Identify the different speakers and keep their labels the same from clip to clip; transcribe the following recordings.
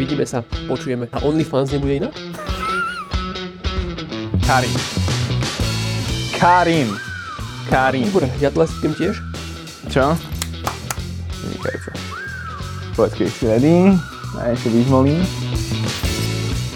Speaker 1: Vidíme sa, počujeme. A OnlyFans nebude inak?
Speaker 2: Karim. Karim. Karim.
Speaker 1: Dobre, ja tlesknem tiež.
Speaker 2: Čo? Vynikajúce. Počkej, si ready? Najlepšie vyzvolím.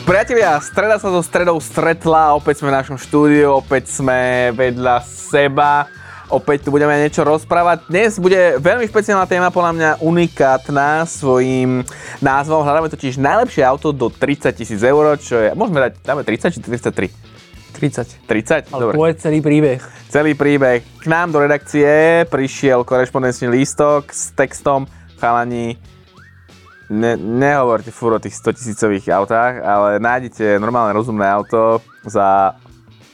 Speaker 2: Priatelia, streda sa so stredou stretla, opäť sme v našom štúdiu, opäť sme vedľa seba, opäť tu budeme niečo rozprávať. Dnes bude veľmi špeciálna téma, podľa mňa unikátna svojim názvom. Hľadáme totiž najlepšie auto do 30 tisíc eur, čo je, môžeme dať, dáme 30 či 33?
Speaker 3: 30.
Speaker 2: 30?
Speaker 3: Ale tvoj celý príbeh.
Speaker 2: celý príbeh. K nám do redakcie prišiel korešpondenčný lístok s textom chalani ne, nehovorte fúr o tých 100 tisícových autách, ale nájdete normálne rozumné auto za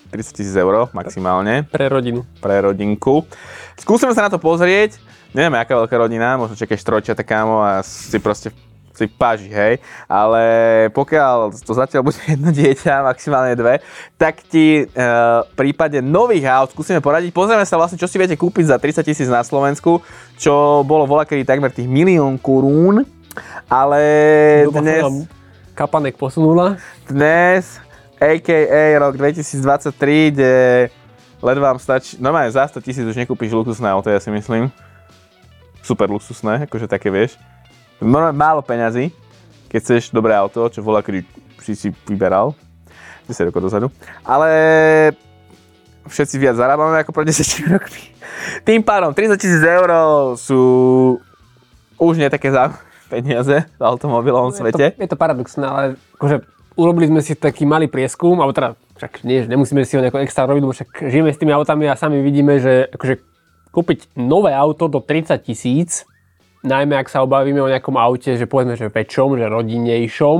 Speaker 2: 30 tisíc eur maximálne
Speaker 1: Pre rodinu.
Speaker 2: pre rodinku. Skúsime sa na to pozrieť. Nevieme, aká veľká rodina, možno čakáš trojčata kámo a si proste si páži, hej. Ale pokiaľ to zatiaľ bude jedno dieťa, maximálne dve, tak ti e, v prípade nových aut skúsime poradiť. Pozrieme sa vlastne, čo si viete kúpiť za 30 tisíc na Slovensku, čo bolo volakedy takmer tých milión korún. Ale
Speaker 3: Doba sa nám
Speaker 2: dnes,
Speaker 3: Kapanek posunula.
Speaker 2: dnes, a.k.a. rok 2023, kde led vám stačí, normálne za 100 tisíc už nekúpiš luxusné auto, ja si myslím. Super luxusné, akože také vieš. Normálne málo peňazí, keď chceš dobré auto, čo volá, kedy si si vyberal. 10 rokov dozadu. Ale všetci viac zarábame ako pred 10 rokmi. Tým pádom 30 tisíc eur sú už nie také za peniaze v automobilovom svete.
Speaker 3: Je to, je to paradoxné, ale akože urobili sme si taký malý prieskum, alebo teda však nie, že nemusíme si ho nejako extra robiť, lebo však žijeme s tými autami a sami vidíme, že akože kúpiť nové auto do 30 tisíc, najmä ak sa obavíme o nejakom aute, že povedzme, že väčšom, že rodinnejšom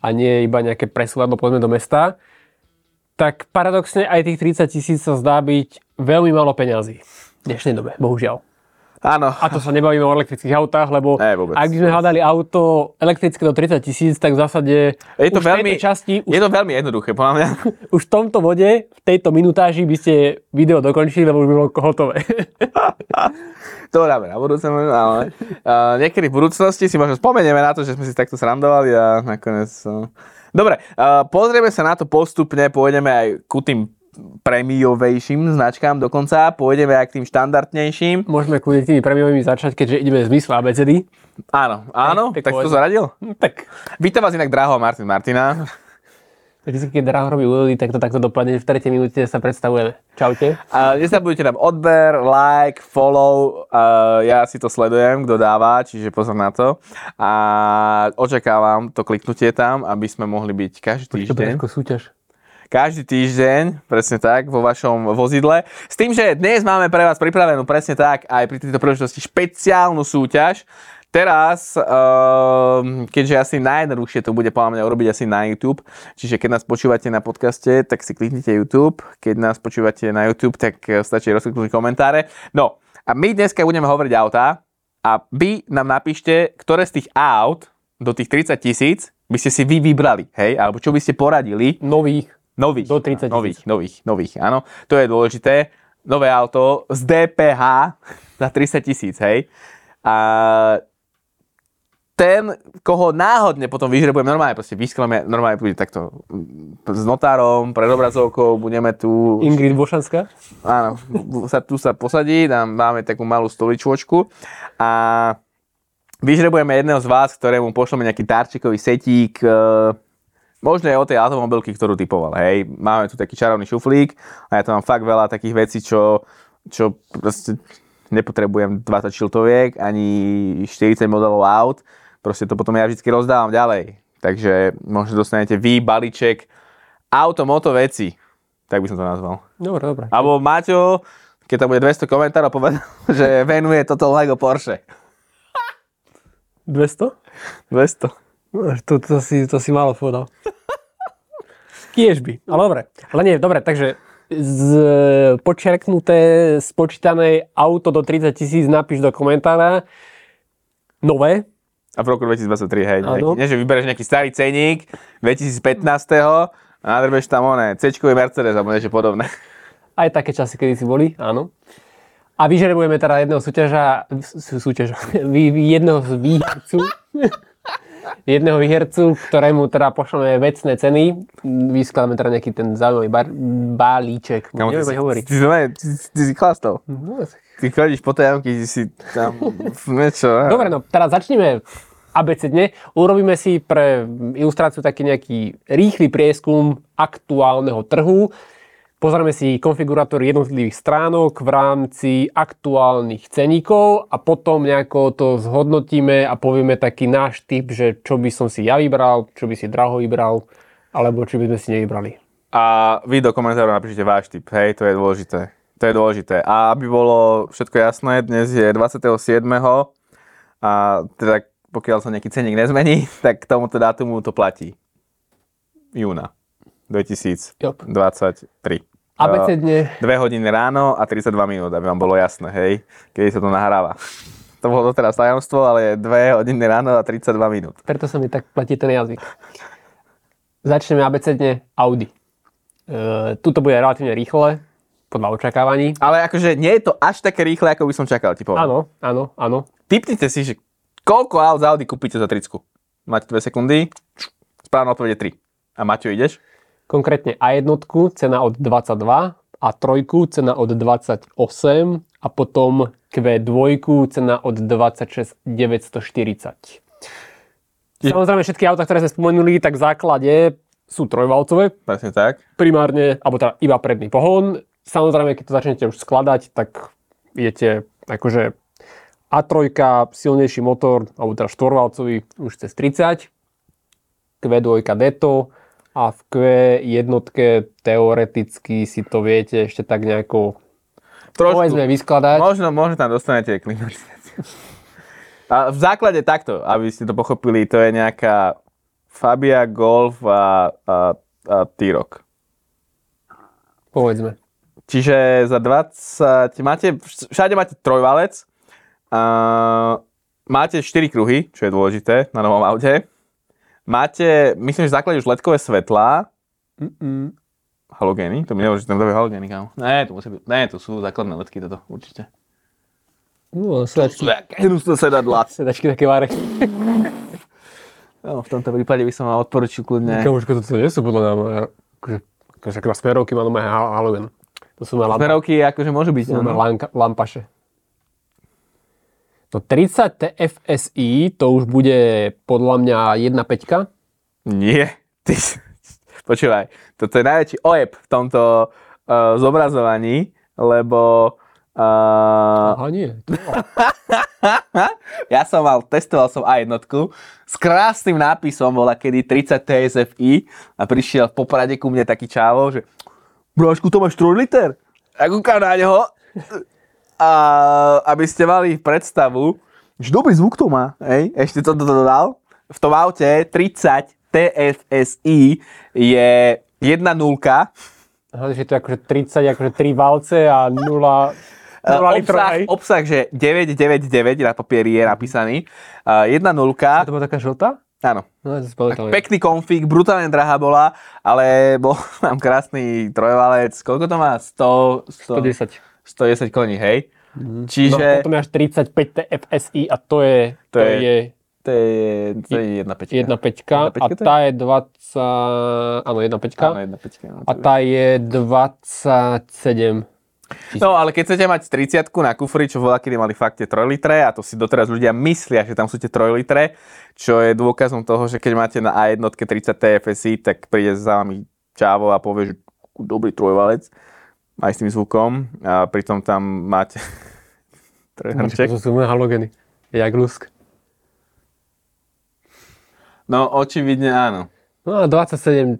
Speaker 3: a nie iba nejaké presúvadlo povedzme do mesta, tak paradoxne aj tých 30 tisíc sa zdá byť veľmi málo peňazí v dnešnej dobe, bohužiaľ.
Speaker 2: Áno.
Speaker 3: A to sa nebavíme o elektrických autách, lebo
Speaker 2: Ne, vôbec.
Speaker 3: ak by sme hľadali auto elektrické do 30 tisíc, tak v zásade
Speaker 2: Je to,
Speaker 3: už, v
Speaker 2: veľmi,
Speaker 3: tejto časti, už,
Speaker 2: je to veľmi jednoduché, podľa mňa.
Speaker 3: už v tomto vode, v tejto minutáži by ste video dokončili, lebo už by bolo hotové.
Speaker 2: To dáme na budúce, možno, ale uh, niekedy v budúcnosti si možno spomenieme na to, že sme si takto srandovali a nakoniec... Uh... Dobre, uh, pozrieme sa na to postupne, pôjdeme aj ku tým prémiovejším značkám dokonca, pôjdeme aj k tým štandardnejším.
Speaker 3: Môžeme kľudne tými premiovými začať, keďže ideme v zmysle abecedy.
Speaker 2: Áno, áno,
Speaker 3: Tak
Speaker 2: tak, si to
Speaker 3: povedz.
Speaker 2: zaradil?
Speaker 3: No, tak,
Speaker 2: Vítam vás inak, draho Martin Martina.
Speaker 3: vždy, keď Draho robí úvody, tak to takto dopadne, že v 3. minúte sa predstavujeme. Čaute.
Speaker 2: A nezabudnite nám odber, like, follow, uh, ja si to sledujem, kto dáva, čiže pozor na to. A očakávam to kliknutie tam, aby sme mohli byť každý
Speaker 3: To bude
Speaker 2: týždeň.
Speaker 3: ako súťaž.
Speaker 2: Každý týždeň, presne tak, vo vašom vozidle. S tým, že dnes máme pre vás pripravenú presne tak aj pri tejto príležitosti špeciálnu súťaž. Teraz, ehm, keďže asi najjednoduchšie to bude podľa mňa urobiť asi na YouTube, čiže keď nás počúvate na podcaste, tak si kliknite YouTube, keď nás počúvate na YouTube, tak eh, stačí rozkliknúť komentáre. No, a my dneska budeme hovoriť autá a vy nám napíšte, ktoré z tých aut do tých 30 tisíc by ste si vy vybrali, hej, alebo čo by ste poradili,
Speaker 3: Nových.
Speaker 2: Nových.
Speaker 3: Do 30 000.
Speaker 2: Nových, nových, nových, áno. To je dôležité. Nové auto z DPH za 30 tisíc, hej. A ten, koho náhodne potom vyžrebujem, normálne proste vysklame, normálne bude takto mm, s notárom, pred obrazovkou, budeme tu...
Speaker 3: Ingrid Bošanská.
Speaker 2: Áno, v- sa, tu sa posadí, tam máme takú malú stoličôčku a vyžrebujeme jedného z vás, ktorému pošleme nejaký darčekový setík, e, možno je o tej automobilky, ktorú typoval, hej. Máme tu taký čarovný šuflík a ja tam mám fakt veľa takých vecí, čo, čo proste nepotrebujem 20 šiltoviek ani 40 modelov aut, proste to potom ja vždy rozdávam ďalej. Takže možno dostanete vy balíček auto, moto veci, tak by som to nazval.
Speaker 3: Dobre, dobre.
Speaker 2: Alebo Maťo, keď tam bude 200 komentárov, povedal, že venuje toto Lego Porsche.
Speaker 3: 200?
Speaker 2: 200.
Speaker 3: No, To, to, si, to si málo povedal. Kiež by. Ale dobre. Ale nie, dobre, takže z počerknuté, spočítané auto do 30 tisíc napíš do komentára. Nové.
Speaker 2: A v roku 2023, hej.
Speaker 3: Áno.
Speaker 2: Nejaký, nie, že vybereš nejaký starý ceník 2015. a nadrbeš tam oné, c Mercedes alebo niečo podobné.
Speaker 3: Aj také časy, kedy si boli, áno. A vyžrebujeme teda jedného súťaža, sú- súťaža, vy- vy- jedného z výhercu jedného výhercu, ktorému teda pošleme vecné ceny. Vyskladáme teda nejaký ten zaujímavý bar- balíček.
Speaker 2: Kamo,
Speaker 3: Budeme
Speaker 2: ty,
Speaker 3: mať
Speaker 2: si-
Speaker 3: hovoriť.
Speaker 2: ty, si normálne- ty, si- ty si chlastol.
Speaker 3: No,
Speaker 2: Ty chodíš po tajomky, ty si tam v niečo. á.
Speaker 3: Dobre, no teraz začneme abecedne. Urobíme si pre ilustráciu taký nejaký rýchly prieskum aktuálneho trhu. Pozrieme si konfigurátor jednotlivých stránok v rámci aktuálnych ceníkov a potom nejako to zhodnotíme a povieme taký náš typ, že čo by som si ja vybral, čo by si Draho vybral, alebo či by sme si nevybrali.
Speaker 2: A vy do komentárov napíšete váš tip, hej, to je dôležité. To je dôležité. A aby bolo všetko jasné, dnes je 27. A teda pokiaľ sa nejaký ceník nezmení, tak k tomuto dátumu to platí. Júna 2023.
Speaker 3: Jop. Abecedne.
Speaker 2: 2 hodiny ráno a 32 minút, aby vám bolo jasné, hej, kedy sa to nahráva. To bolo doteraz tajomstvo, ale je 2 hodiny ráno a 32 minút.
Speaker 3: Preto sa mi tak platí ten jazyk. Začneme abecedne Audi. E, tuto bude relatívne rýchle, podľa očakávaní.
Speaker 2: Ale akože nie je to až také rýchle, ako by som čakal, ti poviem.
Speaker 3: Áno, áno, áno.
Speaker 2: Typnite si, že koľko aut z Audi kúpite za 30. Máte 2 sekundy, správna odpovede 3. A Maťo, ideš?
Speaker 3: Konkrétne A1 cena od 22, A3 cena od 28 a potom Q2 cena od 26 940. Samozrejme všetky auta, ktoré sme spomenuli, tak v základe sú trojvalcové,
Speaker 2: Presne tak.
Speaker 3: primárne, alebo teda iba predný pohon. Samozrejme, keď to začnete už skladať, tak idete akože A3, silnejší motor, alebo teda štvorvalcový, už cez 30, Q2 Deto a v Q1 teoreticky si to viete ešte tak nejako povedzme vyskladať.
Speaker 2: Možno, možno tam dostanete klimatizáciu. A v základe takto, aby ste to pochopili, to je nejaká Fabia, Golf a, a, a T-Roc.
Speaker 3: Povedzme.
Speaker 2: Čiže za 20, máte, všade máte trojvalec, a máte 4 kruhy, čo je dôležité na novom aute. Máte, myslím, že v základe už ledkové svetlá,
Speaker 3: Mm-mm.
Speaker 2: halogény, to mi nehovorí, že tam dávajú halogény, kámo. Ne, to musí byť, ne, to sú základné ledky toto, určite.
Speaker 3: No, sedačky,
Speaker 2: Hnusné sedadlá.
Speaker 3: sedačky také váre.
Speaker 2: No, v tomto prípade by som vám odporučil kľudne.
Speaker 3: Kamuško, to nie sú podľa mňa, akože, akože na smerovky mám aj ha- halogen. To sú na
Speaker 2: Smerovky akože môžu byť,
Speaker 3: Áno.
Speaker 2: áno.
Speaker 3: Lanka, lampaše. To 30 TFSI, to už bude podľa mňa 1.5.
Speaker 2: Nie, ty, si- počúvaj, toto je najväčší ojeb v tomto uh, zobrazovaní, lebo uh,
Speaker 3: Aha, nie.
Speaker 2: ja som mal, testoval som aj jednotku s krásnym nápisom, bola kedy 30 TSFI a prišiel v poprade ku mne taký čávo, že Brášku, to máš 3 liter? A kúkam na neho a aby ste mali predstavu, že dobrý zvuk to má, hej, ešte to dodal. V tom aute 30 TFSI je 1.0
Speaker 3: Aha, že to je akože 30, akože 3 valce a 0, 0 litrov.
Speaker 2: obsah, obsah, že 999 na papieri je napísaný. Eh, 1.0,
Speaker 3: A to bola taká žltá?
Speaker 2: áno.
Speaker 3: No, ja si spamätal.
Speaker 2: Pekný konfig, brutálne drahá bola, ale bol tam krásny trojvalec. Koľko to má? 100, 100
Speaker 3: 110.
Speaker 2: 110 koní, hej?
Speaker 3: No,
Speaker 2: Čiže
Speaker 3: potom máš 35 TFSI a to je, to
Speaker 2: To
Speaker 3: je,
Speaker 2: je- to je, to je jedna
Speaker 3: 1.5 a
Speaker 2: peťka. 1.5 to je?
Speaker 3: tá je 20, áno 1.5
Speaker 2: Áno, jedna peťka. no,
Speaker 3: a
Speaker 2: to je-
Speaker 3: tá je 27.
Speaker 2: No ale keď chcete mať 30 na kufri, čo volá, kedy mali fakt tie 3 litre a to si doteraz ľudia myslia, že tam sú tie 3 litre, čo je dôkazom toho, že keď máte na A1 30 TFSI, tak príde za vami čávo a povie, že "Ku, dobrý trojvalec, aj s tým zvukom a pritom tam máte trojhrnček.
Speaker 3: To sú moje halogeny. Jak lusk.
Speaker 2: No očividne áno.
Speaker 3: No a 27.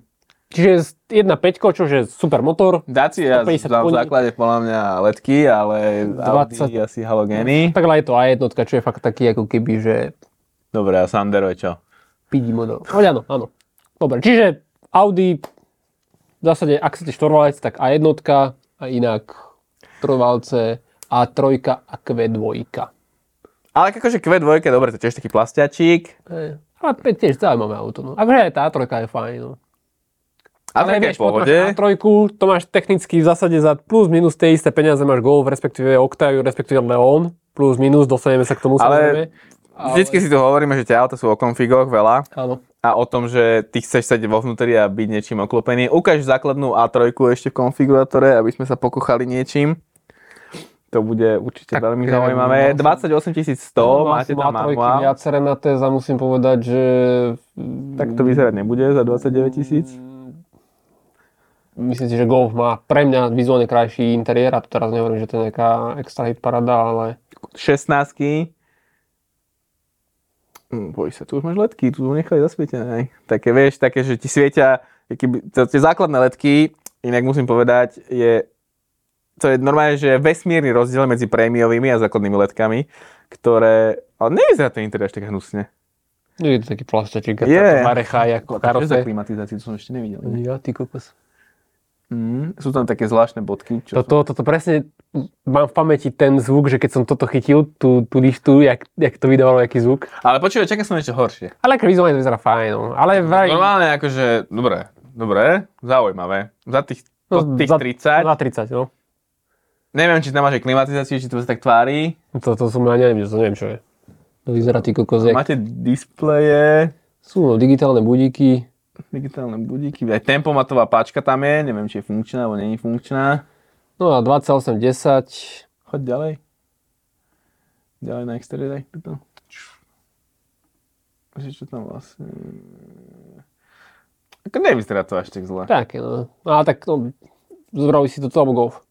Speaker 3: Čiže 1.5, čo je super motor.
Speaker 2: Mhm. Dacia
Speaker 3: 150
Speaker 2: dám v
Speaker 3: koní.
Speaker 2: základe podľa mňa letky, ale
Speaker 3: 20.
Speaker 2: 20... Audi asi halogény.
Speaker 3: Tak ale je to A1, čo je fakt taký ako keby, že
Speaker 2: Dobre, a Sandero je čo?
Speaker 3: pidí model. No áno, áno. Dobre, čiže Audi, v zásade, ak chcete štvorvalec, tak A1 a inak trojvalce A3 a Q2.
Speaker 2: Ale akože Q2, dobre, to je tiež taký plastiačík.
Speaker 3: E, ale pe- tiež zaujímavé auto. No. Akože aj tá A3 je fajn. No.
Speaker 2: A tak je v pohode.
Speaker 3: A3, to máš technicky v zásade za plus minus tie isté peniaze máš Golf, respektíve Octaviu, respektíve Leon, plus minus, dostaneme sa k tomu
Speaker 2: Ale
Speaker 3: samozrejme.
Speaker 2: Vždycky si tu hovoríme, že tie auta sú o konfigoch veľa
Speaker 4: Áno.
Speaker 2: a o tom, že ty chceš sedieť vo vnútri a byť niečím oklopený. Ukáž základnú A3 ešte v konfigurátore, aby sme sa pokochali niečím. To bude určite
Speaker 3: Tak,
Speaker 2: veľmi
Speaker 3: eh,
Speaker 2: zaujímavé.
Speaker 3: mal som-
Speaker 2: 28 100, máte tam manuál.
Speaker 3: viaceré na téza, musím povedať, že...
Speaker 2: Tak to vyzerať nebude za 29 tisíc.
Speaker 3: Myslím si, že Golf má pre mňa vizuálne krajší interiér a to teraz nehovorím, že to je nejaká extra hit parada, ale
Speaker 2: 16 Mm, Boj sa, tu už máš ledky, tu nechali zasvietené. Aj. Také, vieš, také, že ti svietia, keby, to, tie základné ledky, inak musím povedať, je, to je normálne, že vesmírny rozdiel medzi prémiovými a základnými ledkami, ktoré, ale nevyzerá ten interiér až tak hnusne.
Speaker 3: nie je to taký plastačik,
Speaker 2: Je.
Speaker 3: yeah. marecha je ako
Speaker 2: Čo za
Speaker 3: karoce.
Speaker 2: klimatizáciu, to som ešte nevidel. ne?
Speaker 4: Ja, ty kokos.
Speaker 2: Mm, sú tam také zvláštne bodky. Čo
Speaker 3: Toto, toto presne mám v pamäti ten zvuk, že keď som toto chytil, tú, tú lištu, jak, jak to vydávalo, aký zvuk.
Speaker 2: sú. Ale počúvaj, čaká som niečo horšie.
Speaker 3: Ale ako vizuálne to vyzerá fajn, no. ale vraj...
Speaker 2: Normálne akože, dobre, dobre, zaujímavé. Za tých, po
Speaker 3: no,
Speaker 2: tých
Speaker 3: za-
Speaker 2: 30.
Speaker 3: Za 30, no.
Speaker 2: Neviem, či tam máš aj klimatizáciu, či to sa tak tvári.
Speaker 3: To, to som ja neviem, že to neviem, čo je.
Speaker 4: To vyzerá ty kokos, jak
Speaker 2: Máte displeje,
Speaker 4: sú no, digitálne budíky.
Speaker 2: digitálne budíky, aj tempomatová páčka tam je, neviem, či je funkčná, alebo není funkčná.
Speaker 4: No a 2810.
Speaker 2: Choď ďalej. Ďalej na exteriér, daj to. Že čo tam vlastne... Ako nevyzerá to až tak zle.
Speaker 3: Také, no. A tak, no, zobral by si toto alebo golf.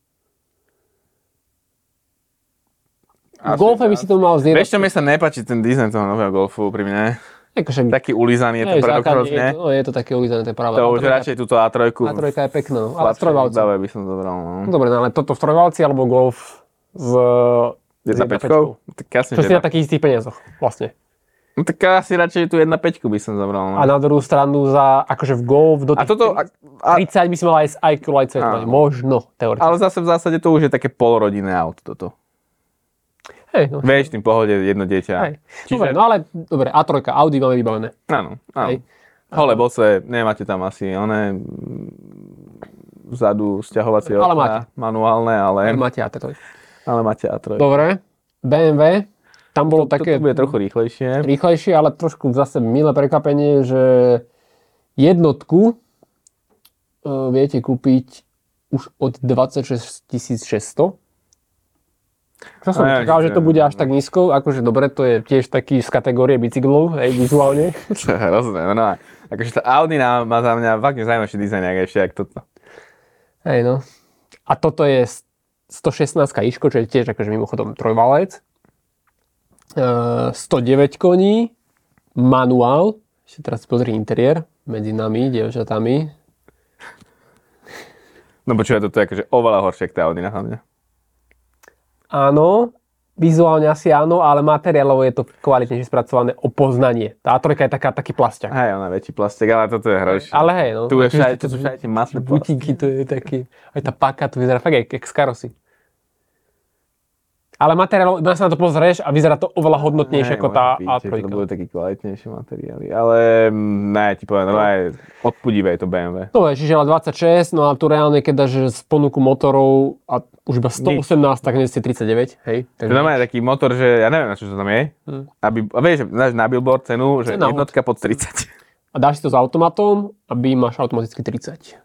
Speaker 3: V
Speaker 2: Asi
Speaker 3: golfe by
Speaker 2: dá.
Speaker 3: si to mal znieť.
Speaker 2: Vieš čo, mne sa nepáči ten dizajn toho nového golfu pri mne.
Speaker 3: Ako však,
Speaker 2: Taký ulizaný je to
Speaker 3: neviem, Akože základne
Speaker 2: predokročne.
Speaker 3: je, to, no, je to také ulizané, to je pravda.
Speaker 2: To
Speaker 3: A
Speaker 2: už
Speaker 3: trojka-
Speaker 2: radšej túto A3.
Speaker 3: A trojka je pekná, no. Ale strojvalci.
Speaker 2: Dáve by som zobral, no.
Speaker 3: No, Dobre, no, ale toto v trojvalci alebo golf s... s
Speaker 2: 1.5?
Speaker 3: 1.5.
Speaker 2: No Tak jasne,
Speaker 3: Čo
Speaker 2: že
Speaker 3: si na takých istých peniazoch, vlastne.
Speaker 2: No tak asi radšej tú 1.5 by som zabral. No.
Speaker 3: A na druhú stranu za, akože v golf do
Speaker 2: A
Speaker 3: tých
Speaker 2: toto, a, a,
Speaker 3: 30 by si mal aj s IQ Light svetlami.
Speaker 2: Áno.
Speaker 3: Možno, teoreticky.
Speaker 2: ale zase v zásade to už je také polrodinné auto toto.
Speaker 3: Hej, no.
Speaker 2: Vieš, tým pohode jedno dieťa.
Speaker 3: Hej.
Speaker 2: Čiže-
Speaker 3: Dobre, no ale, dobre, A3, Audi máme vybavené.
Speaker 2: Áno, áno.
Speaker 3: Hej.
Speaker 2: Hole boce, nemáte tam asi one mm, vzadu stiahovacie
Speaker 3: Ale
Speaker 2: okná,
Speaker 3: máte.
Speaker 2: manuálne, ale,
Speaker 3: Ale máte A3.
Speaker 2: ale máte A3.
Speaker 3: Dobre, BMW, tam bolo
Speaker 2: Také...
Speaker 3: také
Speaker 2: To bude trochu rýchlejšie.
Speaker 3: rýchlejšie, ale trošku zase milé prekvapenie, že jednotku e, viete kúpiť už od 26 600. Čo som
Speaker 2: Aj,
Speaker 3: čakal, že to
Speaker 2: že-
Speaker 3: bude až tak nízko, akože dobre, to je tiež taký z kategórie bicyklov, hej, vizuálne.
Speaker 2: To je hrozné, no, no. Akože tá Audi na- má za mňa fakt nezaujímavší dizajn, jak ešte, jak toto.
Speaker 3: Hej, no. A toto je s- 116 Iško, čo je tiež akože mimochodom trojvalec. E, 109 koní, manuál, ešte teraz pozri interiér, medzi nami, dievčatami.
Speaker 2: No počúvaj, toto je akože oveľa horšie, ako tá Audi na mňa.
Speaker 3: Áno, vizuálne asi áno, ale materiálovo je to kvalitnejšie spracované o poznanie. Tá trojka je taká, taký plasťak.
Speaker 2: Hej, ona väčší plastik, ale toto je hrošie.
Speaker 3: Ale hej, no.
Speaker 2: Tu je všade, tu sú všade tie masné plastiky.
Speaker 3: Butíky to je taký, aj tá paka tu vyzerá fakt jak, jak z karosy. Ale materiál, na sa na to pozrieš a vyzerá to oveľa hodnotnejšie ako tá A3.
Speaker 2: To budú taký kvalitnejšie materiály, ale mm, ne, ti poviem, no aj odpudivé je to BMW.
Speaker 3: No je, čiže ale 26, no a tu reálne, keď dáš že z ponuku motorov a už iba 118, tak nie ste 39, hej?
Speaker 2: To tam je taký motor, že ja neviem, na čo to tam je.
Speaker 3: Hm.
Speaker 2: Aby, a vieš, že dáš na billboard cenu, že
Speaker 3: Cena od-
Speaker 2: jednotka pod 30.
Speaker 3: a dáš si to s automatom a by máš automaticky 30.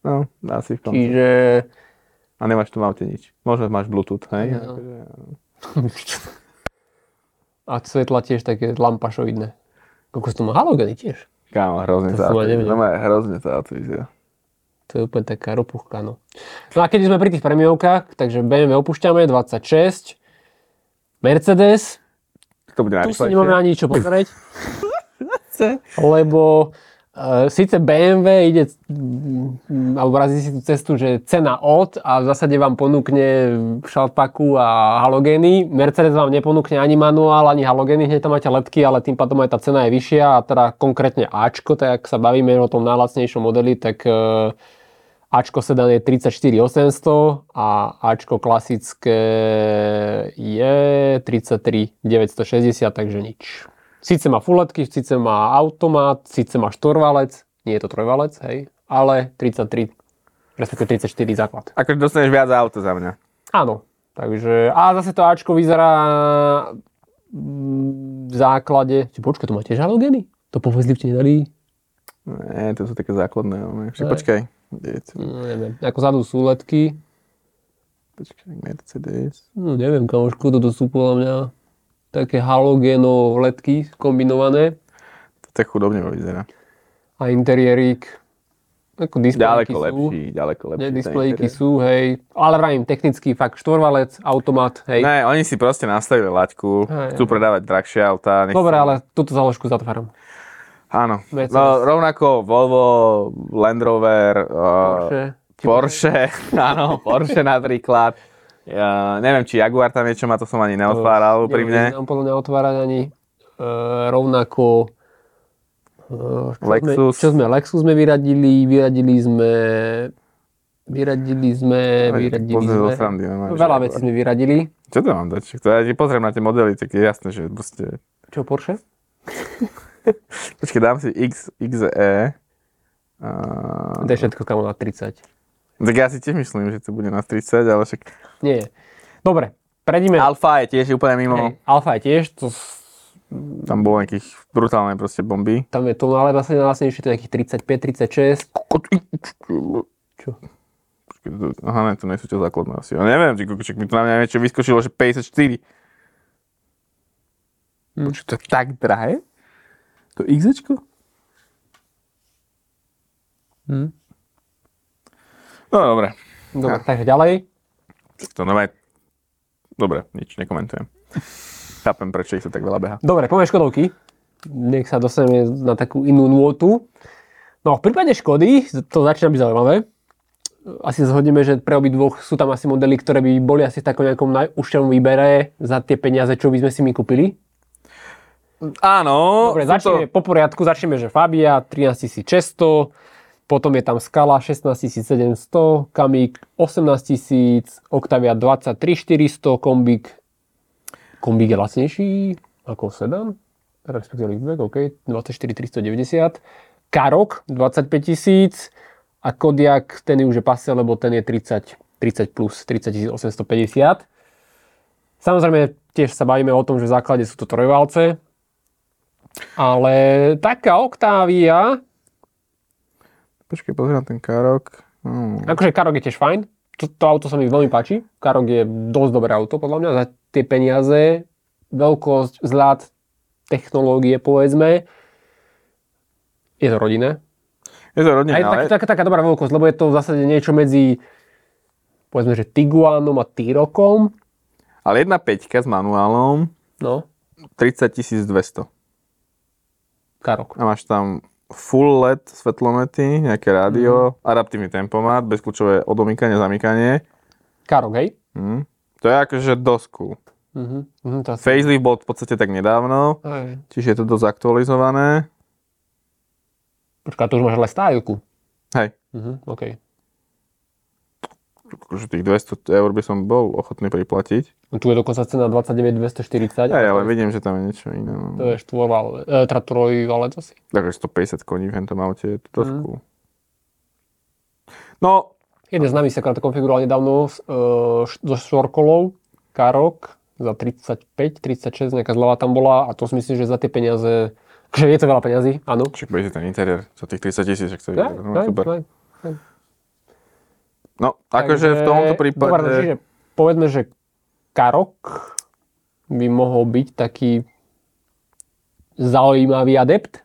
Speaker 2: No, asi v tom.
Speaker 3: Čiže...
Speaker 2: A nemáš tu v aute nič. Možno máš Bluetooth, hej?
Speaker 3: No.
Speaker 2: Akože,
Speaker 3: A svetla tiež také lampašoidné. Koľko to má halogeny tiež.
Speaker 2: Kámo, hrozne sa
Speaker 3: som aj nevedel.
Speaker 2: to má hrozne sa to vyzerá.
Speaker 3: To je úplne taká ropuchka, no. No a keď sme pri tých premiovkách, takže BMW opúšťame, 26, Mercedes,
Speaker 2: To bude
Speaker 3: tu si
Speaker 2: najrychlejšie.
Speaker 3: nemáme ani čo pozrieť. lebo e, síce BMW ide, mm, alebo razí si tú cestu, že cena od a v zásade vám ponúkne šalpaku a halogény. Mercedes vám neponúkne ani manuál, ani halogény, hneď tam máte lepky, ale tým pádom aj tá cena je vyššia a teda konkrétne Ačko, tak ak sa bavíme o tom najlacnejšom modeli, tak e, Ačko sedan je 34800 a Ačko klasické je 33960, takže nič. Síce má fuletky, síce má automat, síce má štvorvalec, nie je to trojvalec, hej, ale 33, respektíve 34 základ.
Speaker 2: Akože dostaneš viac za auto za mňa.
Speaker 3: Áno, takže a zase to Ačko vyzerá mm, v základe... Či počkaj, to má tiež halogény? To povedzli ti nedali?
Speaker 2: Nie, to sú také základné. Ale... Ešte, počkaj. Dec,
Speaker 3: No, neviem. Ako zadu sú letky.
Speaker 2: počkaj, Mercedes.
Speaker 3: No neviem, kamošku, toto sú podľa mňa také halogéno letky kombinované.
Speaker 2: To tak chudobne vyzerá.
Speaker 3: A interiérik. Ako displejky
Speaker 2: Ďaleko
Speaker 3: sú.
Speaker 2: lepší, ďaleko lepší.
Speaker 3: Ne,
Speaker 2: ten
Speaker 3: displejky
Speaker 2: interiér.
Speaker 3: sú, hej. Ale vravím, technicky fakt štvorvalec, automat, hej.
Speaker 2: Ne, oni si proste nastavili laťku,
Speaker 3: Hej.
Speaker 2: chcú predávať drahšie autá. nechcú-
Speaker 3: Dobre, ale túto záložku zatváram.
Speaker 2: Áno.
Speaker 3: Mercedes.
Speaker 2: No, rovnako Volvo, Land Rover,
Speaker 3: Porsche.
Speaker 2: Uh, Porsche, áno, Porsche napríklad. Ja, neviem, či Jaguar tam niečo má, to som ani neotváral úprimne.
Speaker 3: Nemám podľa mňa otvárať ani e, rovnako... E, čo Sme,
Speaker 2: Lexus.
Speaker 3: čo sme, Lexus sme vyradili, vyradili sme... Vyradili sme, vyradili
Speaker 2: Pozrieť
Speaker 3: sme.
Speaker 2: do srandy, nemáš
Speaker 3: Veľa
Speaker 2: Jaguar.
Speaker 3: vecí sme vyradili.
Speaker 2: Čo to mám dať? To ja ti pozriem na tie modely, tak je jasné, že proste...
Speaker 3: Čo, Porsche?
Speaker 2: Počkej, dám si X, E. XE. Uh,
Speaker 3: To je všetko, kamo, na 30.
Speaker 2: tak ja si tiež myslím, že to bude na 30, ale však...
Speaker 3: Nie. Dobre, prejdime.
Speaker 2: Alfa je tiež úplne mimo.
Speaker 3: Hej, Alfa je tiež, to, s-
Speaker 2: Tam bolo nejakých brutálne proste bomby.
Speaker 3: tam je to ale vlastne najlasnejšie, to je nejakých 35, 36. Čo?
Speaker 2: Počkej, to- Aha, ne, to nie sú tie základné asi. Ja neviem, ty kukuček, mi to na mňa niečo vyskočilo, že 54. Hm. Počkej, to je tak drahé? To XEčko?
Speaker 3: Hm.
Speaker 2: No dobre,
Speaker 3: Dobre, takže ďalej.
Speaker 2: to nové... Dobre, nič, nekomentujem. Chápem, prečo ich to tak veľa beha.
Speaker 3: Dobre, poďme Škodovky. Nech sa dostaneme na takú inú nôtu. No, v prípade Škody, to začína byť zaujímavé, asi zhodneme, že pre obidvoch sú tam asi modely, ktoré by boli asi v takom nejakom najúžšom výbere za tie peniaze, čo by sme si my kúpili.
Speaker 2: Áno,
Speaker 3: Dobre,
Speaker 2: No, sú to-
Speaker 3: začneme po poriadku, začneme, že Fabia 13600, potom je tam Skala 16700, Kamík 18000, Octavia 23400, Kombík, Kombík je lacnejší ako sedan, respektíve Liftback, OK, 24390, Karok 25000 a Kodiak, ten je už je pase, lebo ten je 30, 30 plus, 30850. Samozrejme, tiež sa bavíme o tom, že v základe sú to trojvalce, ale taká Octavia,
Speaker 2: Počkej, pozri na ten karok. Hmm.
Speaker 3: akože Karok je tiež fajn, to, to auto sa mi veľmi páči, Karok je dosť dobré auto podľa mňa za tie peniaze, veľkosť, vzhľad, technológie povedzme, je to rodinné.
Speaker 2: Je to rodinné,
Speaker 3: A je to
Speaker 2: ale...
Speaker 3: taká, taká, taká dobrá veľkosť, lebo je to v zásade niečo medzi povedzme, že Tiguanom a Tyrokom.
Speaker 2: Ale jedna peťka s manuálom,
Speaker 3: No,
Speaker 2: 30 200.
Speaker 3: Karok.
Speaker 2: A máš tam full LED svetlomety, nejaké
Speaker 3: Mhm.
Speaker 2: rádio, adaptívny tempomat, bezkľúčové odomykanie, zamykanie.
Speaker 3: Karok, hej?
Speaker 2: Hm. To je akože dosť cool.
Speaker 3: Mhm. Mhm, to asi.
Speaker 2: Facelift bol v podstate tak nedávno,
Speaker 3: Aj.
Speaker 2: čiže je to dosť aktualizované.
Speaker 3: Počkaj, to už máš ale stylku.
Speaker 2: Hej,
Speaker 3: Mhm, OK.
Speaker 2: akože tých 200 eur by som bol ochotný
Speaker 3: No
Speaker 2: priplatiť.
Speaker 3: Tu je dokonca cena 29 240.
Speaker 2: Aj, ale vidím, že tam je niečo iné. no.
Speaker 3: To je štvorvalec, e, teda trojvalec asi.
Speaker 2: Takže 150 koní v hentom aute je to dosť
Speaker 3: Mhm.
Speaker 2: cool. No,
Speaker 3: Jeden z nami sa akorát konfiguroval nedávno s, e, š- so štvorkolou, Karok, za 35, 36, nejaká zľava tam bola a to si myslím, že za tie peniaze, že je to veľa peniazy, áno.
Speaker 2: však bude ten interiér za tých 30 tisíc, to je
Speaker 3: Aj,
Speaker 2: no,
Speaker 3: aj,
Speaker 2: super.
Speaker 3: aj.
Speaker 2: No, akože v
Speaker 3: Takže-
Speaker 2: tomto
Speaker 3: Dobre, no, čiže
Speaker 2: prípade...
Speaker 3: povedzme, že Karok by mohol byť taký zaujímavý adept.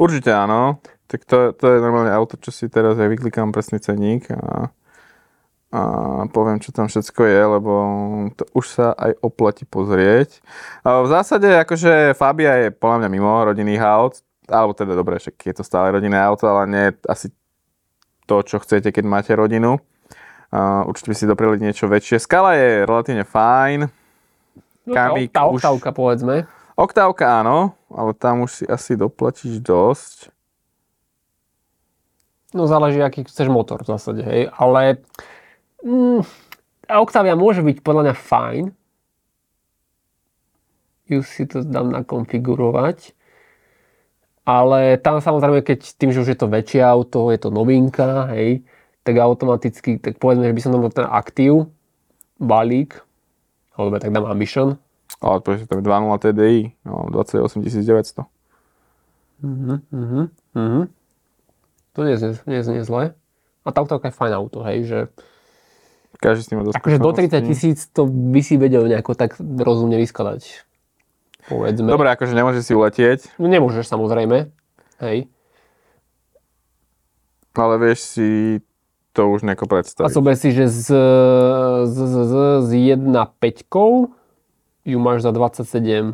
Speaker 2: Určite áno. Tak to, to je normálne auto, čo si teraz ja vyklikám presný ceník a, a poviem, čo tam všetko je, lebo to už sa aj oplatí pozrieť. A v zásade, akože Fabia je podľa mňa mimo rodinných aut, alebo teda dobre, však je to stále rodinné auto, ale nie je asi to, čo chcete, keď máte rodinu. A určite by si doprili niečo väčšie. Skala je relatívne fajn.
Speaker 3: No, tá
Speaker 2: Kamík
Speaker 3: okta-
Speaker 2: už-
Speaker 3: oktávka, povedzme.
Speaker 2: Oktávka áno, ale tam už si asi doplatíš dosť.
Speaker 3: No záleží, aký chceš motor v zásade, hej. Ale mm, a Octavia môže byť podľa mňa fajn. Ju si to dám nakonfigurovať. Ale tam samozrejme, keď tým, že už je to väčšie auto, je to novinka, hej, tak automaticky, tak povedzme, že by som tam dal ten aktív, balík, alebo tak dám ambition,
Speaker 2: Ale prečo tam je 2.0 TDI, no, 28 900.
Speaker 3: Mhm, mhm, mhm. To nie je, nie je, nie je zlé. A tá autovka je fajn auto, hej, že
Speaker 2: Každý s tým má dosť
Speaker 3: akože do
Speaker 2: skúsenosti.
Speaker 3: 30 tisíc to by si vedel nejako tak rozumne vyskladať. Povedzme.
Speaker 2: Dobre, akože nemôže si uletieť,
Speaker 3: No Nemôžeš samozrejme, hej.
Speaker 2: ale vieš si to už nejako
Speaker 3: A
Speaker 2: predstaviť.
Speaker 3: zober si, že z, z, z, z, z 1.5 ju máš za 27.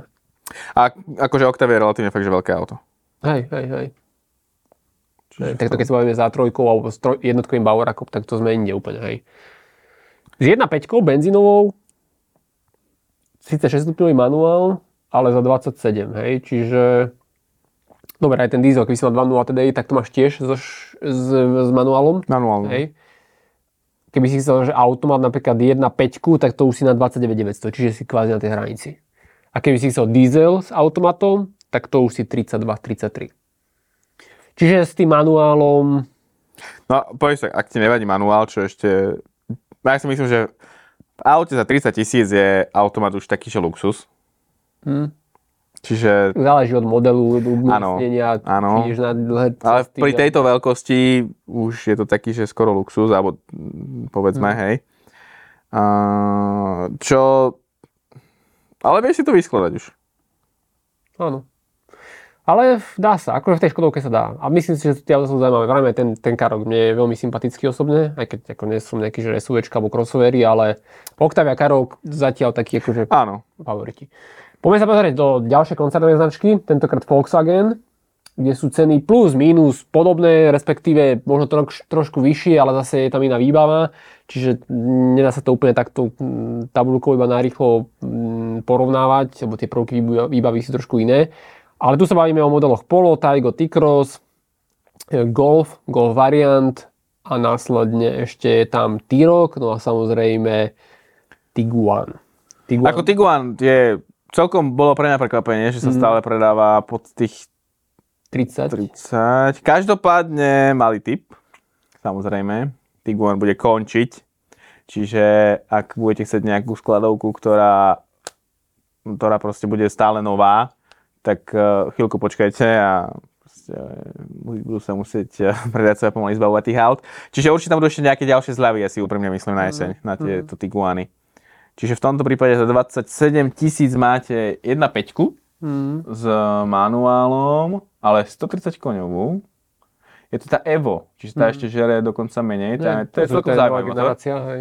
Speaker 2: A akože Octavia je relatívne fakt, že veľké auto.
Speaker 3: Hej, hej, hej.
Speaker 2: Čiže
Speaker 3: Tak to keď sa bavíme za trojkou alebo s troj, jednotkovým Bavorakom, tak to sme inde úplne, hej. S 1.5 benzínovou, síce 6-stupňový manuál, ale za 27, hej, čiže... Dobre, aj ten diesel, keby si mal 2.0 TDI, tak to máš tiež so, š- s, s manuálom,
Speaker 2: Manuálne.
Speaker 3: hej. Keby si chcel, že auto má napríklad 1.5, tak to už si na 29.900, čiže si kvázi na tej hranici. A keby si chcel diesel s automatom, tak to už si 32, 33. Čiže s tým manuálom
Speaker 2: No, povieš tak, ak ti nevadí manuál, čo ešte... No, ja si myslím, že v aute za 30 tisíc je automat už taký, že luxus.
Speaker 3: Hm.
Speaker 2: Čiže...
Speaker 3: záleží od modelu, od
Speaker 2: Áno,
Speaker 3: umiestnenia,
Speaker 2: áno.
Speaker 3: ideš na dlhé
Speaker 2: Ale
Speaker 3: cesty,
Speaker 2: pri tejto veľkosti už je to taký, že skoro luxus, alebo mm, povedzme, hej. A, čo... Ale vieš si to vyskladať už.
Speaker 3: Áno. Ale dá sa, akože v tej Škodovke sa dá. A myslím si, že tie auta sú zaujímavé. Vrajme, ten, ten Karok mne je veľmi sympatický osobne, aj keď ako nie som nejaký, že SUVčka alebo crossovery, ale Octavia Karok zatiaľ taký akože
Speaker 2: Áno.
Speaker 3: favoriti. Poďme sa pozrieť do ďalšej koncernovej značky, tentokrát Volkswagen, kde sú ceny plus, minus podobné, respektíve možno troš, trošku vyššie, ale zase je tam iná výbava, čiže mm, nedá sa to úplne takto mm, tabulkou iba narýchlo mm, porovnávať, lebo tie prvky výbu- výbavy sú trošku iné. Ale tu sa bavíme o modeloch Polo, Taigo, T-Cross, e, Golf, Golf Variant a následne ešte je tam T-Roc, no a samozrejme Tiguan. Tiguan.
Speaker 2: Ako Tiguan je... Celkom bolo pre mňa prekvapenie, že sa stále predáva pod tých
Speaker 3: 30.
Speaker 2: 30. Každopádne malý tip, samozrejme. Tiguan bude končiť. Čiže ak budete chcieť nejakú skladovku, ktorá, ktorá proste bude stále nová, tak eh, chvíľku počkajte a proste, eh, budú sa musieť eh, predajcovia pomaly zbavovať tých aut. Čiže určite tam budú ešte nejaké ďalšie zľavy, ja si úprimne myslím na jeseň, na tieto Tiguany. Čiže v tomto prípade za 27 tisíc máte 1.5
Speaker 3: Hmm.
Speaker 2: s manuálom, ale 130 koňovú. Je to tá Evo, čiže tá ešte žere dokonca menej. Tá, Mhm. to je celkom zaujímavý motor.
Speaker 3: generácia, hej.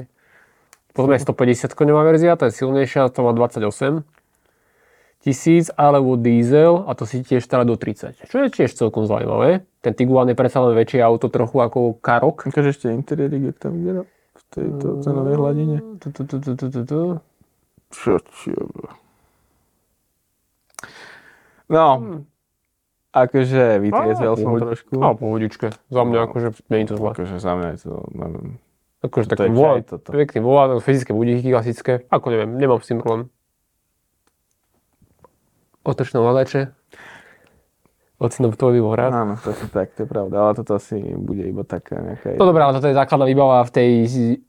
Speaker 3: Potom je 150 koňová verzia, tá je silnejšia, to má 28 tisíc, alebo diesel a to si tiež stará do 30. Čo je tiež celkom zaujímavé. Ten Tiguan je predsa len väčšie auto, trochu ako Karok.
Speaker 2: Ukáž ešte interiéry, kde tam vyzerá v tejto cenovej hladine.
Speaker 3: Tu, tu, tu, tu, tu, tu, tu.
Speaker 2: Čo, čo. No, akože vytriezvel som
Speaker 3: pohoda.
Speaker 2: trošku.
Speaker 3: A No, pohodičke, za mňa akože nie je to zle.
Speaker 2: Akože za mňa je to, neviem.
Speaker 3: Akože
Speaker 2: Toto
Speaker 3: taký
Speaker 2: je
Speaker 3: volant,
Speaker 2: kraj, toto.
Speaker 3: pekný volant, fyzické budíky klasické, ako neviem, nemám s tým problém. Otočné ovládače. Ocino to by bol rád.
Speaker 2: Áno, to si tak, to je pravda, ale toto asi bude iba taká nejaká...
Speaker 3: No dobré, ale toto je základná výbava v tej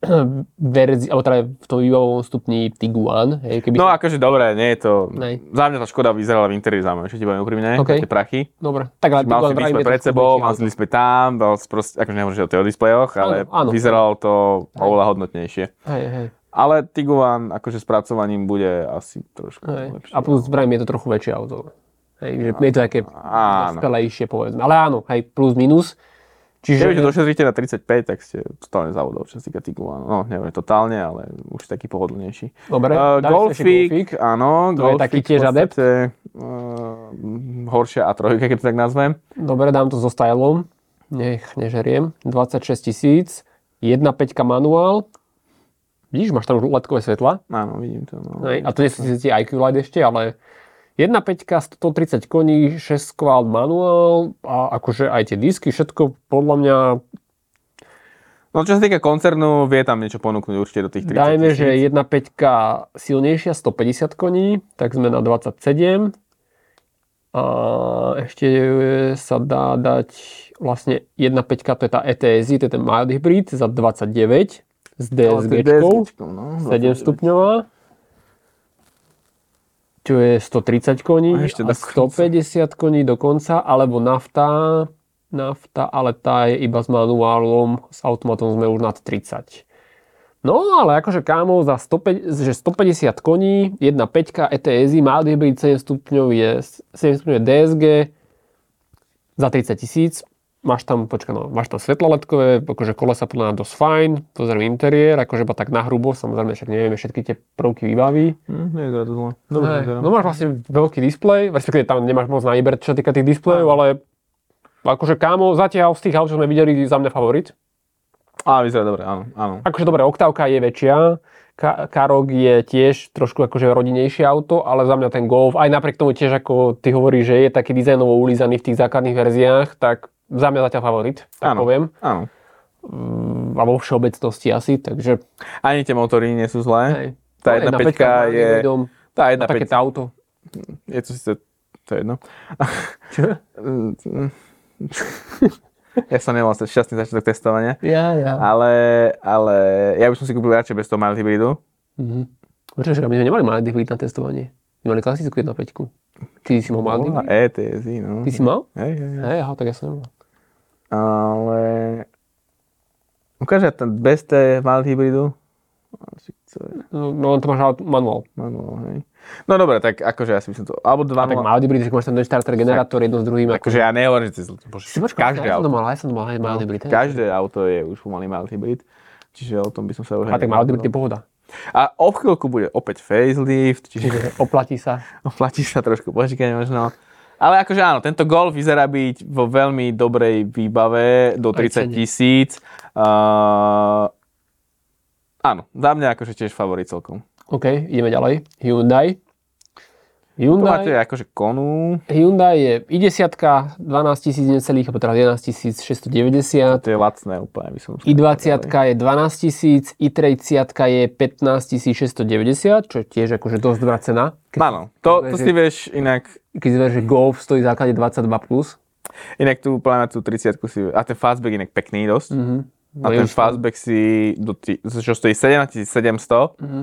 Speaker 3: verzii, alebo teda v tom výbavovom stupni Tiguan. Hej, keby
Speaker 2: No
Speaker 3: sa-
Speaker 2: akože dobré, nie je to...
Speaker 3: Nej.
Speaker 2: Za mňa tá škoda vyzerala v interiéri za mňa, ešte ti poviem úprimne,
Speaker 3: OK.
Speaker 2: tie prachy.
Speaker 3: Dobre, tak ale
Speaker 2: Mal si displej
Speaker 3: je
Speaker 2: pred
Speaker 3: trošku
Speaker 2: sebou,
Speaker 3: väčšie
Speaker 2: mal si displej tam, dal si proste, akože nehovorím, že o tých displejoch, ale
Speaker 3: Áno, áno.
Speaker 2: vyzeralo to oveľa hodnotnejšie.
Speaker 3: auto. Hej, hej,
Speaker 2: Ale Tiguan akože s pracovaním bude asi trošku
Speaker 3: hej.
Speaker 2: lepšie. No.
Speaker 3: A plus vrajme je to trochu väčšie auto. Hej, že je to také
Speaker 2: Áno.
Speaker 3: dospelejšie, povedzme. Ale áno, hej, plus minus.
Speaker 2: Keby
Speaker 3: Čiže
Speaker 2: to došetríte na 35, tak ste totálne závodov, čo sa týka Tiguanu. No, neviem, totálne, ale už taký pohodlnejší.
Speaker 3: Dobre,
Speaker 2: Eh,
Speaker 3: dáme si ešte Golfík.
Speaker 2: golfík,
Speaker 3: To
Speaker 2: áno,
Speaker 3: je
Speaker 2: golfík
Speaker 3: taký tiež
Speaker 2: v
Speaker 3: adept.
Speaker 2: podstate, eh, horšia a trojka, keď to tak nazvem.
Speaker 3: Dobre, dám to so stylom. Nech nežeriem. 26 tisíc. 1.5 manuál. Vidíš, máš tam už ledkové svetla.
Speaker 2: Áno, vidím to. No.
Speaker 3: Hej, a to nie sú tie IQ Light ešte, ale 1.5, 130 koní, 6 kvál manuál a akože aj tie disky, všetko podľa mňa,
Speaker 2: no čo sa týka koncernu, vie tam niečo ponúknuť určite do tých No, 30
Speaker 3: dajme,
Speaker 2: tisíc.
Speaker 3: že 1.5 silnejšia, 150 koní, tak sme na 27. A ešte e, sa dá dať vlastne 1.5, to je tá E ETS, to je ten mild hybrid za 29 s
Speaker 2: Ale to je
Speaker 3: DSG,
Speaker 2: DSG-čkou, no,
Speaker 3: 7 stupňová. čo je 130 koní a,
Speaker 2: A ešte dokonca.
Speaker 3: 150 koní dokonca, alebo nafta, nafta, ale tá je iba s manuálom, s automatom sme už nad 30. No, ale akože kámo, za 150, že 150 koní, E 1.5 ETS, mild hybrid 7 stupňový, 7 stupňové DSG, za 30 tisíc. Máš tam, počkaj, no, máš tam svetloletkové, akože kolesa podľa mňa dosť fajn, pozriem interiér, akože iba tak na hrubo, samozrejme však nevieme všetky tie prvky vybaví.
Speaker 2: Hm, nie je to zle.
Speaker 3: Hej, no máš vlastne veľký displej, respektíve tam nemáš moc na výber, čo sa týka tých displejov, ale akože kámo, zatiaľ z tých aut, čo sme videli, za mňa favorit.
Speaker 2: Á, vyzerá dobre, áno, áno.
Speaker 3: Akože dobre, Oktávka je väčšia, Ka- Karok je tiež trošku akože rodinnejšie auto, ale za mňa ten Golf, aj napriek tomu tiež ako ty hovoríš, že je taký dizajnovo ulízaný v tých základných verziách, tak za mňa zatiaľ favorit, tak
Speaker 2: áno,
Speaker 3: poviem.
Speaker 2: Áno.
Speaker 3: a vo všeobecnosti asi, takže No,
Speaker 2: Ani tie motory nie sú
Speaker 3: hej.
Speaker 2: zlé. Tá
Speaker 3: Ale
Speaker 2: jedna
Speaker 3: peťka
Speaker 2: peťka
Speaker 3: má
Speaker 2: je...
Speaker 3: nevedom,
Speaker 2: Tá jedna
Speaker 3: také
Speaker 2: peťka,
Speaker 3: tá auto.
Speaker 2: je to síce... To je jedno.
Speaker 3: Čo?
Speaker 2: Ja som nemal šťastný začiatok testovania.
Speaker 3: Ja, ja.
Speaker 2: Ale, ale ja by som si kúpil radšej bez toho mild hybridu.
Speaker 3: Mhm. Počkaj, čakaj, my sme nemali malý hybrid na testovanie. My mali klasickú 1.5. Ty si mal malý
Speaker 2: Bola
Speaker 3: hybrid?
Speaker 2: ETS, no.
Speaker 3: Ty si mal?
Speaker 2: Hej, hej, hej.
Speaker 3: Hej, aha, tak ja som nemal.
Speaker 2: Ale... Ukáže ten bez té mild hybridu? Asi to je
Speaker 3: No, no to máš ale manuál.
Speaker 2: Manuál, hej. No dobre, tak akože asi by som to... Alebo dva
Speaker 3: A tak malý hybrid, že máš tam ten starter, generátor, jedno s druhým.
Speaker 2: Akože ja nehovorím, že to je zlé. Bože,
Speaker 3: Si počkaj,
Speaker 2: každé
Speaker 3: ja som
Speaker 2: auto.
Speaker 3: to mal, ja som to mal aj malý hybrid. hej.
Speaker 2: Každé auto je už pomaly mild hybrid. Čiže o tom by som sa už...
Speaker 3: A tak malý hybrid je pohoda.
Speaker 2: A o chvíľku bude opäť facelift, čiže
Speaker 3: Čiže oplatí sa.
Speaker 2: oplatí sa trošku počkať možno. Ale akože áno, tento Golf vyzerá byť vo veľmi dobrej výbave do 30
Speaker 3: cene.
Speaker 2: tisíc. Uh, áno, za mňa akože tiež favorit celkom.
Speaker 3: OK, ideme ďalej. Hyundai.
Speaker 2: Tu
Speaker 3: Hyundai.
Speaker 2: máte akože konu,
Speaker 3: Hyundai je i10, 12 tisíc necelých, alebo teda 11 690.
Speaker 2: to je lacné úplne, by som
Speaker 3: I20 je 12 tisíc, I30 je 15 690, čo je tiež akože dosť dobrá cena. Keď,
Speaker 2: Áno, to, to si vieš inak,
Speaker 3: keď si vieš, že Golf stojí v základe 22+. Plus.
Speaker 2: inak tu úplne na tú 30 si, a ten fastback inak pekný dosť.
Speaker 3: Mhm.
Speaker 2: A ten fastback si, do tí, čo stojí 17 700,
Speaker 3: Mhm.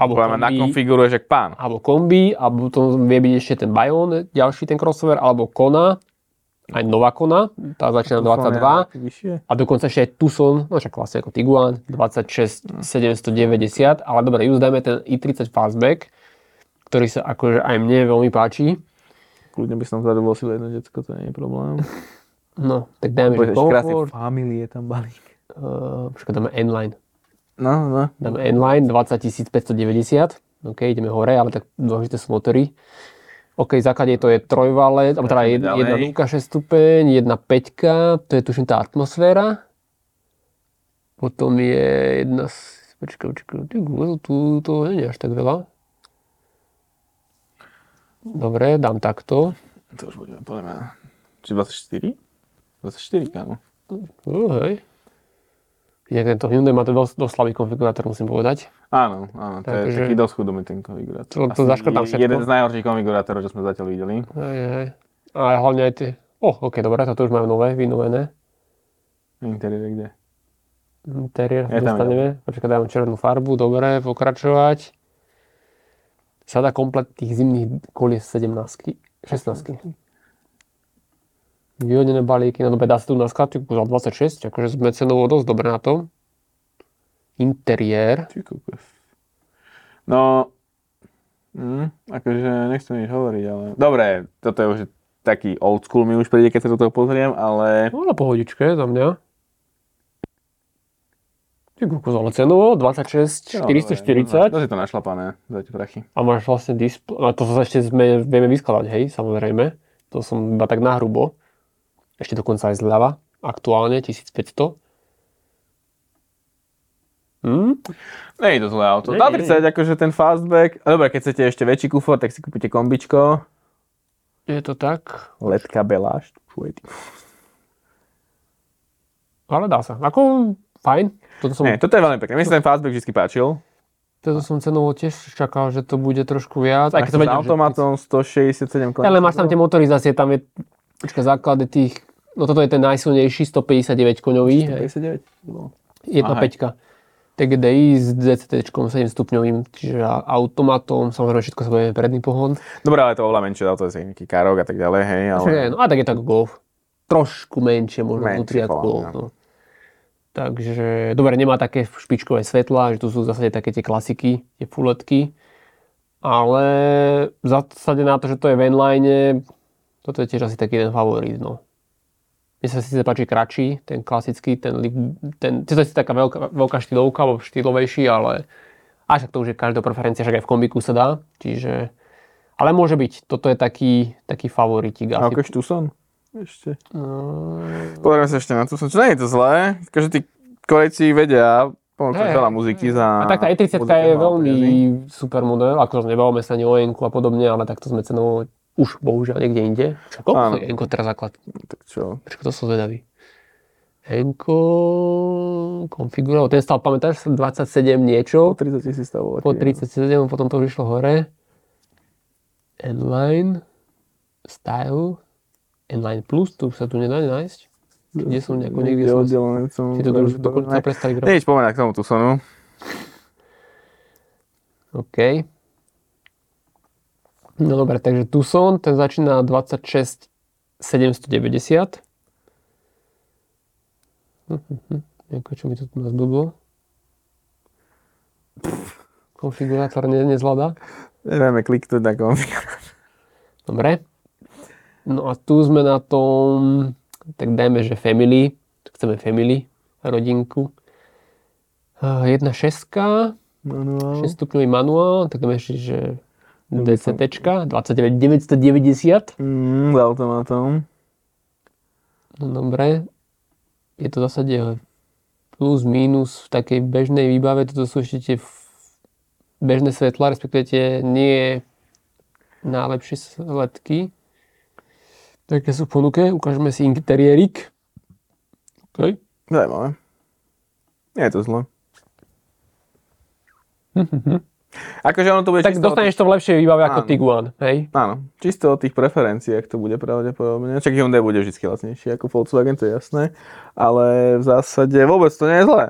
Speaker 3: alebo,
Speaker 2: úplne
Speaker 3: kombi,
Speaker 2: nakonfiguruješ jak pán.
Speaker 3: alebo kombi, alebo potom vie byť ešte ten Bayon, ďalší ten crossover, alebo Kona, aj nová Kona, tá začína 22.
Speaker 2: Vyššie.
Speaker 3: A dokonca ešte aj Tucson, no však vlastne ako Tiguan, 26 790, ale dobre, ju dajme ten i30 Fastback, ktorý sa akože aj mne veľmi páči.
Speaker 2: Kľudne by som vzadu vosil jedno detsko, to nie je problém.
Speaker 3: No, tak dajme že
Speaker 2: Bude ešte krásny
Speaker 3: komfort,
Speaker 2: family je tam balík.
Speaker 3: uh, však dáme N-Line.
Speaker 2: No, no.
Speaker 3: Dáme N-Line 20 590, OK, ideme hore, ale tak dôležité sú motory. OK, v základe to je trojvalec, alebo teda jed,
Speaker 2: Ďalej.
Speaker 3: jedna nulka 6 stupeň, jedna peťka, to je tuším tá atmosféra. Potom je jedna, s- počkaj, počkaj, ty Google, tu to nie je až tak veľa. Dobre, dám takto.
Speaker 2: To už bude, podľa mňa. Či 24? 24, kámo.
Speaker 3: Uh, hej. Ja tento Hyundai má to dosť, dosť slabý konfigurátor, musím povedať.
Speaker 2: Áno, áno, to je
Speaker 3: Takže-
Speaker 2: taký dosť chudobný ten konfigurátor.
Speaker 3: To- to
Speaker 2: Asi
Speaker 3: zaškrtám všetko.
Speaker 2: Jeden z najhorších konfigurátorov, čo sme zatiaľ videli.
Speaker 3: Hej, hej. A hlavne aj tie... O, oh, ok, dobre, toto už máme nové, vynovené.
Speaker 2: Interiér je kde?
Speaker 3: Interiér
Speaker 2: Je tam
Speaker 3: dostaneme. Počkaj, dám červenú farbu, dobre, pokračovať. Sada komplet tých zimných kolies 17, 16. Vyhodené balíky, no dobre, dá sa tu na skladku za 26, akože sme cenovo dosť dobre na tom. Interiér.
Speaker 2: Ty kokos. No, mm, akože nechcem nič hovoriť, ale... Dobre, toto je už taký old school mi už príde, keď sa do toho pozriem, ale...
Speaker 3: No na pohodičke za mňa. Ty kokos, ale cenovo 26,
Speaker 2: No, dobre,
Speaker 3: 440.
Speaker 2: To je to našlapané za tie prachy.
Speaker 3: A máš vlastne displej, a to sa ešte sme, vieme vyskladať, hej, samozrejme. To som iba tak nahrubo. Ešte dokonca aj zľava, aktuálne 1500. Hm?
Speaker 2: Nie je to zlé auto.
Speaker 3: Nie,
Speaker 2: Tá
Speaker 3: nie,
Speaker 2: 30, akože ten fastback. Dobre, keď chcete ešte väčší kufor, tak si kúpite kombičko.
Speaker 3: Je to tak,
Speaker 2: Letka Beláš. Fuj, ty.
Speaker 3: ale dá sa. Ako, fajn. Toto som,
Speaker 2: Nie, toto je veľmi pekné. Mne sa ten fastback vždy páčil.
Speaker 3: toto som cenovo tiež čakal, že to bude trošku viac. Aj
Speaker 2: Aj
Speaker 3: keď som
Speaker 2: s
Speaker 3: vedel, že-
Speaker 2: automatom 167 koní.
Speaker 3: Ale máš tam tie motorizácie, tam je počka, základy tých, no toto je ten najsilnejší, 159 koňový, hej,
Speaker 2: 59.
Speaker 3: jedna
Speaker 2: Aha.
Speaker 3: peťka. TGDI s DCT 7 stupňovým, čiže automatom, samozrejme všetko sa bude predný pohon.
Speaker 2: Dobre, ale to oveľa menšie auto, je nejaký karok a tak ďalej, hej, ale...
Speaker 3: Ale... No a tak je to ako golf. Trošku menšie, možno
Speaker 2: Menšie,
Speaker 3: vnútri ako
Speaker 2: podľa
Speaker 3: golf.
Speaker 2: mňa.
Speaker 3: No. Takže, dobre, nemá také špičkové svetla, že tu sú v zásade také tie klasiky, tie fuletky. Ale v zásade na to, že to je v inline, toto je tiež asi taký jeden favorit, no. Mne sa síce páči kratší, ten klasický, ten, li- ten to je síce taká veľká, veľká štýlovka, alebo štýlovejší, ale až tak to už je každá preferencia, však aj v kombiku sa dá, čiže... Ale môže byť, toto je taký, taký favoritík.
Speaker 2: A
Speaker 3: Asi. No.
Speaker 2: ako Tucson? Ešte. Pozrieme sa ešte na Tucson, čo nie je to zlé, akože tí Korejci vedia ponúknuť
Speaker 3: Hej.
Speaker 2: veľa muziky za...
Speaker 3: A tak tá E30
Speaker 2: muziky
Speaker 3: je
Speaker 2: málo
Speaker 3: veľmi
Speaker 2: peňazí.
Speaker 3: super model, akože nebavíme sa ani o n a podobne, ale takto sme cenovo už bohužiaľ niekde inde. Čo,
Speaker 2: Áno.
Speaker 3: koľko je Enko teraz základ?
Speaker 2: Tak čo?
Speaker 3: Počkaj, to som zvedavý. Enko konfiguroval, ten stal, pamätáš, 27
Speaker 2: Po
Speaker 3: niečo,
Speaker 2: 30 tisíc to bolo.
Speaker 3: po
Speaker 2: tie-
Speaker 3: 37, potom to už išlo hore. N-Line, Style, N-Line Plus, to už sa tu nedá nájsť. Kde som nejako, niekde
Speaker 2: Niekde
Speaker 3: som...
Speaker 2: oddelené, som...
Speaker 3: Si to už dokonca prestali grať.
Speaker 2: Nič, poďme k tomu Tucsonu.
Speaker 3: OK. No dobre, takže Tucson, ten začína 26 790. Hm, Ako čo mi to tu nás blblo? Konfigurátor ne, nezvláda.
Speaker 2: Nevieme kliknúť na konfig.
Speaker 3: Dobre. No a tu sme na tom, tak dajme, že family. Chceme family, rodinku. Eh, Jedna šestka.
Speaker 2: No, Manuál.
Speaker 3: 6 stupňový manuál, tak tam ešte, že DCT 29990,
Speaker 2: Mm, s automatom.
Speaker 3: no dobre, je to v zásade plus, minus v takej bežnej výbave, toto sú ešte tie f- bežné svetla, respektíve tie nie najlepšie svetky. Také sú v ponuke, ukážeme si interiérik. Okay.
Speaker 2: Zajímavé. Nie je to zle. akože ono to bude
Speaker 3: Mhm, Tak
Speaker 2: čisto o tých-
Speaker 3: dostaneš to v lepšej výbave ako
Speaker 2: Áno.
Speaker 3: Tiguan, hej?
Speaker 2: Áno, čisto o tých preferenciách to bude pravdepodobne. Čak Hyundai bude vždy lacnejší ako Volkswagen, to je jasné. Ale v zásade vôbec to nie je zlé.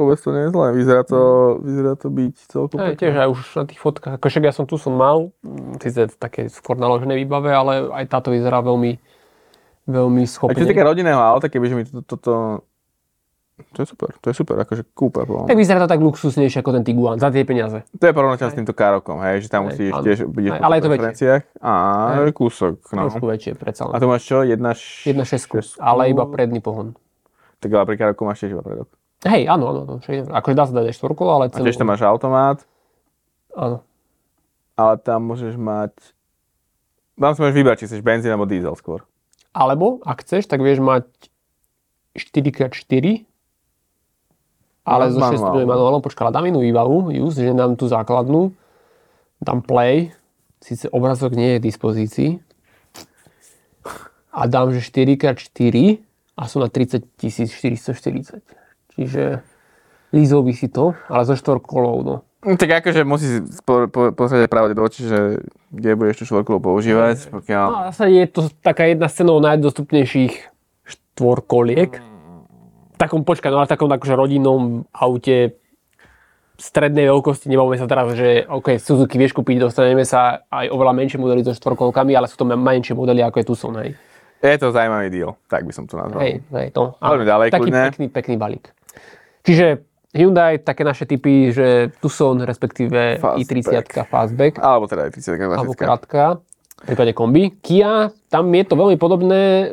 Speaker 2: Vôbec to nie je zlé. Vyzerá to, vyzerá to byť celkom
Speaker 3: Aj,
Speaker 2: pekné.
Speaker 3: Hmm. tiež aj už na tých fotkách, ako však ja som tu som mal, mm, síce v takej skôr naložené výbave, ale aj táto vyzerá veľmi, veľmi
Speaker 2: A
Speaker 3: schopne.
Speaker 2: čo sa týka rodinného auta, kebyže mi toto... To, to, to je super, to je super, akože kúpa. podľa mňa.
Speaker 3: Tak vyzerá to tak luxusnejšie ako ten Tiguan, za tie peniaze.
Speaker 2: To je porovnateľ s týmto károkom, hej, že
Speaker 3: Hej,
Speaker 2: tam musíš
Speaker 3: áno.
Speaker 2: tiež byť
Speaker 3: Hej, ale je to väčšie.
Speaker 2: Á, kúsok, no.
Speaker 3: Trošku väčšie, predsa
Speaker 2: A
Speaker 3: len.
Speaker 2: to máš čo? Jedna, š...
Speaker 3: Jedna šesku, ale iba predný pohon.
Speaker 2: Tak ale pri károku máš tiež iba predok.
Speaker 3: Hej, áno, áno, áno však je- akože dá sa dať aj štvorkolo, ale
Speaker 2: A tiež tam máš automat,
Speaker 3: Áno.
Speaker 2: ale tam môžeš mať... Tam si môžeš vybrať, či chceš benzín alebo diesel skôr.
Speaker 3: Alebo, ak chceš, tak vieš mať 4x4, ale
Speaker 2: No,
Speaker 3: so
Speaker 2: manuál.
Speaker 3: 6 manuálom. Počkala, dám inú výbavu, just, že dám tú základnú, dám play, síce obrazok nie je v dispozícii, a dám, že 4x4 a som na 30 440. Čiže lízol by si to, ale zo 4 kolov, no.
Speaker 2: No, Tak akože musíš po, po, pozrieť pravde do očí, že kde budeš tú štvorkolu používať, pokiaľ...
Speaker 3: No, a zase je to taká jedna z cenov najdostupnejších štvorkoliek.
Speaker 2: Mm.
Speaker 3: V takom, počkaj, no ale v takom akože rodinnom aute strednej veľkosti, nebavme sa teraz, že OK, Suzuki vieš kúpiť, dostaneme sa aj oveľa menšie modely so štvorkolkami, ale sú to ma- menšie modely ako je Tucson, hej.
Speaker 2: Je to zaujímavý deal, tak by som to nazval.
Speaker 3: Hej, hej, to.
Speaker 2: Poďme No. ďalej,
Speaker 3: taký
Speaker 2: kľudne.
Speaker 3: pekný, pekný balík. Čiže Hyundai, také naše typy, že Tucson, respektíve
Speaker 2: Fastback.
Speaker 3: i30 Fastback
Speaker 2: Alebo teda aj 30
Speaker 3: alebo
Speaker 2: klasická.
Speaker 3: krátka, v prípade kombi. Kia, tam je to veľmi podobné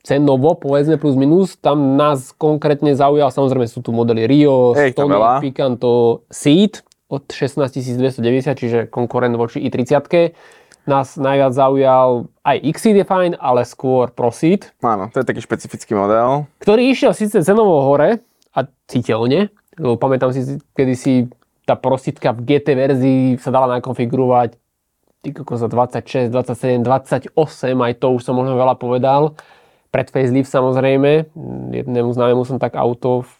Speaker 3: cenovo, povedzme plus minus. Tam nás konkrétne zaujal, samozrejme sú tu modely Rio,
Speaker 2: Je ich tam
Speaker 3: Stony,
Speaker 2: veľa.
Speaker 3: Picanto, Seat od 16 290, čiže konkurent voči i30. Nás najviac zaujal aj Xeed je fajn, ale skôr ProSeed,
Speaker 2: Áno, to je taký špecifický model.
Speaker 3: ktorý išiel síce cenovo hore a citeľne, lebo pamätám si, kedy si tá prosítka v GT verzii sa dala nakonfigurovať ty kokos za 26, 27, 28, aj to už som možno veľa povedal. Pred facelift samozrejme, jednému známemu som tak auto v-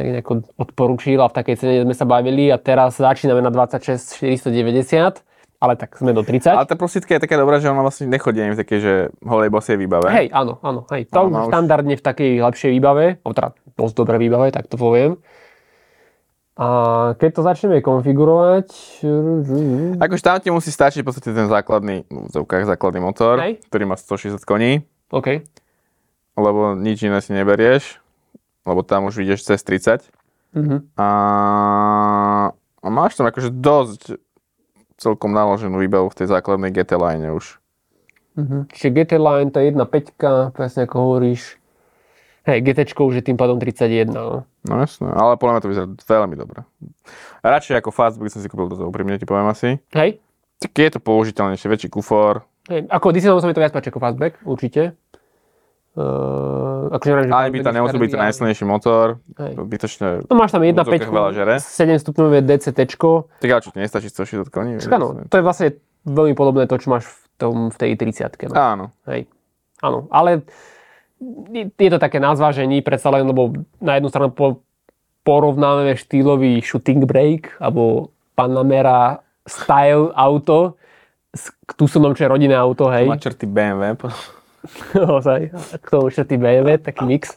Speaker 3: nejak- nejako odporúčil a v takej cene sme sa bavili a teraz začíname na 26 490, ale tak sme do 30.
Speaker 2: Ale tá prosítka je taká dobrá, že ona vlastne nechodí ani v takej, že holej bosej výbave.
Speaker 3: Hej, áno, áno. Hej. To
Speaker 2: Áno,
Speaker 3: už
Speaker 2: už-
Speaker 3: štandardne v takej lepšej výbave, alebo teda dosť dobrej výbave, tak to poviem. A keď to začneme konfigurovať...
Speaker 2: Akože tam ti musí stačiť v podstate ten základný, v úvodzovkách základný motor,
Speaker 3: Hej.
Speaker 2: ktorý má 160 koní,
Speaker 3: OK.
Speaker 2: lebo nič iné si neberieš, lebo tam už ideš cez 30.
Speaker 3: Mhm.
Speaker 2: A, a máš tam akože dosť celkom naloženú výbavu v tej základnej GT line už. mhm.
Speaker 3: Čiže GT Line, tá 1.5, presne ako hovoríš. Hej, GT už je tým pádom 31. No.
Speaker 2: No jasné, ale podľa mňa to vyzerá veľmi dobre. Radšej ako fastback som si kúpil toto, úprimne ti poviem asi.
Speaker 3: Hej?
Speaker 2: Tak je to použiteľnejšie, väčší kufor,
Speaker 3: Hej. Ako Disneylandom sa mi to viac páči ako fastback, určite. Uh, akože neviem, že
Speaker 2: ale by
Speaker 3: fastback
Speaker 2: tam
Speaker 3: je
Speaker 2: nemusel byť ten
Speaker 3: starý, ale-
Speaker 2: najsilnejší motor,
Speaker 3: Hej.
Speaker 2: to bytočne...
Speaker 3: No máš tam
Speaker 2: Vozovkách veľa žere.
Speaker 3: 1.5, 7 stupňové DCTčko.
Speaker 2: Tak ale čo, ti nestačí 160 koní?
Speaker 3: Však áno, to je vlastne veľmi podobné to, čo máš v, tom, v tej 30 no.
Speaker 2: Áno.
Speaker 3: Hej. Áno, ale je je to také na zvážení, predsa len, lebo na jednu stranu po, porovnáme štýlový shooting break, alebo Panamera style auto, s tusunom, čo je rodinné auto, hej.
Speaker 2: Má črty BMW. po-
Speaker 3: Ozaj, k tomu šetý BMW, taký mix.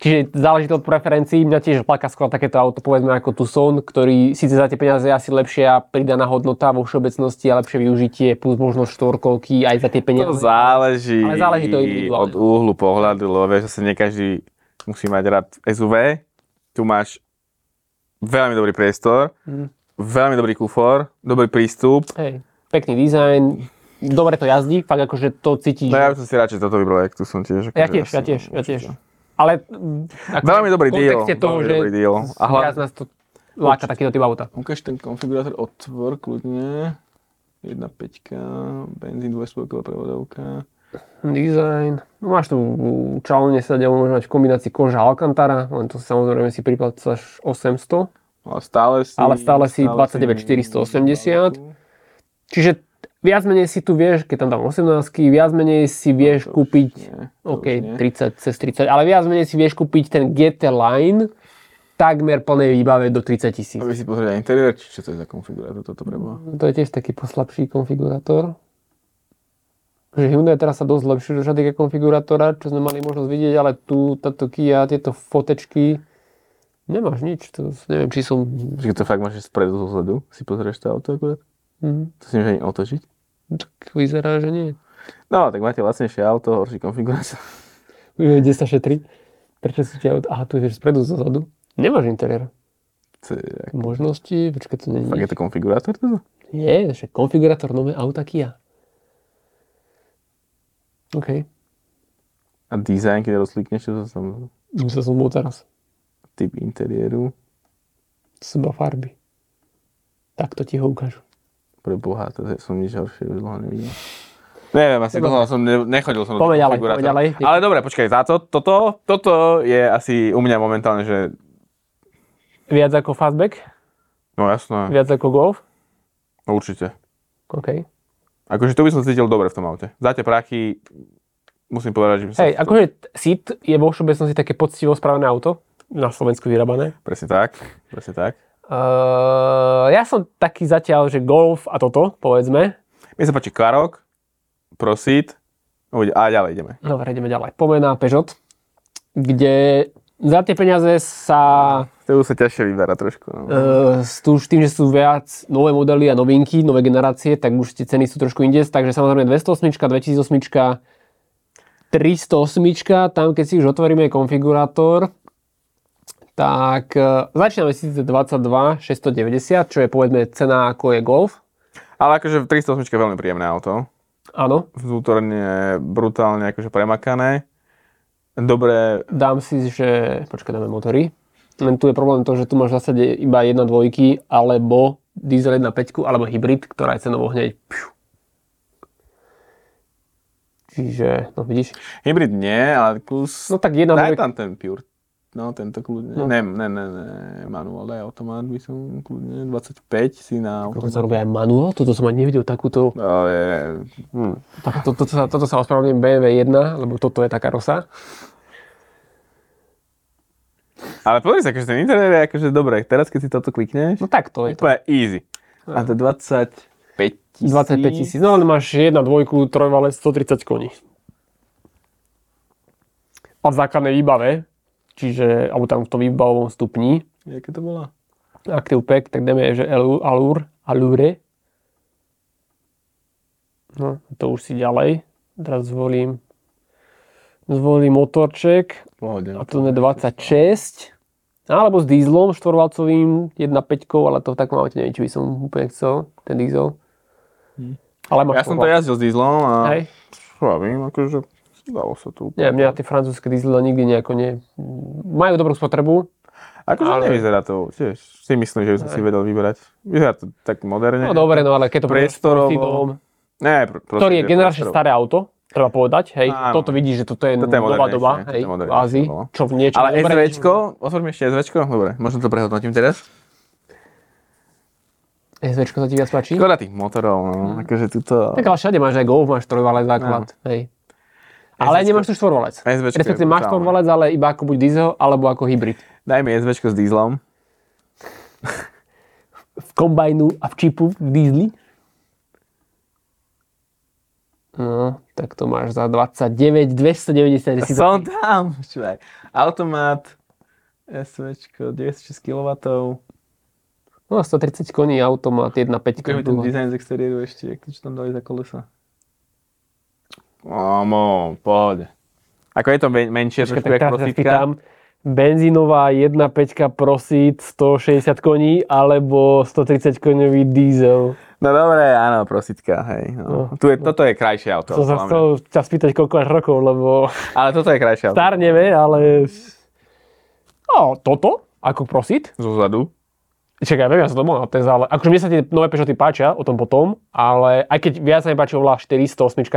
Speaker 3: Čiže záleží to od preferencií. Mňa tiež plaka skôr takéto auto, povedzme ako Tucson, ktorý síce za tie peniaze je asi lepšia pridaná hodnota vo všeobecnosti a lepšie využitie, plus možnosť štvorkolky aj za tie
Speaker 2: To
Speaker 3: peniaze.
Speaker 2: záleží,
Speaker 3: Ale záleží to individuálne.
Speaker 2: od úhlu pohľadu, lebo vieš, asi nie každý musí mať rád SUV. Tu máš veľmi dobrý priestor,
Speaker 3: Mhm.
Speaker 2: veľmi dobrý kufor, dobrý prístup.
Speaker 3: Hej, pekný dizajn, dobre to jazdí, fakt akože to cítiš.
Speaker 2: No ja
Speaker 3: že-
Speaker 2: by som si radšej toto vybral, jak tu som tiež.
Speaker 3: ja
Speaker 2: akože
Speaker 3: tiež,
Speaker 2: asi-
Speaker 3: ja tiež, ja tiež. Ale mm, ako
Speaker 2: Veľmi dobrý
Speaker 3: v kontexte
Speaker 2: deal,
Speaker 3: toho,
Speaker 2: veľmi
Speaker 3: že
Speaker 2: dobrý deal. A
Speaker 3: A
Speaker 2: hlavne-
Speaker 3: hlavne... nás to láka takýto typ auta.
Speaker 2: Ukáž ten konfigurátor otvor kľudne. 1.5, benzín dvojspolková prevodovka.
Speaker 3: Design. No máš tu čalne sa ďalej môže mať v kombinácii koža a Alcantara, len to samozrejme si priplácaš 800.
Speaker 2: Ale No stále si...
Speaker 3: Ale stále si 29 480. Čiže viac menej si tu vieš, keď tam dám 18, viac menej si vieš kúpiť, OK, 30 cez 30, ale viac menej si vieš kúpiť ten GT Line takmer plnej výbave do 30 tisíc.
Speaker 2: Aby si pozrieť interiér, či čo to je za konfigurátor, toto preboha.
Speaker 3: To je tiež taký poslabší konfigurátor. Že Hyundai teraz sa dosť lepšie do šatýka konfigurátora, čo sme mali možnosť vidieť, ale tu táto Kia, tieto fotečky, nemáš nič. To, neviem, či som...
Speaker 2: Čiže to fakt máš že spredu zo zadu, si pozrieš to auto akurát?
Speaker 3: Hm,
Speaker 2: To si nemôže ani otočiť?
Speaker 3: tak vyzerá, že nie.
Speaker 2: No, tak máte lacnejšie auto, horší konfigurátor.
Speaker 3: Uvidíme, kde sa šetrí. Prečo sú tie aut- Aha, tu je že spredu, zo zadu. Nemáš interiér.
Speaker 2: To je, jak-
Speaker 3: Možnosti, počkaj, to nie je.
Speaker 2: fakt je to konfigurátor teda? toto?
Speaker 3: Nie, že konfigurátor nové auta Kia. OK,
Speaker 2: A dizajn, keď rozklikneš, čo to tam
Speaker 3: myslel som bol teraz.
Speaker 2: typ interiéru,
Speaker 3: Seba farby. Tak to ti ho ukážu.
Speaker 2: pre boha, to je, som nič horšie už dlho nevidel. Neviem, asi dlho som, ne, nechodil som do
Speaker 3: Poďme
Speaker 2: tých
Speaker 3: ďalej,
Speaker 2: konfigurátorov.
Speaker 3: poďme ďalej.
Speaker 2: Ale dobre, počkaj, za to, toto, toto je asi u mňa momentálne, že
Speaker 3: Viac ako fastback?
Speaker 2: No jasné, no
Speaker 3: Viac ako golf?
Speaker 2: určite.
Speaker 3: OK.
Speaker 2: Akože to by som cítil dobre v tom aute. Za tie prachy, musím povedať, že by som...
Speaker 3: Hej, akože t- SIT je vo všeobecnosti také poctivo spravené auto, na Slovensku vyrábané.
Speaker 2: Presne tak, presne tak.
Speaker 3: Uh, ja som taký zatiaľ, že golf a toto, povedzme.
Speaker 2: Mne sa páči Karok, Prosit, uvidí- a ďalej ideme.
Speaker 3: Dobre, ideme ďalej. Poďme na Peugeot, kde za tie peniaze sa
Speaker 2: To už sa ťažšie vyberá trošku. No.
Speaker 3: Uh, už tým, že sú viac nové modely a novinky, nové generácie, tak už tie ceny sú trošku inde. Takže samozrejme 208, 2008, 308, tam keď si už otvoríme konfigurátor, tak uh, začíname síce 22 690, čo je povedzme cena ako je Golf.
Speaker 2: Ale akože 308 je veľmi príjemné auto.
Speaker 3: Áno,
Speaker 2: Vnútorne brutálne akože premakané. Dobre,
Speaker 3: dám si, že... Počkaj, dáme motory. Len tu je problém to, že tu máš v zásade iba jedna dvojky, alebo diesel 1.5, alebo hybrid, ktorá je cenovo hneď... Pšiu. Čiže, no vidíš.
Speaker 2: hybrid nie, ale kus...
Speaker 3: No tak jedna
Speaker 2: daj
Speaker 3: dvojka.
Speaker 2: tam ten Pure. No, tento kľudne. Ne, ne, ne, ne, manuál, daj automat by som kľudne, 25 si na auto.
Speaker 3: Koľko sa robí aj manuál? Toto som ani nevidel takúto...
Speaker 2: Ale, hm.
Speaker 3: Tak to, to, to, sa, toto sa ospravedlňujem BMW 1, lebo toto je taká rosa.
Speaker 2: ale pozri sa, akože ten interiér je akože dobre. Teraz, keď si toto klikneš,
Speaker 3: No tak to je to.
Speaker 2: úplne easy. A to 25 tisíc.
Speaker 3: 25 tisíc. No ale máš jedna dvojku, trojvalec, 130 koní. A v základnej výbave, čiže, alebo tam v tom výbavovom stupni,
Speaker 2: Jaké to bola?
Speaker 3: Active Pack, tak dáme, že Elu- Allure, Allure. No, to už si ďalej. Teraz zvolím, zvolím motorček a tu je 26. Alebo s dízlom štvorvalcovým, 1.5, ale to v takom aute neviem, či by som úplne chcel, ten dízel. Ale máš
Speaker 2: Hm. Ja som to jazdil s dieslom a
Speaker 3: Hej.
Speaker 2: čo ja viem, akože dalo sa to úplne.
Speaker 3: Nie, mňa tie francúzske dízle nikdy nejako nie... Majú dobrú spotrebu,
Speaker 2: Akože
Speaker 3: ale-
Speaker 2: nevyzerá to, tiež si myslím, že by som si vedel vyberať. Vyzerá to tak moderne.
Speaker 3: no dobre, no ale keď to porovnáš s
Speaker 2: Priestorovo.
Speaker 3: Profitom,
Speaker 2: Ne, pr- proste,
Speaker 3: ktorý je generačne
Speaker 2: priestorov.
Speaker 3: staré auto, treba povedať, hej,
Speaker 2: Áno.
Speaker 3: toto vidíš, že toto je,
Speaker 2: Toto je
Speaker 3: nová
Speaker 2: modernejšie,
Speaker 3: doba,
Speaker 2: toto je
Speaker 3: hej, v
Speaker 2: modernejšie
Speaker 3: Ázii,
Speaker 2: bolo.
Speaker 3: čo v niečom...
Speaker 2: Ale
Speaker 3: dobre-
Speaker 2: SVčko, otvorím ešte SVčko, dobre, možno to prehodnotím teraz.
Speaker 3: SVčko sa ti viac páči?
Speaker 2: Škoda tých motorov, no,
Speaker 3: Mhm.
Speaker 2: akože tuto...
Speaker 3: Tak ale všade máš aj Golf, máš trojvalec základ, hej. Ale
Speaker 2: SVčko.
Speaker 3: nemáš tu štvorvalec.
Speaker 2: SVčko je
Speaker 3: Respektíve máš
Speaker 2: brutálne.
Speaker 3: štvorvalec, ale iba ako buď diesel, alebo ako hybrid.
Speaker 2: Daj mi SVčko s dízlom.
Speaker 3: V kombajnu a v čipu v diesli. No, tak to máš za 29, 290 si
Speaker 2: Som tam, čuvaj. Automat, SVčko, 906 kW.
Speaker 3: No, 130 koní automat, 1.5.
Speaker 2: Ukáž mi ten dizajn z exteriéru ešte, jak to čo tam dali za kolesa. Ámo, pohode. Ako je to men- menšie,
Speaker 3: Počkaj,
Speaker 2: trošku
Speaker 3: tak
Speaker 2: jak
Speaker 3: teraz sa
Speaker 2: profitka.
Speaker 3: spýtam, benzínová 1.5 prosit 160 koní alebo 130 koňový diesel.
Speaker 2: No dobre, áno, profitka, hej. No.
Speaker 3: No.
Speaker 2: Tu je, toto je krajšie auto.
Speaker 3: To som sa
Speaker 2: podľa mňa.
Speaker 3: chcel ťa spýtať, koľko máš rokov, lebo
Speaker 2: Ale toto je krajšie auto.
Speaker 3: starneme, ale... No, toto? Ako prosit?
Speaker 2: Zo zadu.
Speaker 3: Čakaj, ja viem, ja som to mal, to je zále. Akože mne sa tie nové Peugeoty páčia, o tom potom, ale aj keď viac sa mi páči oveľa 408,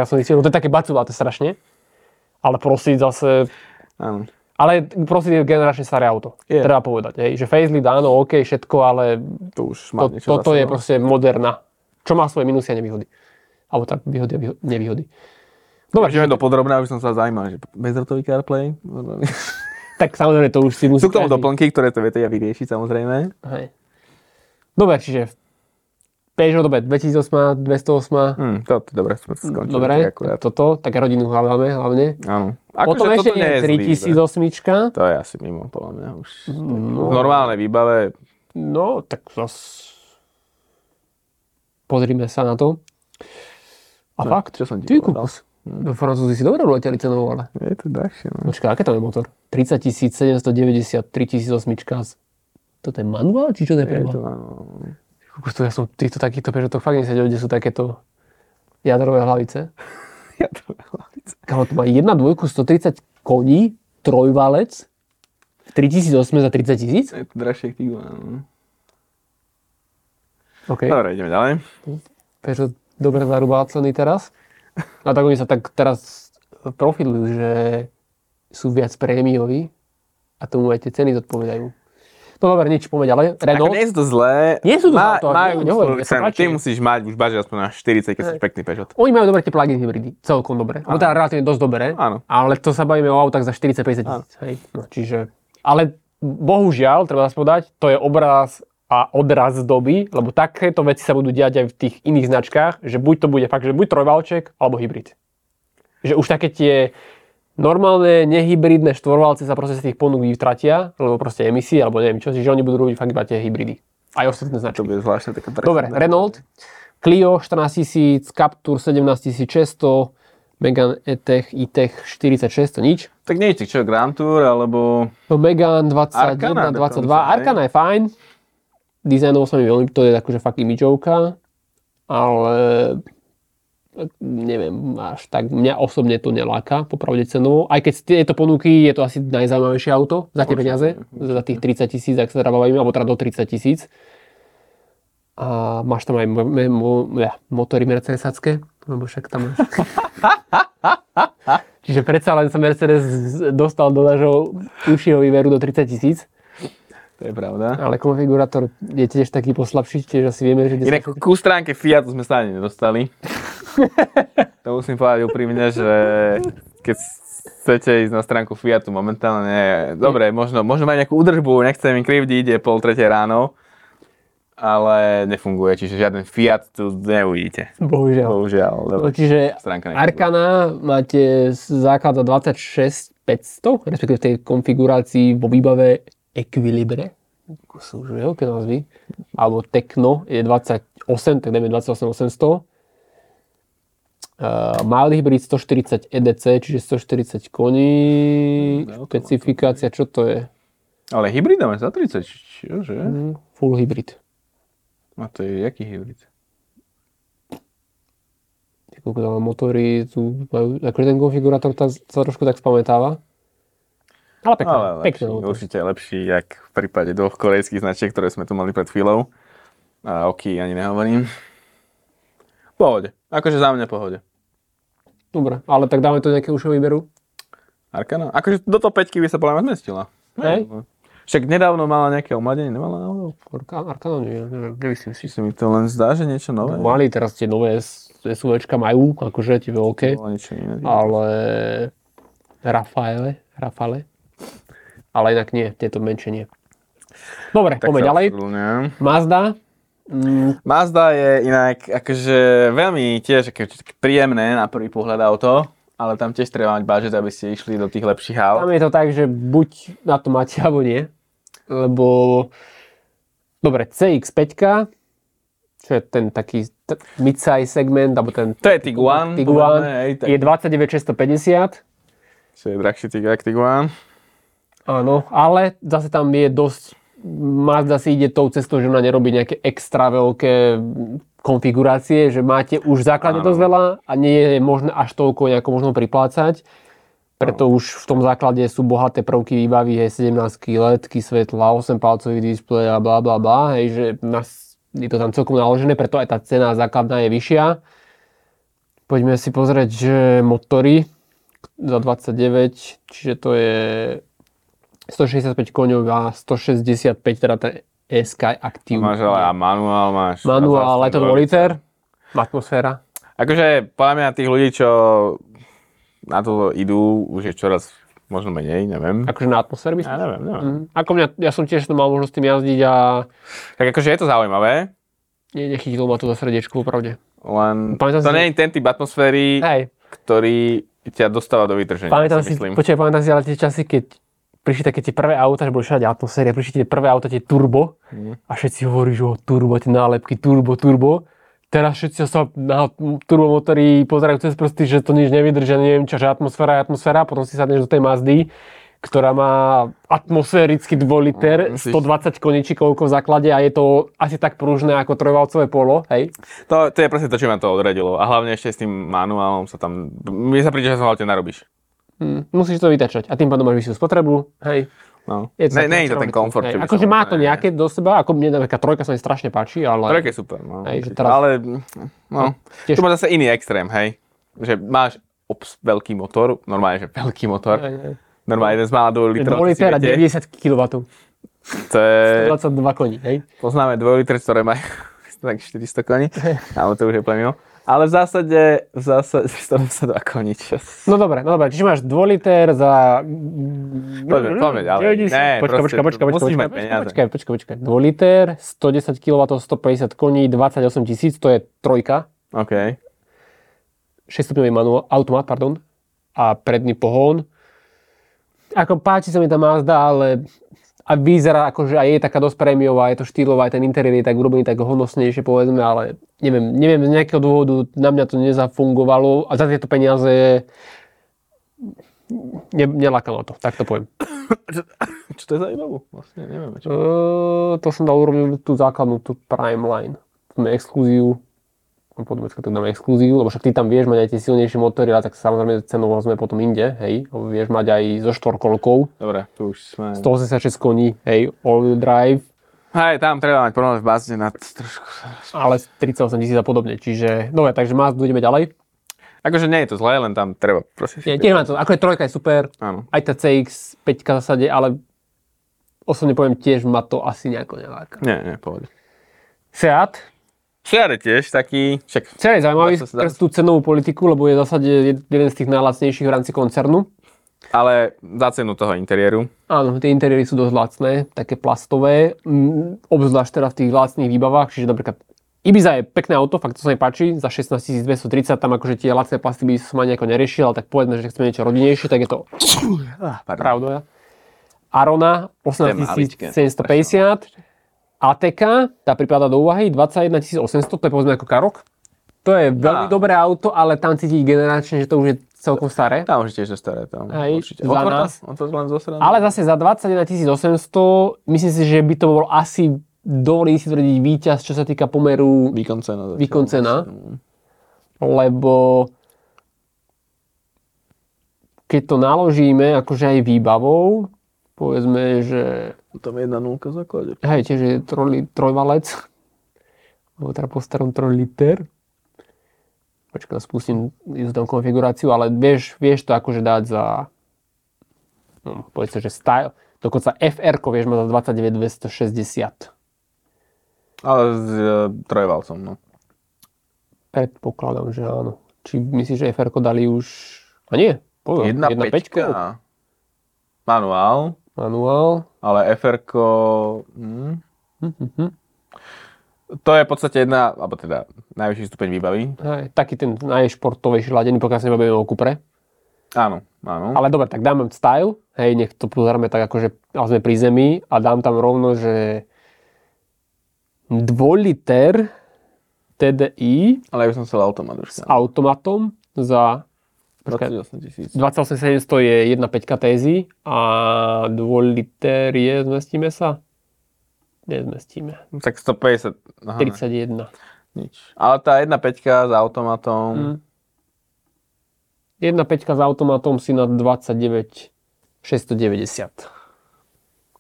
Speaker 3: som zistil, no to je také baculáte strašne. Ale prosit zase,
Speaker 2: Áno.
Speaker 3: ale prosit je generačne staré auto,
Speaker 2: Je.
Speaker 3: treba povedať, hej, že facelift, áno, OK, všetko, ale
Speaker 2: Tu už má
Speaker 3: To,
Speaker 2: niečo za
Speaker 3: toto je
Speaker 2: sebou.
Speaker 3: proste moderná. Čo má svoje minusy a nevýhody. Alebo tak výhody a výho- nevýhody. Dobre,
Speaker 2: Ideme do podrobná, už som sa zaujímal, že bezdrôtový CarPlay.
Speaker 3: tak samozrejme to už si musí...
Speaker 2: Sú k tomu
Speaker 3: každý-
Speaker 2: doplnky, ktoré to viete ja vyriešiť samozrejme.
Speaker 3: Hej. Dobre, čiže Peugeot dobe 2008, 208,
Speaker 2: Hm, to, to dobre, sme skončili. tak
Speaker 3: dobre,
Speaker 2: akurát. Akože
Speaker 3: toto, tak rodinu hľadáme hlavne.
Speaker 2: Áno. Ako,
Speaker 3: Potom ešte je 3008,
Speaker 2: To je asi mimo, podľa mňa už.
Speaker 3: Mhm.
Speaker 2: No. V normálnej výbave,
Speaker 3: no tak zas... Pozrime sa na to. A fakt,
Speaker 2: No, čo som ti
Speaker 3: ty
Speaker 2: povedal?
Speaker 3: kokos.
Speaker 2: Hm.
Speaker 3: Francúzi si dobre uleteli cenovo, ale...
Speaker 2: je to drahšie. No.
Speaker 3: Počkaj, aké tam je motor? 30 793 008. Toto je manuál, či čo to je
Speaker 2: Je to,
Speaker 3: prema?
Speaker 2: áno.
Speaker 3: Kokos, to ja som týchto takýchto Peugeotov fakt nesedel, kde sú takéto jadrové hlavice.
Speaker 2: Ja to hlavice.
Speaker 3: Kámo, to má 1 dvojku 130 koní, trojvalec, v 3008 za 30 tisíc?
Speaker 2: Je to drahšie k týku, áno.
Speaker 3: OK,
Speaker 2: Dobre, ideme ďalej.
Speaker 3: Peugeot dobre zarubácený teraz. A tak oni sa tak teraz profilujú, že sú viac prémioví a tomu aj tie ceny zodpovedajú. No dobre, nič, poďme ďalej.
Speaker 2: Ako
Speaker 3: Renault.
Speaker 2: nie sú to zlé.
Speaker 3: Nie sú to zlé auto,
Speaker 2: majú
Speaker 3: nie, nehovorím,
Speaker 2: svoju
Speaker 3: ja sa
Speaker 2: cenu.
Speaker 3: páči.
Speaker 2: Ty musíš mať už baže aspoň na 40, keď si pekný Peugeot.
Speaker 3: Oni majú dobre tie plug-in hybridy, celkom dobre. Alebo teda relatívne dosť dobre,
Speaker 2: Áno.
Speaker 3: ale to sa bavíme o autách za 40-50 tisíc. hej. No, čiže, ale bohužiaľ, treba nás povedať, to je obraz a odraz doby, lebo takéto veci sa budú diať aj v tých iných značkách, že buď to bude fakt, že buď trojvalček, alebo hybrid. Že už také tie normálne, nehybridné štvorvalce sa proste z tých ponúk vytratia, lebo proste emisie, alebo neviem čo, že oni budú robiť fakt iba tie hybridy. Aj ostatné značky.
Speaker 2: To bude zvláštne taká drahšia.
Speaker 3: Dobre, Renault, Clio 14000, Captur 17600, Megane E-Tech, E-Tech 4600, nič.
Speaker 2: Tak nie je to čo, Grand Tour, alebo...
Speaker 3: No, Megane 21,
Speaker 2: Arkana
Speaker 3: 22,
Speaker 2: dokonca, hej.
Speaker 3: Arkana je fajn. Dizajnovo sa mi veľmi, to je akože fakt imidžovka, ale tak neviem, až tak mňa osobne to neláka, popravde cenou. Aj keď z tieto ponuky je to asi najzaujímavejšie auto za tie peniaze, za tých 30 tisíc, ak sa teda bavíme, alebo teda do 30 tisíc. A máš tam aj mo- me- mo- ja, motory mercedesacké, lebo však tam máš. Čiže predsa len sa Mercedes z- dostal do nášho užšieho výberu do 30 tisíc,
Speaker 2: To je pravda.
Speaker 3: ale konfigurátor je tiež taký poslabší, tiež asi vieme, že...
Speaker 2: Inak ku stránke Fiatu sme sa ani nedostali. to musím povedať úprimne, že keď chcete ísť na stránku Fiatu momentálne, dobre, možno, možno mať nejakú údržbu, nechcem im krivdiť, je pol tretej ráno, ale nefunguje, čiže žiaden Fiat tu neuvidíte.
Speaker 3: Bohužiaľ.
Speaker 2: Bohužiaľ, dobre.
Speaker 3: No, čiže
Speaker 2: Stránka nefunguje.
Speaker 3: Arkana máte z- základ za 26 500, respektíve v tej konfigurácii vo výbave Equilibre. sú už veľké názvy, alebo Tecno je 28, tak dajme 28800. Uh, malý hybrid 140 EDC, čiže 140 koní,
Speaker 2: Mm, no,
Speaker 3: špecifikácia, čo to je?
Speaker 2: Ale hybrida má za 30, čože?
Speaker 3: Hm, Full hybrid.
Speaker 2: A to je jaký hybrid?
Speaker 3: Ty koľko tam má motory, tu majú, akože ten konfigurátor tá, sa trošku tak spamätáva. Ale pekné,
Speaker 2: Ale
Speaker 3: pekné. no,
Speaker 2: lepší,
Speaker 3: auto.
Speaker 2: určite lepší, jak v prípade dvoch korejských značiek, ktoré sme tu mali pred chvíľou. A OK, ani nehovorím. Pohode. Akože za mňa pohode.
Speaker 3: Dobre, ale tak dáme to nejaké ušieho výberu.
Speaker 2: Arkana? Akože do top 5 by sa podľa mňa zmestila.
Speaker 3: Hej.
Speaker 2: No. Však nedávno mala nejaké omladenie, nemala náhodou?
Speaker 3: Arkana, Arkana neviem, neviem, nemyslím si.
Speaker 2: Či sa mi to len zdá, že niečo nové?
Speaker 3: Mali teraz tie nové S- SUVčka majú, akože tie veľké,
Speaker 2: Bolo niečo iné.
Speaker 3: ale Rafaele, Rafale, ale inak nie, tieto menšie nie. Dobre,
Speaker 2: Tak
Speaker 3: poďme
Speaker 2: sa
Speaker 3: ďalej.
Speaker 2: ospravedlňujem.
Speaker 3: Mazda, mm,
Speaker 2: Mazda je inak akože veľmi tiež akože, tak príjemné na prvý pohľad auto, ale tam tiež treba mať budget, aby ste išli do tých lepších
Speaker 3: tam
Speaker 2: aut.
Speaker 3: je to tak, že buď na to máte, alebo nie, lebo dobre, CX-5, čo je ten taký t- midsize segment, alebo ten
Speaker 2: To je Tiguan.
Speaker 3: Tiguan,
Speaker 2: podľa mňa, hej, tak,
Speaker 3: je 29650,
Speaker 2: Čo je drahší Tiguan, Tiguan.
Speaker 3: Áno, ale zase tam je dosť, Mazda si ide tou cestou, že ona nerobí nejaké extra veľké konfigurácie, že máte už v základe
Speaker 2: Áno.
Speaker 3: dosť veľa a nie je možné až toľko nejako možno priplácať. Preto už v tom základe sú bohaté prvky výbavy, hej, 17 letky, svetla, 8 palcový displej a bla bla bla, hej, že nás, je to tam celkom naložené, preto aj tá cena základná je vyššia. Poďme si pozrieť, že motory za 29, čiže to je 165 koňov a 165, teda ten SK Active.
Speaker 2: Máš ale a manuál máš.
Speaker 3: Mm. Manuál,
Speaker 2: A
Speaker 3: ale je to
Speaker 2: zase
Speaker 3: 2 liter, atmosféra.
Speaker 2: Akože podľa mňa tých ľudí, čo na to idú, už je čoraz možno menej, neviem.
Speaker 3: Akože na atmosféru by
Speaker 2: Ja neviem, neviem.
Speaker 3: Mm. Ako mňa, ja som tiež to mal možnosť s tým jazdiť a
Speaker 2: Tak akože je to zaujímavé,
Speaker 3: nie, nechytilo ma to za srdiečku, opravde.
Speaker 2: len
Speaker 3: Pamätám
Speaker 2: to
Speaker 3: si-
Speaker 2: nie je ten typ atmosféry,
Speaker 3: Hej,
Speaker 2: ktorý ťa dostáva do vytrženia.
Speaker 3: pamätám si,
Speaker 2: si myslím.
Speaker 3: počkaj, pamätám si ale tie časy, keď prišli také tie prvé auta, že boli všade atmosféry, a prišli tie prvé auta, tie turbo
Speaker 2: Mhm.
Speaker 3: a všetci hovorí, že o turbo, tie nálepky, turbo, turbo. Teraz všetci sa na turbomotory pozerajú cez prsty, že to nič nevydržia, neviem čo, že atmosféra je atmosféra, potom si sadneš do tej Mazdy, ktorá má atmosférický 2 liter,
Speaker 2: Musíš-
Speaker 3: 120 koní či koľko v základe a je to asi tak pružné ako trojvalcové polo, hej?
Speaker 2: To, to je presne to, čo ma to odradilo. A hlavne ešte s tým manuálom sa tam... Mne sa príde, že som hlavne narobíš. Mm.
Speaker 3: Hm, musíš to vytačať a tým pádom máš vyššiu spotrebu, hej?
Speaker 2: No.
Speaker 3: Je
Speaker 2: Ne,
Speaker 3: také
Speaker 2: nie je to ten
Speaker 3: čarovitý.
Speaker 2: komfort.
Speaker 3: Hej,
Speaker 2: čo by
Speaker 3: akože
Speaker 2: som-
Speaker 3: má to nejaké do seba, ako mne napríklad trojka sa mi strašne páči, ale
Speaker 2: Trojka je super, no.
Speaker 3: Hej, že teraz-
Speaker 2: Ale, no,
Speaker 3: Tiež-
Speaker 2: tu má zase iný extrém, hej. Že máš obs, veľký motor, normálne, že veľký motor,
Speaker 3: Hej, hej.
Speaker 2: normálne jeden z mála 2 litrov,
Speaker 3: Boli teda 90
Speaker 2: 9...
Speaker 3: kW,
Speaker 2: to je,
Speaker 3: 22 koní, hej?
Speaker 2: poznáme 2 litre, ktoré majú tak 400 koní, ale to už je úplne mimo. Ale v zásade, v zásade, 122 koní, čo
Speaker 3: No dobre, no dobre, čiže máš 2 liter za...
Speaker 2: Poďme, poďme ďalej. Ne,
Speaker 3: počkaj,
Speaker 2: proste,
Speaker 3: počkaj, počkaj,
Speaker 2: musíš
Speaker 3: počkaj,
Speaker 2: mať
Speaker 3: počkaj,
Speaker 2: peniaze.
Speaker 3: počkaj, počkaj, počkaj, 2 liter, 110 kW, 150 koní, 28 tisíc, to je trojka,
Speaker 2: OK.
Speaker 3: 6-stupňový manuál, automat, pardon, a predný pohón. Ako páči sa mi tá Mazda, ale a vyzerá ako, že aj je taká dosť prémiová, je to štýlová, aj ten interiér je tak urobený tak honosnejšie, povedzme, ale neviem, neviem, z nejakého dôvodu na mňa to nezafungovalo a za tieto peniaze ne, nelakalo to, tak to poviem.
Speaker 2: Čo to je za ibavu? Vlastne neviem. Čo...
Speaker 3: Uh, to som dal urobiť tú základnú, tú Prime Line. Máme exkluzívu, podľa No, tak dáme exkluzívu, lebo však ty tam vieš mať aj tie silnejšie motory, ale tak samozrejme cenovo sme potom inde, hej, lebo vieš mať aj so štvorkolkou,
Speaker 2: Dobre, tu už sme...
Speaker 3: 186 koní, hej, all-wheel drive,
Speaker 2: Hej, tam treba mať problém v bázne na trošku.
Speaker 3: ale s 38 tisíc a podobne, čiže, dobre, takže má, ideme ďalej.
Speaker 2: Akože nie je to zlé, len tam treba proste...
Speaker 3: Nie, tiež mám to, ako je trojka, je super,
Speaker 2: Áno.
Speaker 3: aj tá CX 5 v zásade, ale osobne poviem, tiež ma to asi nejako neláka.
Speaker 2: Nie, nie, pohode.
Speaker 3: Seat,
Speaker 2: Šiare tiež taký, však
Speaker 3: Celé zaujímavý
Speaker 2: Tak to sa dá-
Speaker 3: skrz tú cenovú politiku, lebo je v zásade jed- jeden z tých najlacnejších v rámci koncernu.
Speaker 2: ale za cenu toho interiéru.
Speaker 3: Áno, tie interiéry sú dosť lacné, také plastové, mm, obzvlášť teda v tých lacných výbavách, čiže napríklad Ibiza je pekné auto, fakt to sa mi páči, za 16 230, tam akože tie lacné plasty by som ani nejako neriešil, ale tak povedzme, že chceme niečo rodinnejšie, tak je to
Speaker 2: Ah, pardon.
Speaker 3: pravda. Arona
Speaker 2: maličké,
Speaker 3: 18750, Ateka, tá pripada do úvahy, 21800, to je povedzme ako karok. To je veľmi
Speaker 2: Á.
Speaker 3: dobré auto, ale tam cítiť generačne, že to už je celkom staré.
Speaker 2: Tam už tiež je staré, tam
Speaker 3: Hej,
Speaker 2: určite.
Speaker 3: za
Speaker 2: Otvor to,
Speaker 3: nás.
Speaker 2: otvor to len zo strany.
Speaker 3: Ale zase za 21800, myslím si, že by to bol asi, dovolím si tvrdiť, víťaz, čo sa týka pomeru
Speaker 2: Výkon cena. zatiaľ.
Speaker 3: výkon cena.
Speaker 2: No,
Speaker 3: lebo keď to naložíme akože aj výbavou, povedzme, že
Speaker 2: Tam jedna nulka v základe.
Speaker 3: hej, tiež je troj, trojvalec, alebo teda po starom trojliter. Počkaj, spustím ju tam konfiguráciu, ale vieš, vieš to akože dať za, no, povedzme, že style, dokonca fr vieš mať za 29260.
Speaker 2: Ale s e, trojvalcom, no.
Speaker 3: Predpokladám, že áno. Či myslíš, že fr dali už... A nie, povedal.
Speaker 2: Jedna, jedna peťka. Manuál,
Speaker 3: Manuál.
Speaker 2: ale FR-ko... Hm. To je v podstate jedna, alebo teda najvyšší stupeň výbavy.
Speaker 3: Aj, taký ten najšportovejší ladený, pokiaľ sa nebavíme o Kupre.
Speaker 2: Áno, áno.
Speaker 3: Ale dobre, tak dám style, hej, nech to pozeráme tak akože, ale sme pri zemi a dám tam rovno, že dvojliter TDI
Speaker 2: Ale ja by som chcel automat už.
Speaker 3: s automatom za
Speaker 2: 28 tisíc.
Speaker 3: No. 28700 je 1.5 tézy a dvojliter je, zmestíme sa? Nezmestíme.
Speaker 2: Tak 150. Aha,
Speaker 3: 31.
Speaker 2: nič. Ale tá 1.5 s
Speaker 3: Mm.
Speaker 2: automatom.
Speaker 3: 1.5 s automatom si na 29 690.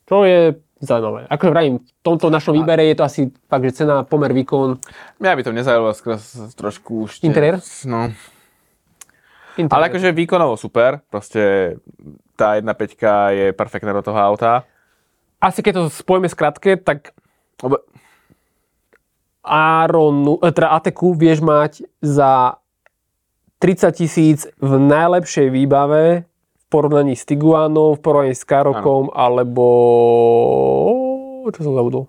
Speaker 3: Čo je zaujímavé. Ako vravím, v tomto našom výbere je to asi tak, že cena, pomer, výkon,
Speaker 2: Mňa by to nezajalo skres trošku už. tie-
Speaker 3: Interiér?
Speaker 2: No.
Speaker 3: internet.
Speaker 2: Ale akože výkonovo super. Proste tá 1.5 je perfektná do toho auta.
Speaker 3: Asi keď to spojíme skratke, tak
Speaker 2: Lebo
Speaker 3: Aronu, eh, teda Ateku vieš mať za 30 tisíc v najlepšej výbave v porovnaní s Tiguanom, v porovnaní s Karokom, alebo... Čo som zabudol?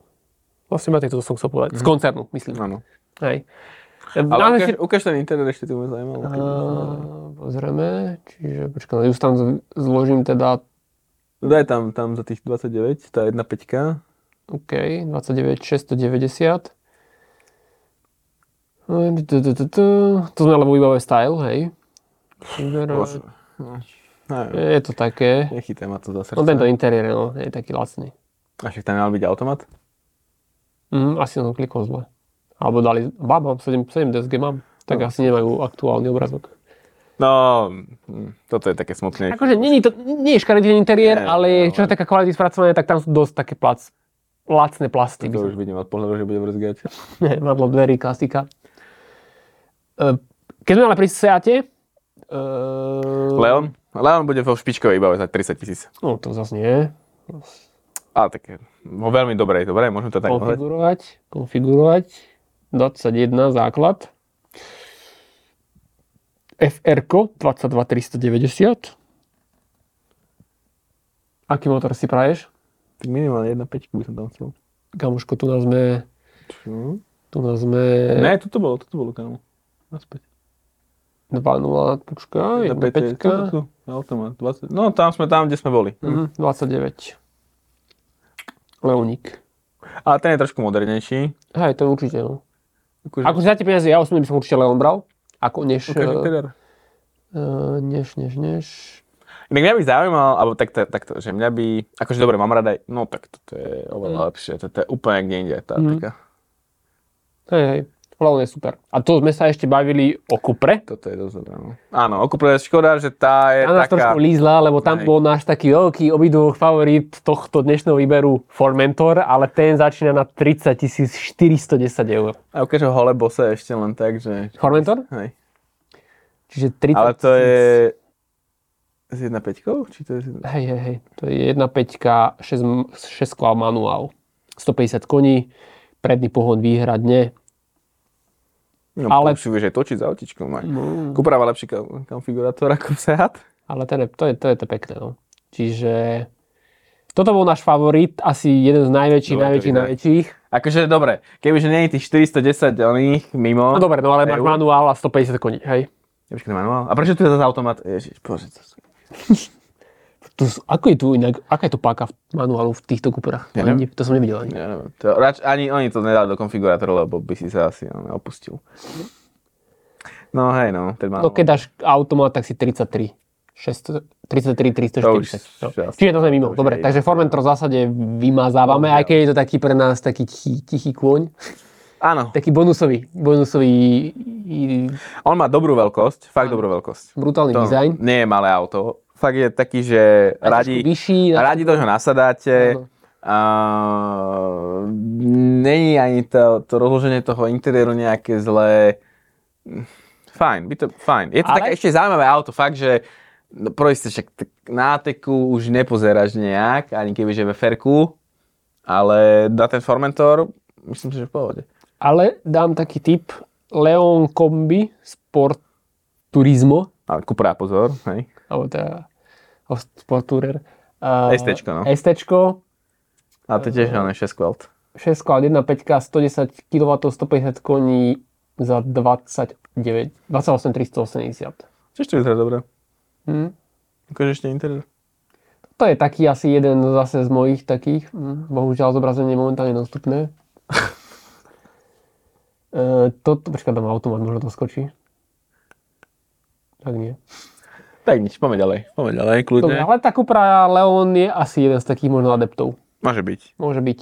Speaker 3: Vlastne ma tieto som chcel povedať. Z koncernu, myslím.
Speaker 2: Áno.
Speaker 3: Hej.
Speaker 2: Ale
Speaker 3: Ale
Speaker 2: ukáž,
Speaker 3: keď...
Speaker 2: ukáž ten interiér, ešte to ma zaujímalo.
Speaker 3: Eh, Pozrieme, čiže počkaj, už tam z- zložím teda,
Speaker 2: No Daj tam, tam za tých 29, tá 1.5.
Speaker 3: OK, 29 690. No, tu, tu, tu, tu. To sme alebo iba style, hej.
Speaker 2: Bože. Neviem,
Speaker 3: Je to také.
Speaker 2: Nechytá No, ma to za srdce.
Speaker 3: No tento interiér, no, je taký lacný.
Speaker 2: A však tam mal byť automat?
Speaker 3: Mm, asi som klikol zle. Alebo dali, bá, mám 7, 7 DSG, mám. Tak asi nemajú aktuálny obrazok.
Speaker 2: No, hm, toto je také smutné.
Speaker 3: Akože není to, nie je škaredivý interiér,
Speaker 2: Nie,
Speaker 3: ale
Speaker 2: ale-
Speaker 3: čo sa taká kvality spracované, tak tam sú dosť také plac, lacné plasty.
Speaker 2: To už vidím od pohľadu, že bude vrzgať.
Speaker 3: Ne, Madlo dverí, klasika. E, Keď sme ale pri Seate, e,
Speaker 2: Leon? Leon bude vo špičkovej iba za 30 tisíc.
Speaker 3: no to zase nie,
Speaker 2: Ale tak vo veľmi dobrej, dobre, môžem to tak povedať.
Speaker 3: konfigurovať, konfigurovať, 21 základ, fr 22390, aký motor si praješ?
Speaker 2: Tak minimálne 1.5 by som tam chcel.
Speaker 3: Kamoško, tu nás sme,
Speaker 2: Čo?
Speaker 3: tu nás sme
Speaker 2: Ne, toto bolo, toto bolo kámo. Naspäť.
Speaker 3: 2.0, počkaj,
Speaker 2: 1.5, toto tu,
Speaker 3: 1.5,
Speaker 2: automat, 20. No tam sme tam, kde sme boli.
Speaker 3: Mhm, 29. Leoník.
Speaker 2: Ale ten je trošku modernejší.
Speaker 3: Hej, to určite, no.
Speaker 2: Akože,
Speaker 3: Akože za tie peniaze ja osobne by som určite Leon bral. Ako než,
Speaker 2: ukáž
Speaker 3: okay,
Speaker 2: interiér.
Speaker 3: uh, než, než, než.
Speaker 2: Inak mňa by zaujímal, alebo tak, tak, takto, že mňa by, akože dobre, mám rada, aj- no tak toto je oveľa
Speaker 3: Hm.
Speaker 2: lepšie, toto je úplne kde inde, tá
Speaker 3: Mm.
Speaker 2: taká.
Speaker 3: Hej, hej. Leon je super. A to sme sa ešte bavili o Kupre.
Speaker 2: Toto je dosť dobré, no. Áno, okupuje škoda, že tá je
Speaker 3: A nás
Speaker 2: taká,
Speaker 3: trošku lízla, lebo tam
Speaker 2: Hej.
Speaker 3: bol náš taký veľký obidvoch favorit tohto dnešného výberu Formentor, ale ten začína na 30 410 eur.
Speaker 2: a ukáž ho hole bose ešte len tak, že,
Speaker 3: Formentor?
Speaker 2: hej.
Speaker 3: Čiže 30
Speaker 2: Ale to
Speaker 3: 000.
Speaker 2: je s 1.5? Či to je... s jedna-
Speaker 3: Hej, hej, hej. To je 1.5, 6, 6 kola manuál. 150 koní, predný pohon výhradne.
Speaker 2: No,
Speaker 3: Ale-
Speaker 2: ale... No. Už vieš aj točiť za autičkom. Aj. Cupra má lepší ka- konfigurátor ako Seat.
Speaker 3: Ale ten je, to, je, to je to pekné. No. Čiže toto bol náš favorit, asi jeden z najväčších,
Speaker 2: Dobre,
Speaker 3: najväčších,
Speaker 2: to vyzerá.
Speaker 3: najväčších.
Speaker 2: Akože dobre, kebyže nie je tých 410 oných mimo.
Speaker 3: No dobre, no ale máš
Speaker 2: EU.
Speaker 3: manuál a 150 koní, hej.
Speaker 2: Ja počkaj, manuál. A prečo tu je zase automat? Ježiš, bože. To...
Speaker 3: To, sú- ako je tu inak, aká je tu páka v manuálu v týchto kúperách?
Speaker 2: Ja neviem.
Speaker 3: To som nevidel ani.
Speaker 2: Ja neviem, to, rač, ani oni to nedali do konfigurátora, lebo by si sa asi no, opustil. No hej, no, ten má...
Speaker 3: No keď dáš automat, tak si 33. 600, 33, 340.
Speaker 2: To už
Speaker 3: no.
Speaker 2: jasne.
Speaker 3: Čiže to sme
Speaker 2: To
Speaker 3: mimo.
Speaker 2: už
Speaker 3: Dobre,
Speaker 2: je
Speaker 3: takže
Speaker 2: jasne.
Speaker 3: Formentor v zásade vymazávame, aj keď je to taký pre nás taký tichý, tichý kôň.
Speaker 2: Áno,
Speaker 3: Taký bonusový, bonusový i-
Speaker 2: on má dobrú veľkosť, fakt dobrú veľkosť.
Speaker 3: brutálny
Speaker 2: To
Speaker 3: dizajn.
Speaker 2: nie je malé auto. Fakt je taký, že
Speaker 3: trošku
Speaker 2: radi,
Speaker 3: vyšší, na-
Speaker 2: radi do ňoho nasadáte.
Speaker 3: Áno.
Speaker 2: A není ani to, to rozloženie toho interiéru nejaké zlé. Fajn, by to, fajn. Je to
Speaker 3: Ale-
Speaker 2: také ešte zaujímavé auto, fakt, že no, proste však tak na teku už nepozeráš nejak, ani keby že ve ferku, ale na ten Formentor, myslím si, že v pohode.
Speaker 3: Ale dám taký tip. Leon Kombi Sport Turismo.
Speaker 2: Ale Cupra, pozor, hej.
Speaker 3: Alebo teda o Sport Tourer. Uh,
Speaker 2: STčko, no.
Speaker 3: STčko.
Speaker 2: A to tiež on je 6 kvalt.
Speaker 3: 6 1.5, 110 kW, 150 koní za 29, 28 380.
Speaker 2: Tiež to vyzerá dobre.
Speaker 3: Hm?
Speaker 2: Akože ešte interiér.
Speaker 3: To je taký asi jeden zase z mojich takých. Hm, Bohužiaľ zobrazenie je momentálne dostupné. e, toto, počkaj, dám automat, možno to skočí. Tak nie.
Speaker 2: Tak nič, poďme ďalej. Poďme ďalej, kľudne.
Speaker 3: Dobre, ale tá Cupra Leon je asi jeden z takých možno adeptov.
Speaker 2: Môže byť.
Speaker 3: Môže byť.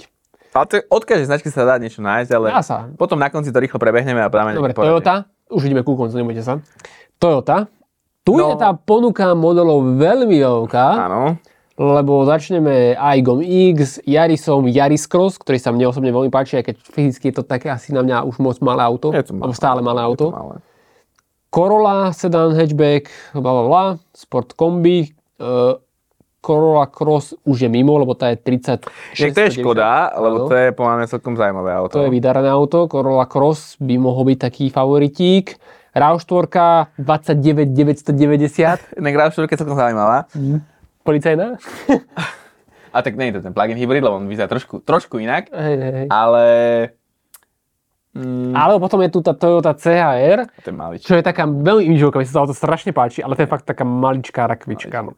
Speaker 2: Ale to je, od každej značky sa dá niečo nájsť, ale
Speaker 3: Dá sa.
Speaker 2: potom na konci to rýchlo prebehneme a práve
Speaker 3: Dobre, Toyota. Už ideme ku koncu, nebojte sa. Toyota. Tu
Speaker 2: No.
Speaker 3: je tá ponuka modelov veľmi veľká,
Speaker 2: Áno.
Speaker 3: lebo začneme Aigom X, Jarisom, Yaris Cross, ktorý sa mne osobne veľmi páči, aj keď fyzicky je to také asi na mňa už moc malé auto,
Speaker 2: Je to malé.
Speaker 3: alebo stále malé
Speaker 2: je to
Speaker 3: auto.
Speaker 2: malé.
Speaker 3: Corolla, sedan, hatchback, bla bla bla, sport kombi, e, Corolla Cross už je mimo, lebo tá je 36.
Speaker 2: Však to je škoda,
Speaker 3: Áno.
Speaker 2: lebo to je podľa mňa celkom zaujímavé auto.
Speaker 3: To je vydarené auto, Corolla Cross by mohol byť taký favoritík. RAV4 29990,
Speaker 2: Inak RAV4 je celkom zaujímavá.
Speaker 3: policajná.
Speaker 2: A tak nie je to ten plug-in hybrid, lebo on vyzerá trošku, trošku inak,
Speaker 3: hej, hej. hej.
Speaker 2: ale... Mm,
Speaker 3: Alebo potom je tu tá Toyota CHR,
Speaker 2: to je maličký.
Speaker 3: čo je taká veľmi imidžovka, mi sa to auto strašne páči, ale to je fakt taká maličká rakvička. No.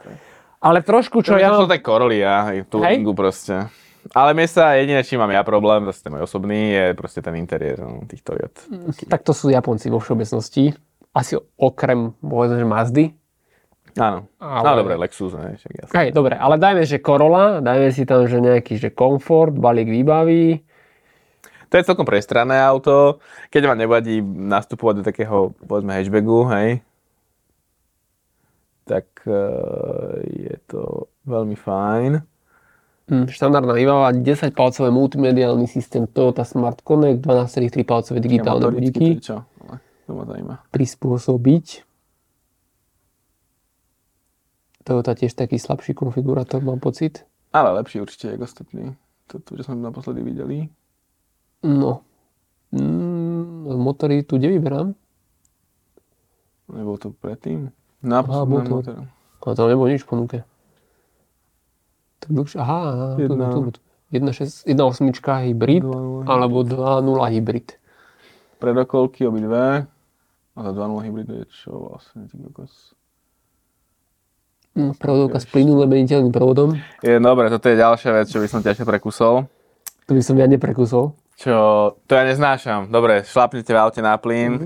Speaker 3: Ale trošku, čo
Speaker 2: Čo
Speaker 3: ja
Speaker 2: ja
Speaker 3: mám...
Speaker 2: som tak Corolli, ja, aj tú
Speaker 3: Hej?
Speaker 2: Ingu proste. Ale mne sa jediné, čím mám ja problém, zase ten môj osobný, je proste ten interiér no, tých Toyot.
Speaker 3: Tak to sú Japonci vo všeobecnosti. Asi okrem, povedzme, že Mazdy.
Speaker 2: Áno.
Speaker 3: Ale-
Speaker 2: No dobre, Lexus, ne, však jasne.
Speaker 3: Hej, dobre, ale dajme, že Corolla, dajme si tam, že nejaký, že komfort, balík výbavy,
Speaker 2: To je celkom prestranné auto, keď vám nevadí nastupovať do takého, povedzme, hatchbacku, hej, tak e, je to veľmi fajn.
Speaker 3: Mm, Štandardná výbava, 10 palcové multimediálny systém Toyota Smart Connect, 12,3 palcové digitálne
Speaker 2: Motoricky,
Speaker 3: budíky.
Speaker 2: to je čo? Ale To ma zaujíma.
Speaker 3: Prispôsobiť. Toyota tiež taký slabší konfigurátor, mám pocit.
Speaker 2: Ale lepší určite, ako ostatní. Toto, čo sme naposledy videli.
Speaker 3: No. Mm, motory tu nevyberám.
Speaker 2: Nebol to predtým? Na
Speaker 3: bol
Speaker 2: poslednom
Speaker 3: to-
Speaker 2: motore.
Speaker 3: Ale tam nebolo nič v ponuke. Tak dlhšie, aha, aha, tu,
Speaker 2: Jedna-
Speaker 3: tu, tu. 1.6 1.8 hybrid,
Speaker 2: Dva nula
Speaker 3: alebo 2.0 hybrid.
Speaker 2: predokolky obidve. A za 2.0 hybridu je čo vlastne, ty kokos.
Speaker 3: Mm, Prevodovka s plynulým meniteľným prevodom.
Speaker 2: Je, dobre, toto je ďalšia vec, čo by som ťažšie prekusol.
Speaker 3: To by som ja neprekusol.
Speaker 2: Čo, to ja neznášam. Dobre, šlapnete v aute na plyn.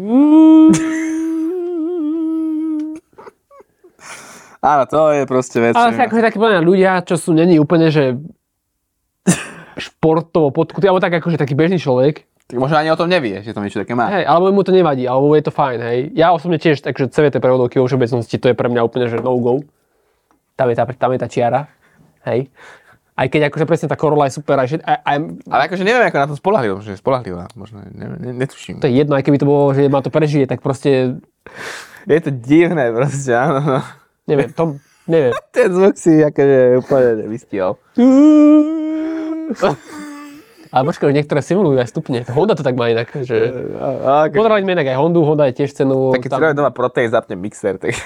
Speaker 2: Áno, to je proste vec.
Speaker 3: Ale
Speaker 2: čo-
Speaker 3: sa akože takí podľa mňa ľudia, čo sú není úplne, že športovo podkutý, alebo tak akože taký bežný človek,
Speaker 2: Tak možno ani o tom nevie, že tam niečo také má.
Speaker 3: hej, alebo mu to nevadí, alebo je to fajn, hej. Ja osobne tiež, takže CVT prevodovky vo všeobecnosti, to je pre mňa úplne, že no go. Tam je tá, tam je tá čiara, hej. Aj keď akože presne tá Corolla je super, aj, všet- aj, aj
Speaker 2: Ale akože neviem, ako na to spolahlivo, že je spolahlivá. Možno, neviem, ne, netuším.
Speaker 3: to je jedno, aj keby to bolo, že ma to prežije, tak proste,
Speaker 2: Je to divné proste, áno. no.
Speaker 3: neviem, to, neviem.
Speaker 2: Ten zvuk si akože úplne nevystihol.
Speaker 3: Ale počkaj, už niektoré simulujú aj stupne. Honda to tak má inak, že...
Speaker 2: A- a-
Speaker 3: Podrali sme inak aj Hondu, Honda je tiež cenovo...
Speaker 2: Tak keď si
Speaker 3: tam-
Speaker 2: robím doma protein, zapnem mixer, tak...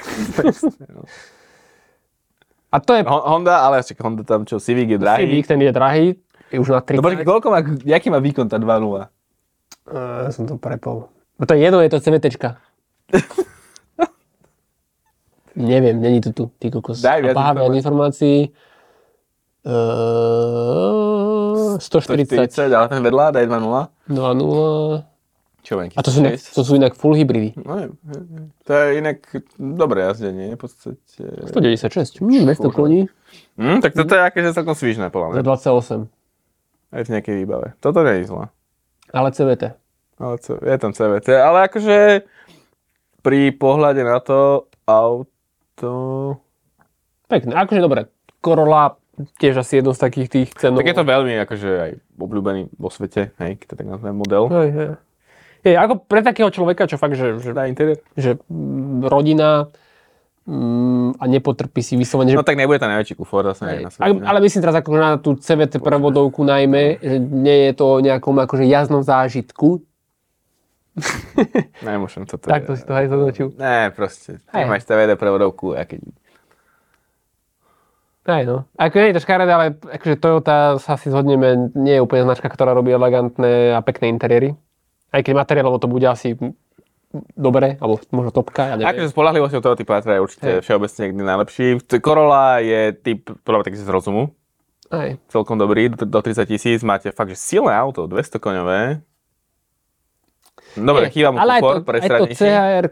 Speaker 3: A to je
Speaker 2: Hon- Honda, ale však Honda tam čo, Civic je drahý.
Speaker 3: Civic, ten je drahý, je už na 30.
Speaker 2: No počkaj, koľko má, jaký má výkon tá 2.0?
Speaker 3: Eh, som to prepol. No to je jedno, je to CVTčka. Neviem, není to tu, ty kokos.
Speaker 2: Daj viac
Speaker 3: A pár viac informácií. Uh, 140,
Speaker 2: 140, ale ten vedľa, daj 2.0.
Speaker 3: 2.0.
Speaker 2: Čo len,
Speaker 3: A to sú, inak, to sú inak full hybridy.
Speaker 2: No, je- je- to je inak dobré jazdenie, v podstate.
Speaker 3: 196, mm, 200
Speaker 2: Fúha.
Speaker 3: koní
Speaker 2: Hm, tak toto je akéže celkom svižné, podľa mňa.
Speaker 3: za 28.
Speaker 2: Aj v nejakej výbave. Toto nie je zlé.
Speaker 3: Ale CVT.
Speaker 2: Ale co, je tam CVT, ale akože pri pohľade na to auto...
Speaker 3: Pekné, akože dobre. Corolla tiež asi jedno z takých tých cenov.
Speaker 2: Tak je to veľmi akože aj obľúbený vo svete, hej, keď to tak nazvem model.
Speaker 3: Hej, hej. Hej, ako pre takého človeka, čo fakt, že, že,
Speaker 2: Na interiér.
Speaker 3: že mm, rodina mm, a nepotrpí si vyslovene, že...
Speaker 2: No tak nebude to najväčší kufor zase hej,
Speaker 3: Hej,
Speaker 2: na svete.
Speaker 3: ale, ale myslím teraz ako na tú CVT prevodovku najmä, že nie je to o nejakom akože jazdnom zážitku.
Speaker 2: Nemôžem toto.
Speaker 3: Tak to si to aj zhodnotil.
Speaker 2: Ne, proste. Ty
Speaker 3: Hej.
Speaker 2: máš CVD prevodovku a keď...
Speaker 3: Aj no. Ako nie je to škaredé, ale akože Toyota sa si zhodneme, nie je úplne značka, ktorá robí elegantné a pekné interiéry. Aj keď materiálovo to bude asi mm, dobre, alebo možno topka, ja neviem.
Speaker 2: Akože spolahlivosťou toho typu Atra je teda určite
Speaker 3: Hej.
Speaker 2: všeobecne niekdy najlepší. T- Corolla je typ, podľa mňa tak z rozumu,
Speaker 3: Aj.
Speaker 2: celkom dobrý, do, do 30 tisíc, máte fakt, že silné auto, 200 koňové. Dobre,
Speaker 3: Nie,
Speaker 2: chýba mu
Speaker 3: ale aj to,
Speaker 2: kufor,
Speaker 3: aj to
Speaker 2: prestrannejší.
Speaker 3: chr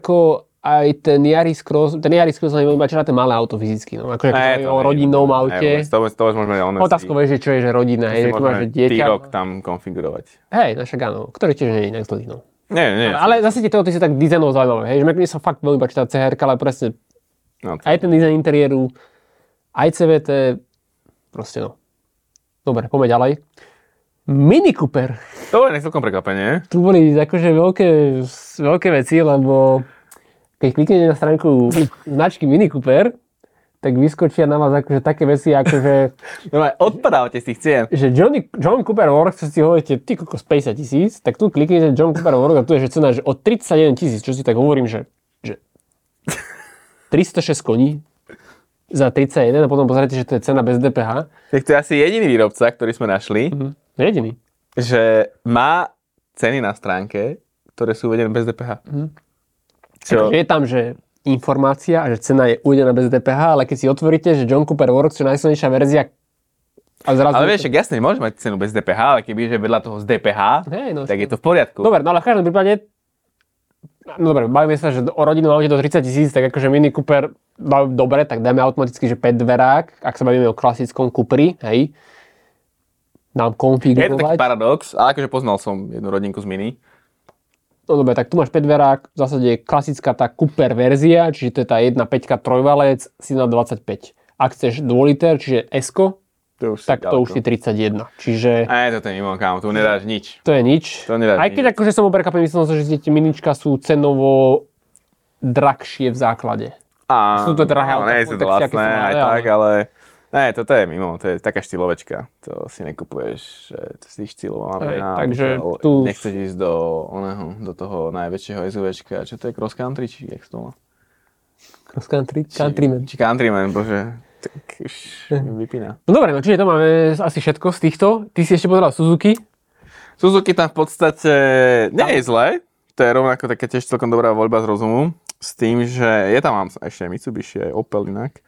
Speaker 3: aj ten Yaris Cross, ten Yaris Cross sa iba na ten malé auto fyzicky, no, akože keď sa
Speaker 2: Ne,
Speaker 3: bavíme
Speaker 2: to
Speaker 3: o
Speaker 2: nie,
Speaker 3: rodinnom
Speaker 2: ne,
Speaker 3: aute.
Speaker 2: vôbec, To, vôbec- to vôbec môžeme len
Speaker 3: Otázkou je, že čo je, že rodina, je, že tu máš že dieťa.
Speaker 2: Týrok tam konfigurovať.
Speaker 3: Hej, naša áno, ktorý tiež nie je inak zlý, no.
Speaker 2: Nie, nie.
Speaker 3: Ale zase tie Toyoty sú tak dizajnov zaujímavé, hej, že mne sa fakt veľmi páči tá chr ale presne
Speaker 2: no, to-
Speaker 3: aj ten dizajn interiéru, aj CVT, proste no. Dobre, poďme ďalej. Mini Cooper.
Speaker 2: To je inak celkom prekvapenie.
Speaker 3: Tu boli akože veľké, veľké veci, lebo keď kliknete na stránku značky Mini Cooper, tak vyskočia na vás akože také veci, ako že,
Speaker 2: No, odpadávate z tých cien.
Speaker 3: že Johnny, John Cooper Works, čo si hovoríte, ty kokos 50 tisíc, tak tu kliknete John Cooper Works a tu je že cena, že od 31 tisíc, čo si tak hovorím, že, že 306 koní za 31 a potom pozrite, že to je cena bez DPH.
Speaker 2: Tak to je asi jediný výrobca, ktorý sme našli,
Speaker 3: Jediný.
Speaker 2: že má ceny na stránke, ktoré sú uvedené bez DPH.
Speaker 3: Takže Mhm.
Speaker 2: Čo?
Speaker 3: Akože je tam, že informácia a že cena je uvedená bez DPH, ale keď si otvoríte, že John Cooper Works, čo je najsilnejšia verzia a zrazu...
Speaker 2: Ale vieš, však jasne, môže mať cenu bez DPH, ale keby je že vedľa toho z DPH,
Speaker 3: Hej, no,
Speaker 2: tak
Speaker 3: však-
Speaker 2: je to v poriadku.
Speaker 3: Dobre, no ale v každom prípade... No dobre, bavíme sa, že o rodinu máme do 30 tisíc, tak akože Mini Cooper, no, dobre, tak dáme automaticky, že 5 dverák, ak sa bavíme o klasickom Cooperi, hej, nám
Speaker 2: je to taký
Speaker 3: konfigurovať.
Speaker 2: paradox, ale akože poznal som jednu rodinku z Mini.
Speaker 3: No dobre, tak tu máš 5 dverák, v zásade je klasická tá Cooper verzia, čiže to je tá 1.5 trojvalec, si na 25. Ak chceš 2 liter, čiže s
Speaker 2: To už no.
Speaker 3: tak to už je 31. Čiže
Speaker 2: Aj, toto je mimo, kámo, tu nedáš nič.
Speaker 3: to je nič.
Speaker 2: To nedá
Speaker 3: Aj keď akože som bol prekvapený, myslel som, že tie minička sú cenovo drahšie v základe.
Speaker 2: A,
Speaker 3: Sú to drahé
Speaker 2: no,
Speaker 3: auta,
Speaker 2: Nie
Speaker 3: furt
Speaker 2: sú to
Speaker 3: tak všaké sú
Speaker 2: vlastné, aj
Speaker 3: drahé, ale-
Speaker 2: tak, ale... Ne, toto je mimo, to je taká štýlovečka. To si nekupuješ, že to si štýlová
Speaker 3: Hej,
Speaker 2: na
Speaker 3: takže
Speaker 2: auto,
Speaker 3: tu-
Speaker 2: Nechceš ísť do oného, do toho najväčšieho SUVčka. Čo to je cross country, či jak to volá?
Speaker 3: Cross country, countryman.
Speaker 2: Či countryman, bože. Tak už mi vypína.
Speaker 3: No dobre, no čiže to máme asi všetko z týchto. Ty si ešte povedal Suzuki.
Speaker 2: Suzuki tam v podstate nie je zle. To je rovnako taká tiež celkom dobrá voľba z rozumu. S tým, že je tam mám ešte aj Mitsubishi, aj Opel inak.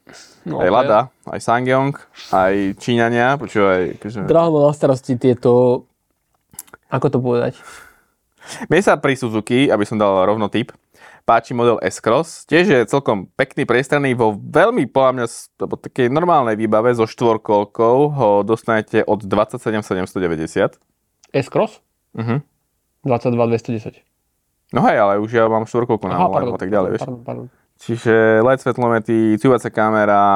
Speaker 3: No,
Speaker 2: aj Lada, aj Sangyong, aj Číňania, počúvaj. akože-
Speaker 3: Draho mal na starosti tieto... Ako to povedať?
Speaker 2: Mne sa pri Suzuki, aby som dal rovno tip, páči model S-Cross. Tiež je celkom pekný, priestranný, vo veľmi, podľa mňa, s- lebo takej normálnej výbave so štvorkolkou ho dostanete od 27 790.
Speaker 3: S-Cross?
Speaker 2: Mhm.
Speaker 3: 22 210.
Speaker 2: No hej, ale už ja mám štvorkolku na a tak ďalej, vieš.
Speaker 3: Pardon, pardon.
Speaker 2: Čiže LED svetlomety, cúvacia kamera,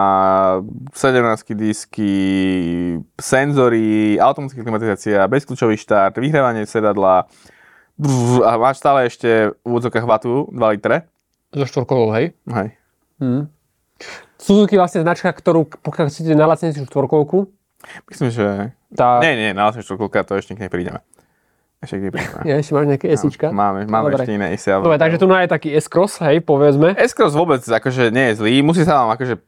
Speaker 2: 17 disky, senzory, automatická klimatizácia, bezkľúčový štart, vyhrávanie sedadla brr, a máš stále ešte v úvodzovkách vatu 2 litre.
Speaker 3: So štvorkolou, hej?
Speaker 2: Hej.
Speaker 3: Hmm. Suzuki je vlastne značka, ktorú pokiaľ chcete najlacnejšiu štvorkolku,
Speaker 2: Myslím, že...
Speaker 3: tá...
Speaker 2: Nie, nie, naozaj štvorkolka, to ešte k nej prídeme. Ešte k nej prídeme.
Speaker 3: Ja, ešte máš nejaké esička?
Speaker 2: Máme, máme
Speaker 3: Dobre.
Speaker 2: ešte iné ISA.
Speaker 3: Dobre, takže tu na je taký S-Cross, hej, povedzme.
Speaker 2: S-Cross vôbec akože nie je zlý, musí sa vám akože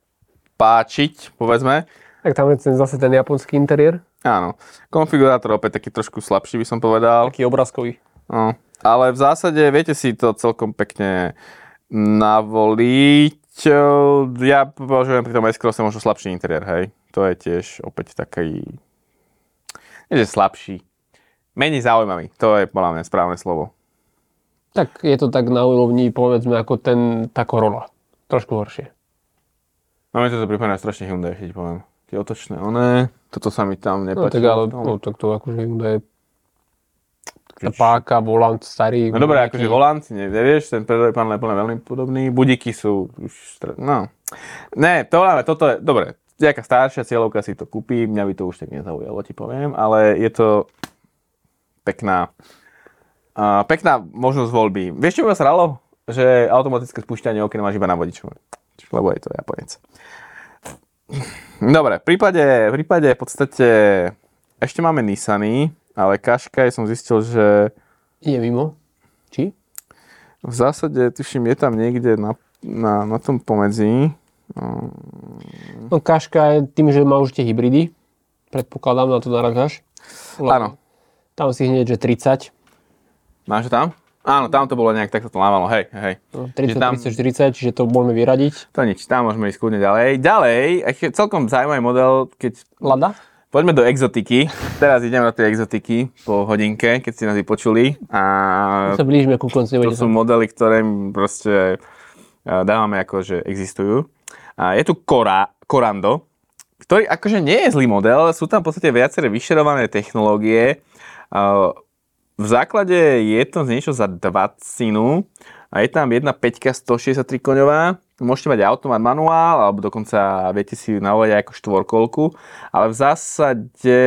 Speaker 2: páčiť, povedzme.
Speaker 3: Tak tam je ten, zase ten japonský interiér.
Speaker 2: Áno. Konfigurátor opäť taký trošku slabší by som povedal.
Speaker 3: Taký obrázkový.
Speaker 2: No, ale v zásade viete si to celkom pekne navoliť. ja považujem pri tom S-Crosse možno slabší interiér, hej. To je tiež opäť taký... Nie, že slabší. Menej zaujímavý. To je podľa mňa správne slovo.
Speaker 3: Tak je to tak na úrovni, povedzme, ako ten, tá Corolla. Trošku horšie.
Speaker 2: No mi to pripomína strašne Hyundai, keď ti poviem. Tie otočné, oné, toto sa mi tam
Speaker 3: No
Speaker 2: nepáči.
Speaker 3: tak ale,
Speaker 2: No.
Speaker 3: no tak to akože Hyundai je tá páka, volant starý.
Speaker 2: No dobré, akože volant, ne, nevieš, ten predový panel je plne veľmi podobný, budiky sú už, stra- no. Ne, to ale toto je, dobre, nejaká staršia cieľovka si to kúpi, mňa by to už tak nezaujalo, ti poviem, ale je to pekná, a pekná možnosť voľby. Vieš, čo by ma sralo? Že automatické spúšťanie okien máš iba na vodičovi, lebo je to Japonec. Dobre, v prípade, v prípade v podstate ešte máme Nissany, ale Kaškaj som zistil, že
Speaker 3: Je mimo. Či?
Speaker 2: v zásade, tuším, je tam niekde na, na, na tom pomedzi. Hm.
Speaker 3: No Kaška je tým, že má už tie hybridy. Predpokladám, na to naražaš. Lebo
Speaker 2: Áno.
Speaker 3: Tam si hneď, že 30.
Speaker 2: Máš to tam? Áno, tam to bolo nejak, tak sa to lávalo, hej, hej.
Speaker 3: No, 30,
Speaker 2: Čiže tam,
Speaker 3: 30, 40, čiže to môžeme vyradiť.
Speaker 2: to nič, tam môžeme ísť kľudne ďalej. Ďalej, ešte celkom zaujímavý model, keď...
Speaker 3: Lada?
Speaker 2: Poďme do exotiky. Teraz idem na tie exotiky po hodinke, keď ste nás vypočuli. A
Speaker 3: Sa blížime ku koncu,
Speaker 2: to
Speaker 3: nebude
Speaker 2: sú
Speaker 3: som...
Speaker 2: modely, ktoré m- proste e, dávame ako, že existujú. A je tu Cora, Corando, ktorý akože nie je zlý model, sú tam v podstate viaceré vyšerované technológie. E, V základe je to niečo za 20 a je tam jedna 5 163 koňová. Môžete mať automat manuál, alebo dokonca viete si ju navolať aj ako štvorkolku, ale v zásade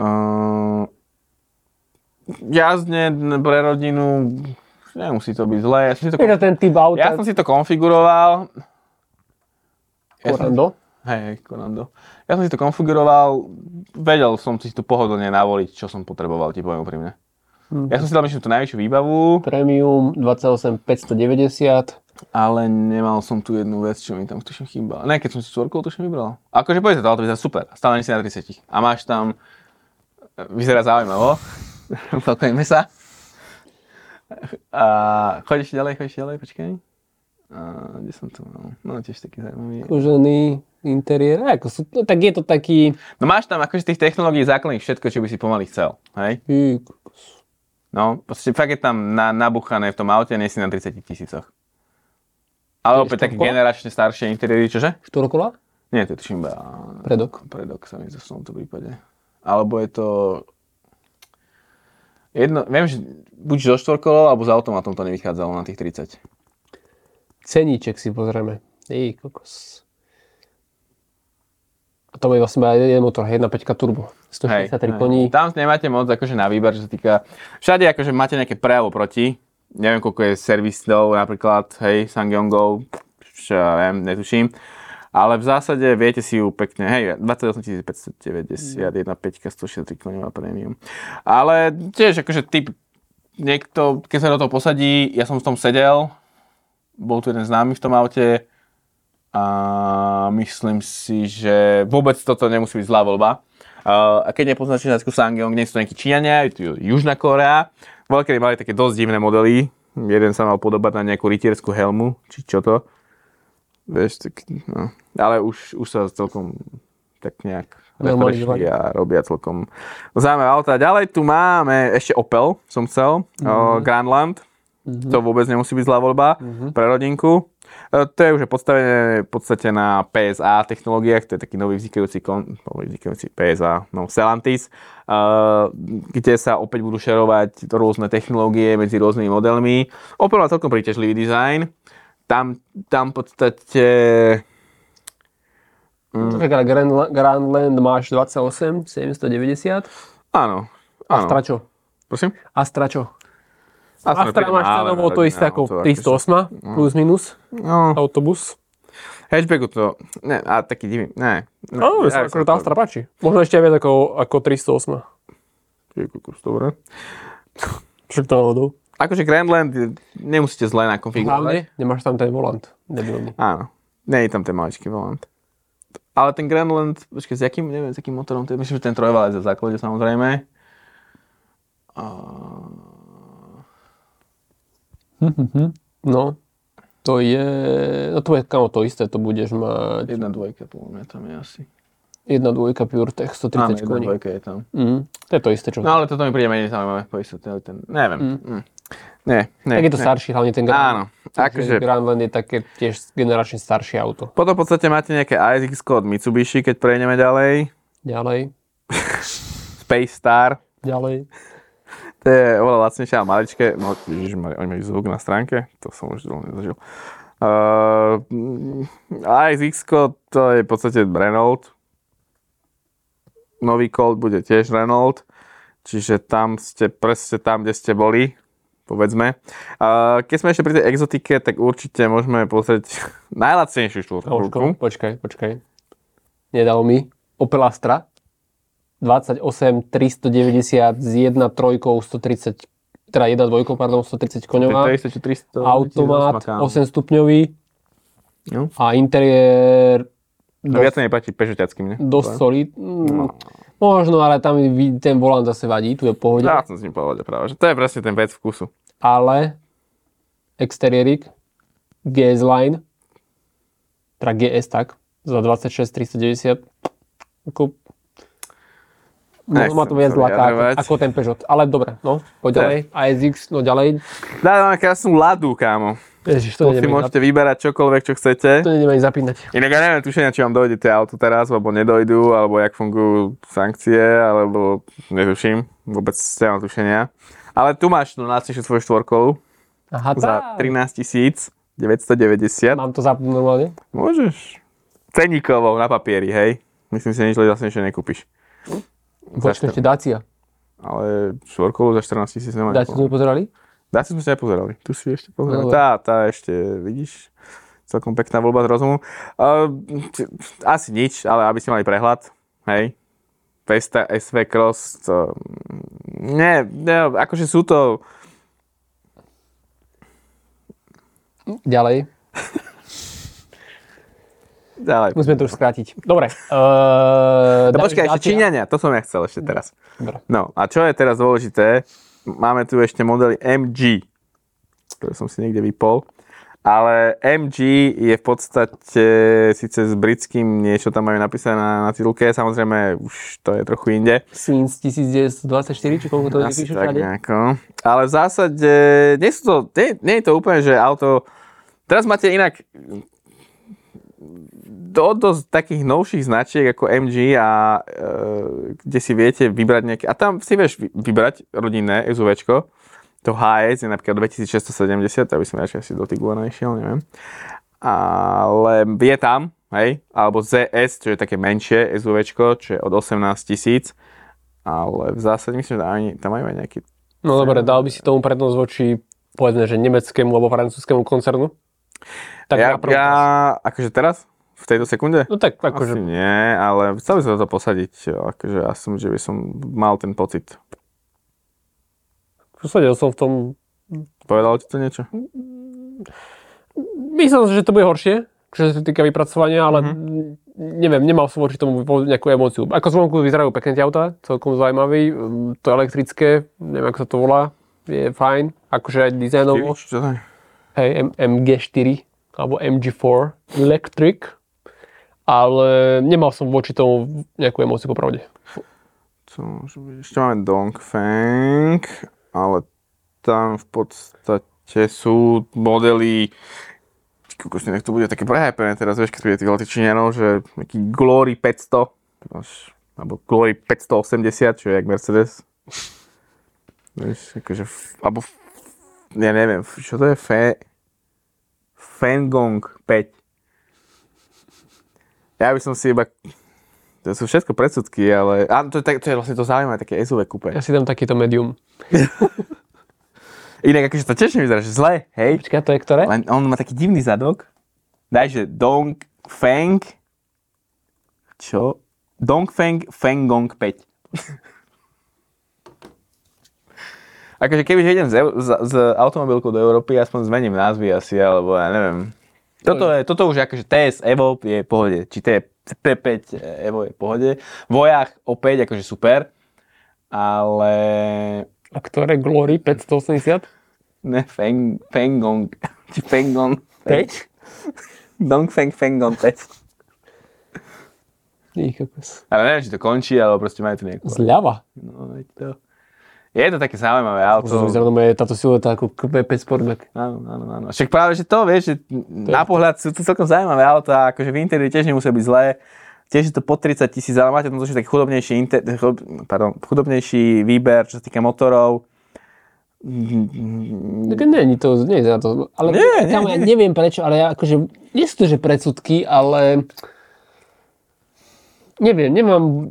Speaker 2: e, jazdne n- pre rodinu, nemusí to byť zlé. Ja som si to,
Speaker 3: Je to ten typ auta,
Speaker 2: ja som si to konfiguroval. Ja som,
Speaker 3: Corando.
Speaker 2: hej, hej, Konando. Ja som si to konfiguroval, vedel som si tu pohodlne navoliť, čo som potreboval, ti poviem úprimne. Ja som si dal myslím tú najvyššiu výbavu,
Speaker 3: Premium 28 590.
Speaker 2: ale nemal som tu jednu vec, čo mi tam tuším chýbala. Ne, keď som si štvorkou tuším vybral. Akože povedz, to auto vyzerá super, stále nie si na 30. A máš tam, e, vyzerá zaujímavo, pokojíme sa. A chodíš ďalej, chodíš ďalej, počkaj. A, kde som tu mal? No tiež taký zaujímavý.
Speaker 3: Kožený interiér. A Ako sú, no, tak je to taký...
Speaker 2: No máš tam akože tých technológií základných všetko, čo by si pomaly chcel, hej?
Speaker 3: Ty kokos.
Speaker 2: No, proste fakt je tam na, nabuchané v tom aute, nie si na 30 tisícoch. Ale
Speaker 3: To je
Speaker 2: opäť také
Speaker 3: štvorkola?
Speaker 2: generačne staršie interiéry, čože?
Speaker 3: Štvorkola?
Speaker 2: Nie, to je tuším iba
Speaker 3: Predok.
Speaker 2: predok sa mi zdá v tomto prípade. Alebo je to... Jedno, viem, že buď so štvorkolou, alebo s automatom to nevychádzalo na tých 30.
Speaker 3: Ceníček si pozrieme. Ty kokos. A to je vlastne iba jeden motor, 1.5 turbo. 163 koní.
Speaker 2: Tam nemáte moc akože na výber, čo sa týka... Všade akože máte nejaké pre alebo proti. Neviem, koľko je servisov, napríklad, hej, Sangyongov, čo ja viem, netuším. Ale v zásade viete si ju pekne, hej, 28 590, 1.5, 163 koňová premium. Ale tiež akože typ, niekto, keď sa do toho posadí, ja som v tom sedel, bol tu jeden známy v tom aute a myslím si, že vôbec toto nemusí byť zlá voľba. Uh, a keď nepoznáš čínsku Sangyong, nie sú to nejakí Číňania, je tu Južná Korea. Veľkedy mali také dosť divné modely. Jeden sa mal podobať na nejakú rytierskú helmu, či čo to. Vieš, tak, no. Ale už, už sa celkom tak nejak
Speaker 3: Normalizovali.
Speaker 2: refreshli a robia celkom zaujímavé auta. Ďalej tu máme ešte Opel, som chcel, mm-hmm. Grandland.
Speaker 3: Mhm.
Speaker 2: To vôbec nemusí byť zlá voľba pre rodinku. E, To je už postavené v podstate na PSA technológiách, to je taký nový vznikajúci, kon, nový vznikajúci PSA, no Celantis, e, kde sa opäť budú šerovať rôzne technológie medzi rôznymi modelmi. Opel má celkom príťažlivý dizajn. Tam, tam v podstate...
Speaker 3: Tak ale Grand- Grandland máš 28 790.
Speaker 2: Áno.
Speaker 3: A
Speaker 2: áno.
Speaker 3: stračo.
Speaker 2: Prosím?
Speaker 3: A stračo. A
Speaker 2: Astra
Speaker 3: stra máš cenovo to isté ako 308
Speaker 2: Mm.
Speaker 3: plus minus
Speaker 2: No,
Speaker 3: autobus.
Speaker 2: hatchbacku to... Ne, a taký divý. Ne. ne
Speaker 3: Áno, mne
Speaker 2: No, ja
Speaker 3: sa
Speaker 2: som
Speaker 3: akože tá
Speaker 2: to-
Speaker 3: Astra páči. Možno ešte aj viac ako, ako 308.
Speaker 2: Ty kokos, Dobre.
Speaker 3: Však to náhodou.
Speaker 2: Akože Grandland nemusíte zle nakonfigurovať.
Speaker 3: Hlavne nemáš tam ten volant. Debilný.
Speaker 2: Áno. Nie je tam ten maličký volant. Ale ten Grandland, počkaj, s jakým, neviem, s akým motorom, to je, myslím, že ten trojvalec je v základe samozrejme. A...
Speaker 3: No. Hm, To je, no to je kamo to isté, to budeš mať
Speaker 2: Jedna dvojka, podľa mňa tam je asi.
Speaker 3: 1.2 PureTech,
Speaker 2: Áno,
Speaker 3: 130
Speaker 2: jedna
Speaker 3: koní.
Speaker 2: dvojka je tam.
Speaker 3: Mm, to je to isté, čo...
Speaker 2: No ale toto mi príde menej zaujímavé, poistiť ten, ten, neviem. Mm. Mm. Nie, nie,
Speaker 3: tak je to
Speaker 2: nie.
Speaker 3: starší, hlavne ten Grand.
Speaker 2: Áno, akože-
Speaker 3: Grandland je také tiež generačne staršie auto.
Speaker 2: Potom v podstate máte nejaké ASX od Mitsubishi, keď prejdeme ďalej.
Speaker 3: Ďalej,
Speaker 2: Space Star,
Speaker 3: ďalej.
Speaker 2: to je oveľa lacnejšie a maličké. No, ježišmar, oni majú zvuk na stránke, to som už dlho nezažil. Uh, ASX to je v podstate Renault. Nový Colt bude tiež Renault. Čiže tam ste presne tam, kde ste boli, povedzme. Uh, keď sme ešte pri tej exotike, tak určite môžeme pozrieť najlacnejšiu štvorku.
Speaker 3: Oško, počkaj, počkaj. Nedal mi. Opel Astra. 28 390 s 1.3 130 teda 1.2, pardon, 130 koňová,
Speaker 2: 300 či 300
Speaker 3: automat 8 stupňový
Speaker 2: No.
Speaker 3: a interiér
Speaker 2: No viac sa nepáči pežoťacký mne.
Speaker 3: dosť solid. Mm, Možno, ale tam vy- ten volant zase vadí, tu je v pohode.
Speaker 2: Ja som s ním povedal práve, že to je presne ten vec vkusu.
Speaker 3: ale exteriérik GS Line, teda GS tak, za 26 390, ako, no,
Speaker 2: Nechcem
Speaker 3: má to viac
Speaker 2: sa vyjadrovať.
Speaker 3: laká ako, ako ten Peugeot, ale dobre, no, poď ďalej, ASX, no ďalej,
Speaker 2: Dá máme krásnu ladu, kámo.
Speaker 3: ježiš, to
Speaker 2: To si
Speaker 3: nejdeme, ani
Speaker 2: môžete vyberať čokoľvek, čo
Speaker 3: zap- to
Speaker 2: chcete.
Speaker 3: nejdeme ani zapínať.
Speaker 2: Inak ja neviem tušenia, či vám dojde tie auto teraz, alebo nedojdu, alebo jak fungujú sankcie, alebo netuším. Vôbec nemám tušenia. Ale tu máš tú najlacnejšiu svoju štvorkolu
Speaker 3: Aha, tá,
Speaker 2: za 13 990.
Speaker 3: mám to zapnúť normálne,
Speaker 2: Môžeš. Ceníkovou na papieri, hej. Myslím si, že nič lacnejšie nekúpiš.
Speaker 3: počkaj ešte Dacia,
Speaker 2: Ale štvorkolu za 14 tisíc nemá.
Speaker 3: Dacia sme pozerali,
Speaker 2: Dáci sme sa nepozerali. Tu si ešte pozerali.
Speaker 3: Dobre.
Speaker 2: Tá, tá ešte, vidíš, celkom pekná voľba z rozumu. Uh, asi nič, ale aby ste mali prehľad, hej. Vesta, SV Cross, to... mm, Nie, nie, akože sú to...
Speaker 3: ďalej,
Speaker 2: Ďalej.
Speaker 3: musíme to už skrátiť, dobre, uh,
Speaker 2: No počkaj, ešte Číňania, to som ja chcel ešte teraz.
Speaker 3: Dobre.
Speaker 2: No a čo je teraz dôležité, máme tu ešte modely MG, ktoré som si niekde vypol, ale MG je v podstate síce s britským, niečo tam majú napísané na, na titulke, samozrejme už to je trochu inde.
Speaker 3: Scenes 1924, či koľko to je,
Speaker 2: Asi
Speaker 3: píšu
Speaker 2: tak
Speaker 3: všade?
Speaker 2: nejako. Ale v zásade nie, sú to, nie, nie je to úplne, že auto... Teraz máte inak do dosť takých novších značiek ako MG a e, kde si viete vybrať nejaké... A tam si vieš vy- vybrať rodinné SUVčko. To HS je napríklad 2670, aby som radšej asi do Tiguana išiel, neviem. Ale je tam, hej, alebo ZS, čo je také menšie SUVčko, čo je od 18 tisíc. Ale v zásade myslím, že ani, tam majú aj nejaký...
Speaker 3: No dobre, dal by si tomu prednosť voči povedzme, že nemeckému alebo francúzskému koncernu? Tak na
Speaker 2: ja,
Speaker 3: prvú
Speaker 2: ja,
Speaker 3: časť.
Speaker 2: akože teraz? V tejto sekunde?
Speaker 3: No tak
Speaker 2: Akože...
Speaker 3: akože,
Speaker 2: nie, ale chcel by som to posadiť. Akože ja som, že by som mal ten pocit.
Speaker 3: sedel som v tom,
Speaker 2: Povedalo ti to niečo?
Speaker 3: myslel som, že to bude horšie, čo sa týka vypracovania, ale
Speaker 2: Mhm.
Speaker 3: mm-hmm. neviem, nemal som voči tomu po- nejakú emóciu. Ako zvonku vyzerajú pekné tie autá, celkom zaujímavý, Mm, to elektrické, neviem, ako sa to volá, je fajn, akože aj dizajnovo.
Speaker 2: Čo to je?
Speaker 3: Hej, M- MG4 alebo MG4 Electric, ale nemal som voči tomu nejakú emóciu popravde.
Speaker 2: To môže byť. Ešte máme Dongfeng, ale tam v podstate sú modely Ty kokos, nech to bude také prehypené teraz, vieš, keď príde tých letičinianov, že nejaký Glory 500, až- alebo Glory 580, čo je jak Mercedes. Vieš, akože, f- alebo, f- ja neviem, f- čo to je, Fe, Fengong 5. Ja by som si iba to sú všetko predsudky, ale... Áno, to, je tak- to je vlastne to zaujímavé, také SUV kúpe.
Speaker 3: Ja si dám takýto medium.
Speaker 2: Inak akože to tiež nevyzerá, že zle, hej?
Speaker 3: Počkaj, to je ktoré?
Speaker 2: Len on má taký divný zadok. Daj, že Dong Feng... Čo? Dong Feng Fengong 5. akože keby že idem s, eu- z, z automobilkou do Európy, aspoň zmením názvy asi, alebo ja neviem. Toto, je, toto už je akože TS Evo je v pohode, či TP5 eh, Evo je v pohode. Vojach opäť akože super, ale
Speaker 3: A ktoré Glory 580?
Speaker 2: ne Feng, Fengong, či Fengong
Speaker 3: Teč?
Speaker 2: Dong Feng Feng Gong Teč.
Speaker 3: Ty kokos.
Speaker 2: Ale neviem, či to končí, alebo proste majú tu nejakú.
Speaker 3: Zľava.
Speaker 2: No, veď to... Je to také zaujímavé auto.
Speaker 3: To... Vyzerá, no, je táto silueta ako KP5 Sportback.
Speaker 2: Áno, áno, áno. Však práve, že to, vieš, že na pohľad sú to celkom zaujímavé autá, akože v interiéri tiež nemusia byť zlé. Tiež je to po 30 tisíc, ale máte tam zase taký chudobnejší, inter, chud, pardon, chudobnejší výber, čo sa týka motorov.
Speaker 3: Tak nie, to, nie je za to. Ale
Speaker 2: Mm. Nie, nie,
Speaker 3: tam ja neviem prečo, ale ja akože, nie sú to, že predsudky, ale neviem, nemám,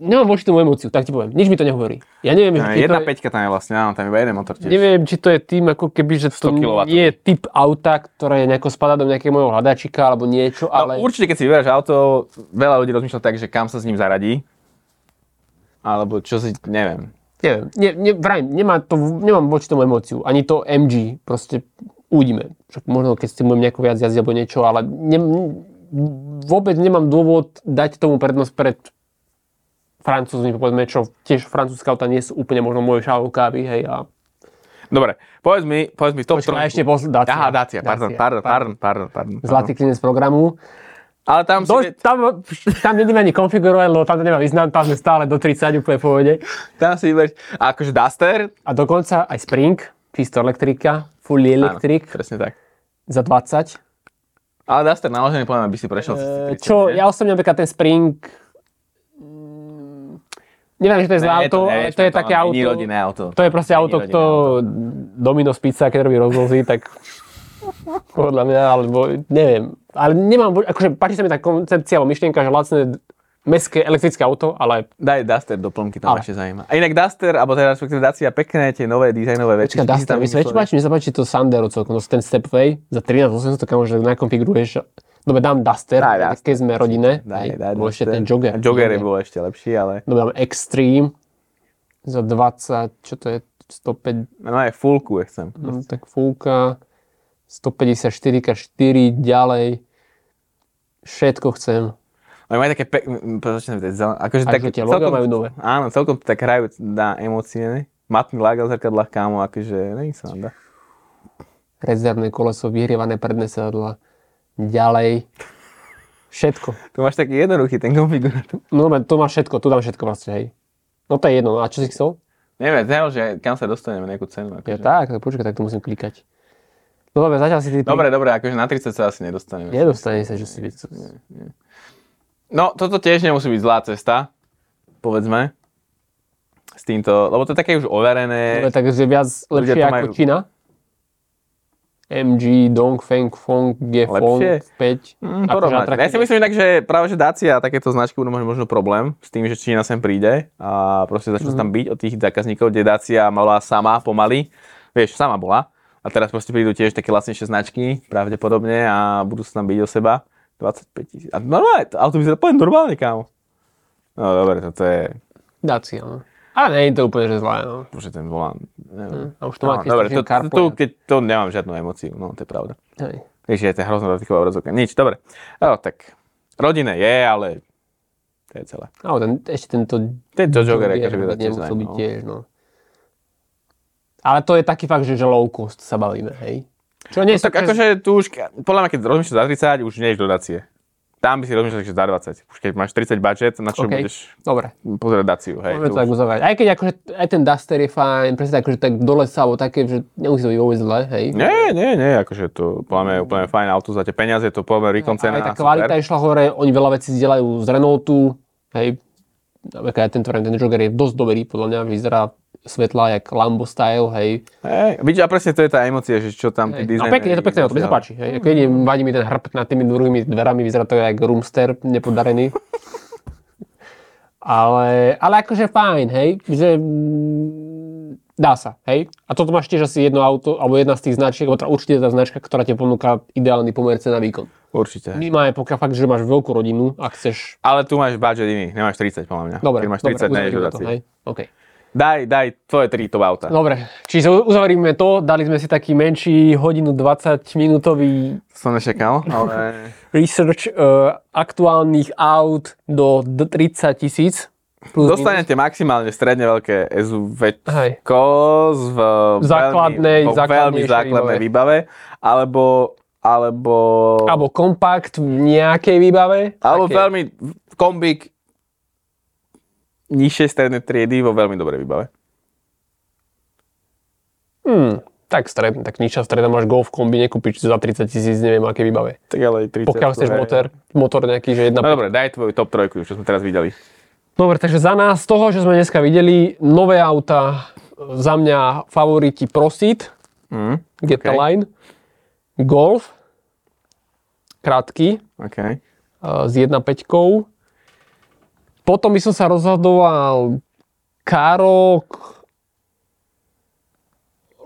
Speaker 3: nemám voči tomu emóciu, tak ti poviem. Nič mi to nehovorí. Ja neviem,
Speaker 2: Á,
Speaker 3: či to,
Speaker 2: Jedna
Speaker 3: je-
Speaker 2: peťka tam je vlastne, áno, tam iba jeden motor tiež.
Speaker 3: neviem, či to je tým, ako keby, že to
Speaker 2: 100 kW.
Speaker 3: nie je typ auta, ktoré nejako spadá do nejakého môjho hľadačika alebo niečo, ale...
Speaker 2: No, určite, keď si vyberáš auto, veľa ľudí rozmýšľa tak, že kam sa s ním zaradí. Alebo čo si, neviem.
Speaker 3: Neviem, ne, ne, vrajím, nemá to, nemám voči tomu emóciu, ani to MG, proste uvidíme. Však možno keď s tým budem nejako viac jazdiť alebo niečo, ale ne, vôbec nemám dôvod dať tomu prednosť pred francúzmi, povedzme, čo tiež francúzska auta nie sú úplne možno moje šálokávy, hej, a
Speaker 2: Dobre, povedz mi, povedz mi top
Speaker 3: Počkaj,
Speaker 2: trojku.
Speaker 3: ešte posl- Dacia.
Speaker 2: Aha, Dacia, pardon,
Speaker 3: Dacia,
Speaker 2: pardon, pardon, pardon, pardon.
Speaker 3: zlatý klinec programu.
Speaker 2: Ale tam si...
Speaker 3: To, tam, tam nedeme ani konfigurovať, lebo tam to nemá význam, tam sme stále do 30 úplne v pohode.
Speaker 2: Tam si vyberieš, akože Duster,
Speaker 3: A dokonca aj Spring, čisto elektrika, fully
Speaker 2: Áno,
Speaker 3: electric,
Speaker 2: presne tak.
Speaker 3: za 20.
Speaker 2: Ale Duster naložený poviem, aby si prešiel
Speaker 3: E,
Speaker 2: cez tie 30,
Speaker 3: Čo,
Speaker 2: nie?
Speaker 3: ja osobne napríklad ten Spring... mm, Neviem, že to je zlé
Speaker 2: Ne,
Speaker 3: auto,
Speaker 2: ne,
Speaker 3: ale to je
Speaker 2: to
Speaker 3: také
Speaker 2: nie
Speaker 3: auto...
Speaker 2: je rodinné auto.
Speaker 3: To je proste auto,
Speaker 2: rodinné
Speaker 3: kto Domino z pizza, keď robí rozvozy, tak podľa mňa, alebo neviem. Ale nemám, akože páči sa mi tá koncepcia alebo myšlienka, že lacné mestské elektrické auto, ale
Speaker 2: Daj Duster do plnky, tam
Speaker 3: Ale.
Speaker 2: ešte zaujíma. A inak Duster, alebo teda respektíve Dacia, pekné tie nové dizajnové veci.
Speaker 3: Počkaj, dá sa tam vysvetliť, páči, mne sa páči to Sandero celkom, to ten Stepway za 13 800, kam už nakonfiguruješ. Dobre, dám Duster,
Speaker 2: Daj
Speaker 3: ale
Speaker 2: Duster.
Speaker 3: keď sme rodine,
Speaker 2: Daj,
Speaker 3: hej,
Speaker 2: daj,
Speaker 3: bol ešte
Speaker 2: Duster.
Speaker 3: ten Jogger.
Speaker 2: A Jogger je bol ešte lepší, ale
Speaker 3: No mám Extreme za 20, čo to je, 105,
Speaker 2: no aj fullku je chcem.
Speaker 3: no, tak fúka, 154x4, ďalej, všetko chcem.
Speaker 2: Oni majú také pekné, akože
Speaker 3: Aj
Speaker 2: tak
Speaker 3: žltie logo majú nové.
Speaker 2: Áno, celkom tak hrajú na emócie, ne? Matný lága v zrkadlách, kámo, akože není sa nám dá.
Speaker 3: Rezervné koleso, vyhrievané predné sedadla, ďalej, všetko.
Speaker 2: Tu máš taký jednoduchý ten konfigurátor.
Speaker 3: No dobre, to má všetko, tu dám všetko vlastne, hej. No to je jedno, a čo si chcel?
Speaker 2: Neviem, zaujímavé, že kam sa dostaneme, nejakú cenu. Akože.
Speaker 3: Ja tak, tak počkaj, tak to musím klikať. No dobre, zatiaľ si ty...
Speaker 2: Dobre, dobre, akože na 30 sa asi nedostaneme.
Speaker 3: Nedostane sa, že si...
Speaker 2: No, toto tiež nemusí byť zlá cesta, povedzme. S týmto, lebo to je také už overené.
Speaker 3: Dobre, takže viac lepšie
Speaker 2: to
Speaker 3: ako
Speaker 2: majú-
Speaker 3: Čína. MG, Dong, Feng, Fong, Gefong,
Speaker 2: Lepšie?
Speaker 3: 5.
Speaker 2: Mm, porovnať. ja si myslím inak, že práve že Dacia a takéto značky budú mať možno problém s tým, že Čína sem príde a proste začnú sa
Speaker 3: Mhm.
Speaker 2: tam byť od tých zákazníkov, kde Dacia mala sama pomaly, vieš, sama bola. A teraz proste prídu tiež také lacnejšie značky, pravdepodobne, a budú sa tam byť o seba. 25 tisíc. A normálne, to auto vyzerá úplne normálne, kámo. No dobre, toto je,
Speaker 3: Dacia, no. Ale nie je to úplne, že zlé, no.
Speaker 2: bože, ten volant, neviem.
Speaker 3: A už Mm. to má,
Speaker 2: Áno,
Speaker 3: keď
Speaker 2: No, dobre,
Speaker 3: strašne
Speaker 2: to, to,
Speaker 3: CarPlay.
Speaker 2: tu, keď to nemám žiadnu emóciu, no to je pravda.
Speaker 3: Hej.
Speaker 2: Takže je to hrozná dotyková obrazovka. Nič, dobre. No, tak rodina je, ale to je celé.
Speaker 3: Ale ten, ešte tento...
Speaker 2: Ten to Joker,
Speaker 3: Jogger
Speaker 2: akože by to tiež
Speaker 3: nemusel byť
Speaker 2: zaujímalo.
Speaker 3: tiež, no. Ale to je taký fakt, že, že low cost sa bavíme, hej. Čo nie sú...
Speaker 2: Tak akože tu už, podľa mňa, keď rozmýšľaš za 30, už nie je dodácie. Tam by si rozmýšľal, že za 20. Už keď máš 30 budget, na čo
Speaker 3: OK,
Speaker 2: budeš
Speaker 3: dobre.
Speaker 2: pozerať daciu, hej.
Speaker 3: Môžeme
Speaker 2: tu
Speaker 3: to tak
Speaker 2: už-
Speaker 3: uzavrieť. Aj keď akože, aj ten Duster je fajn, presne tak, akože tak do lesa, alebo také, že nemusí to byť vôbec zle, hej.
Speaker 2: Nie, nie, nie, akože to podľa mňa je úplne fajn auto za tie peniaze, to povieme výkon cena.
Speaker 3: Aj tá
Speaker 2: super.
Speaker 3: kvalita išla hore, oni veľa vecí zdieľajú z Renaultu, hej, napríklad aj tento ten Jogger je dosť dobrý, podľa mňa vyzerá svetlá, jak Lambo style, hej.
Speaker 2: Hej, vidíš, a presne to je tá emócia, že čo tam tí
Speaker 3: hej. No
Speaker 2: dizajnery...
Speaker 3: pekne, je to pekné, to mi sa páči, hej. Keď idem, vadí mi ten hrb nad tými druhými dverami, vyzerá to jak roomster nepodarený. ale, ale akože fajn, hej, že mm, dá sa, hej. A toto máš tiež asi jedno auto, alebo jedna z tých značiek, alebo teda určite tá značka, ktorá ti ponúka ideálny pomer cena výkon.
Speaker 2: Určite.
Speaker 3: Minimálne pokiaľ fakt, že máš veľkú rodinu a chceš...
Speaker 2: Ale tu máš budget iný, nemáš 30 podľa mňa.
Speaker 3: Dobre,
Speaker 2: Keď máš
Speaker 3: dobre,
Speaker 2: 30, dobre,
Speaker 3: uzavrime to,
Speaker 2: dodácie.
Speaker 3: hej. Okay.
Speaker 2: Daj, daj tvoje 3 top auta. No.
Speaker 3: Dobre, čiže uzavrime to, dali sme si taký menší hodinu 20 minútový
Speaker 2: Som nečakal, ale...
Speaker 3: research uh, aktuálnych aut do d- 30 tisíc. plus
Speaker 2: Dostanete maximálne stredne veľké SUV
Speaker 3: Hej.
Speaker 2: s v
Speaker 3: Základnej,
Speaker 2: veľmi, vo veľmi
Speaker 3: základnejšej
Speaker 2: základnej výbave, alebo alebo...
Speaker 3: Alebo kompakt v nejakej výbave.
Speaker 2: Alebo
Speaker 3: Také-
Speaker 2: veľmi kombik nižšej strednej triedy vo veľmi dobrej výbave.
Speaker 3: Hmm, tak stred, tak nižšia streda máš Golf kombi, nekúpiš si za 30 tisíc, neviem aké výbave.
Speaker 2: Tak ale aj 30.
Speaker 3: Pokiaľ chceš
Speaker 2: dobre.
Speaker 3: motor, motor nejaký, že jedna...
Speaker 2: No dobre, daj tvoju top trojku, čo sme teraz videli.
Speaker 3: Dobre, takže za nás, z toho, že sme dneska videli, nové auta, e, za mňa favoriti Prosit,
Speaker 2: Mm,
Speaker 3: Get the
Speaker 2: OK.
Speaker 3: Line, Golf, krátky, eh,
Speaker 2: OK.
Speaker 3: s 1.5. Potom by som sa rozhodoval Karok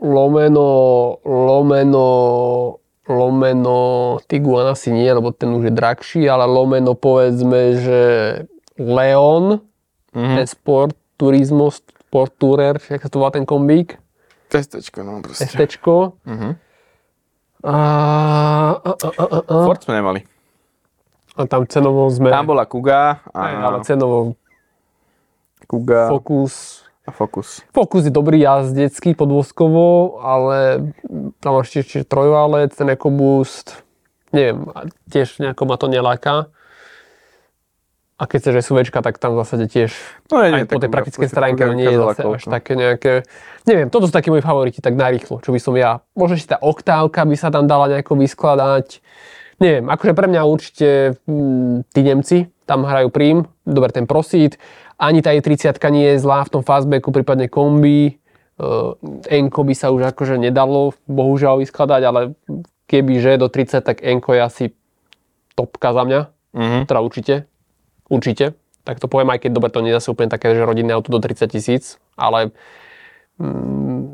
Speaker 3: lomeno, lomeno, lomeno Tiguan asi nie, lebo ten už je drahší, ale lomeno povedzme, že Leon, mm-hmm. ten Sport Turismo, Sport Tourer, jak sa to volá ten kombík,
Speaker 2: Testečko, no proste.
Speaker 3: STčko.
Speaker 2: Mhm.
Speaker 3: A, a, a, a, a, a.
Speaker 2: Ford sme nemali.
Speaker 3: a tam cenovo sme...
Speaker 2: Tam bola Kuga a
Speaker 3: ale cenovo
Speaker 2: Kuga
Speaker 3: Focus,
Speaker 2: a Focus.
Speaker 3: Focus je dobrý jazdecký podvozkovo, ale tam máš tiež, tiež trojválec, ten EcoBoost, neviem, a tiež nejako ma to neláka. A keď chceš SUVčka, tak tam v zásade tiež
Speaker 2: No
Speaker 3: aj po tej praktickej stránke to nie je zase až také nejaké... Neviem, toto sú takí moji favoriti, tak narýchlo, čo by som ja... Možno ešte tá oktávka by sa tam dala nejako vyskladať. Neviem, akože pre mňa určite mm, tí Nemci, tam hrajú prím, dobre ten prosít, ani tá i30 nie je zlá v tom fastbacku, prípadne kombi, uh, Enko by sa už akože nedalo bohužiaľ vyskladať, ale kebyže do 30, tak Enko je asi topka za mňa
Speaker 2: Mhm.
Speaker 3: teda určite, určite, tak to poviem, aj keď dobre, to nie je zase úplne také, že rodinné auto do 30 tisíc, ale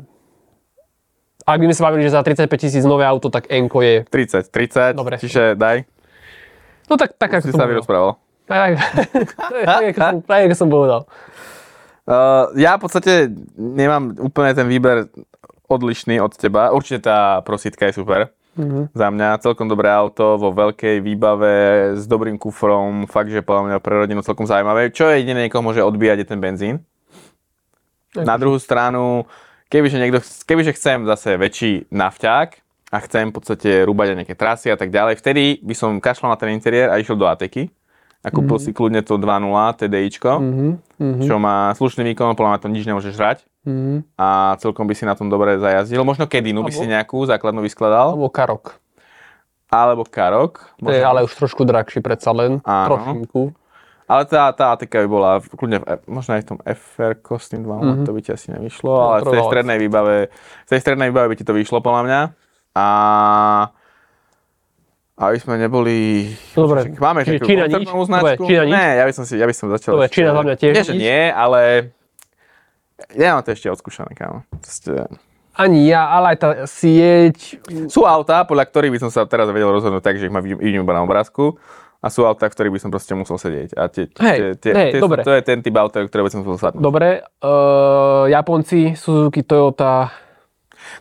Speaker 3: mm, ak by sme sa bavili, že za 35 tisíc nové auto, tak Enko je,
Speaker 2: 30, 30,
Speaker 3: Dobre.
Speaker 2: čiže daj.
Speaker 3: no tak, tak ako
Speaker 2: Si
Speaker 3: som
Speaker 2: sa
Speaker 3: povedal.
Speaker 2: vyrozprával.
Speaker 3: Tak, tak, ako som- tak, ako som povedal.
Speaker 2: Uh, ja v podstate nemám úplne ten výber odlišný od teba. Určite tá prosítka je super. Mm-hmm. Za mňa celkom dobré auto, vo veľkej výbave, s dobrým kufrom, fakt, že podľa mňa pre rodinu celkom zaujímavé. Čo je jediné, koho môže odbíjať, je ten benzín. Na druhú stranu, kebyže, niekto, kebyže chcem zase väčší nafťák a chcem v podstate rúbať aj nejaké trasy a tak ďalej, vtedy by som kašľal na ten interiér a išiel do Ateky a kúpil mm-hmm. si kľudne to 2.0 TDIčko. Mm-hmm mm-hmm. čo má slušný výkon, podľa mňa to nič nemôžeš hrať
Speaker 3: Mhm.
Speaker 2: a celkom by si na tom dobre zajazdil. Možno Kedinu by
Speaker 3: Alebo-
Speaker 2: si nejakú základnú vyskladal,
Speaker 3: Alebo Karok.
Speaker 2: alebo Karok.
Speaker 3: To je
Speaker 2: Možno.
Speaker 3: ale už trošku drahší predsa len.
Speaker 2: Áno.
Speaker 3: Trošinku.
Speaker 2: Ale tá, tá ATK by bola v- kľudne, v, možno aj v tom FR s tým 2,
Speaker 3: Mhm.
Speaker 2: mm-hmm. to by ti asi nevyšlo,
Speaker 3: No,
Speaker 2: ale v tej
Speaker 3: trvalec.
Speaker 2: strednej výbave, v tej strednej výbave by ti to vyšlo podľa mňa. A aby sme neboli...
Speaker 3: Dobre.
Speaker 2: Však Máme
Speaker 3: Čiže
Speaker 2: takú
Speaker 3: Čína
Speaker 2: koncernú
Speaker 3: nič?
Speaker 2: značku?
Speaker 3: Dobre, Čína nič?
Speaker 2: Ne, ja by som, si, ja by som začal...
Speaker 3: Dobre, Čína za mňa tiež
Speaker 2: Nie, že
Speaker 3: nič.
Speaker 2: nie, ale... Nemám to ešte odskúšané, kámo. Proste-
Speaker 3: Ani ja, ale aj tá sieť.
Speaker 2: Sú autá, podľa ktorých by som sa teraz vedel rozhodnúť tak, že ich ma vidím, vidím iba na obrázku. A sú autá, v ktorých by som proste musel sedieť. A tie, tie,
Speaker 3: Hej,
Speaker 2: tie,
Speaker 3: hej,
Speaker 2: tie,
Speaker 3: dobre.
Speaker 2: to je ten typ auta, ktoré by som musel sadnúť.
Speaker 3: Dobre, uh, Japonci, Suzuki, Toyota,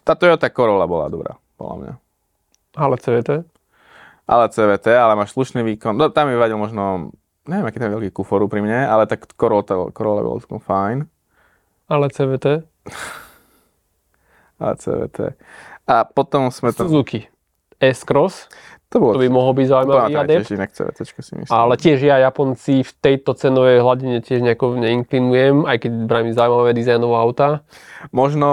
Speaker 2: Tá Toyota Corolla bola dobrá, podľa mňa.
Speaker 3: ale CVT.
Speaker 2: Ale CVT, ale máš slušný výkon. No, tam mi vadil možno, neviem, aký ten veľký kuforu pri mne, ale tak Corolla, Corolla bolo celkom fajn.
Speaker 3: Ale CVT.
Speaker 2: Ale CVT. A potom sme to...
Speaker 3: Suzuki S-Cross,
Speaker 2: To bolo...
Speaker 3: to by mohol byť zaujímavý
Speaker 2: bola
Speaker 3: adept.
Speaker 2: tiež inak CVT, si myslím.
Speaker 3: Ale tiež ja Japonci v tejto cenovej hladine tiež nejako neinklinujem, aj keď brámi zaujímavé dizajnové auta.
Speaker 2: Možno...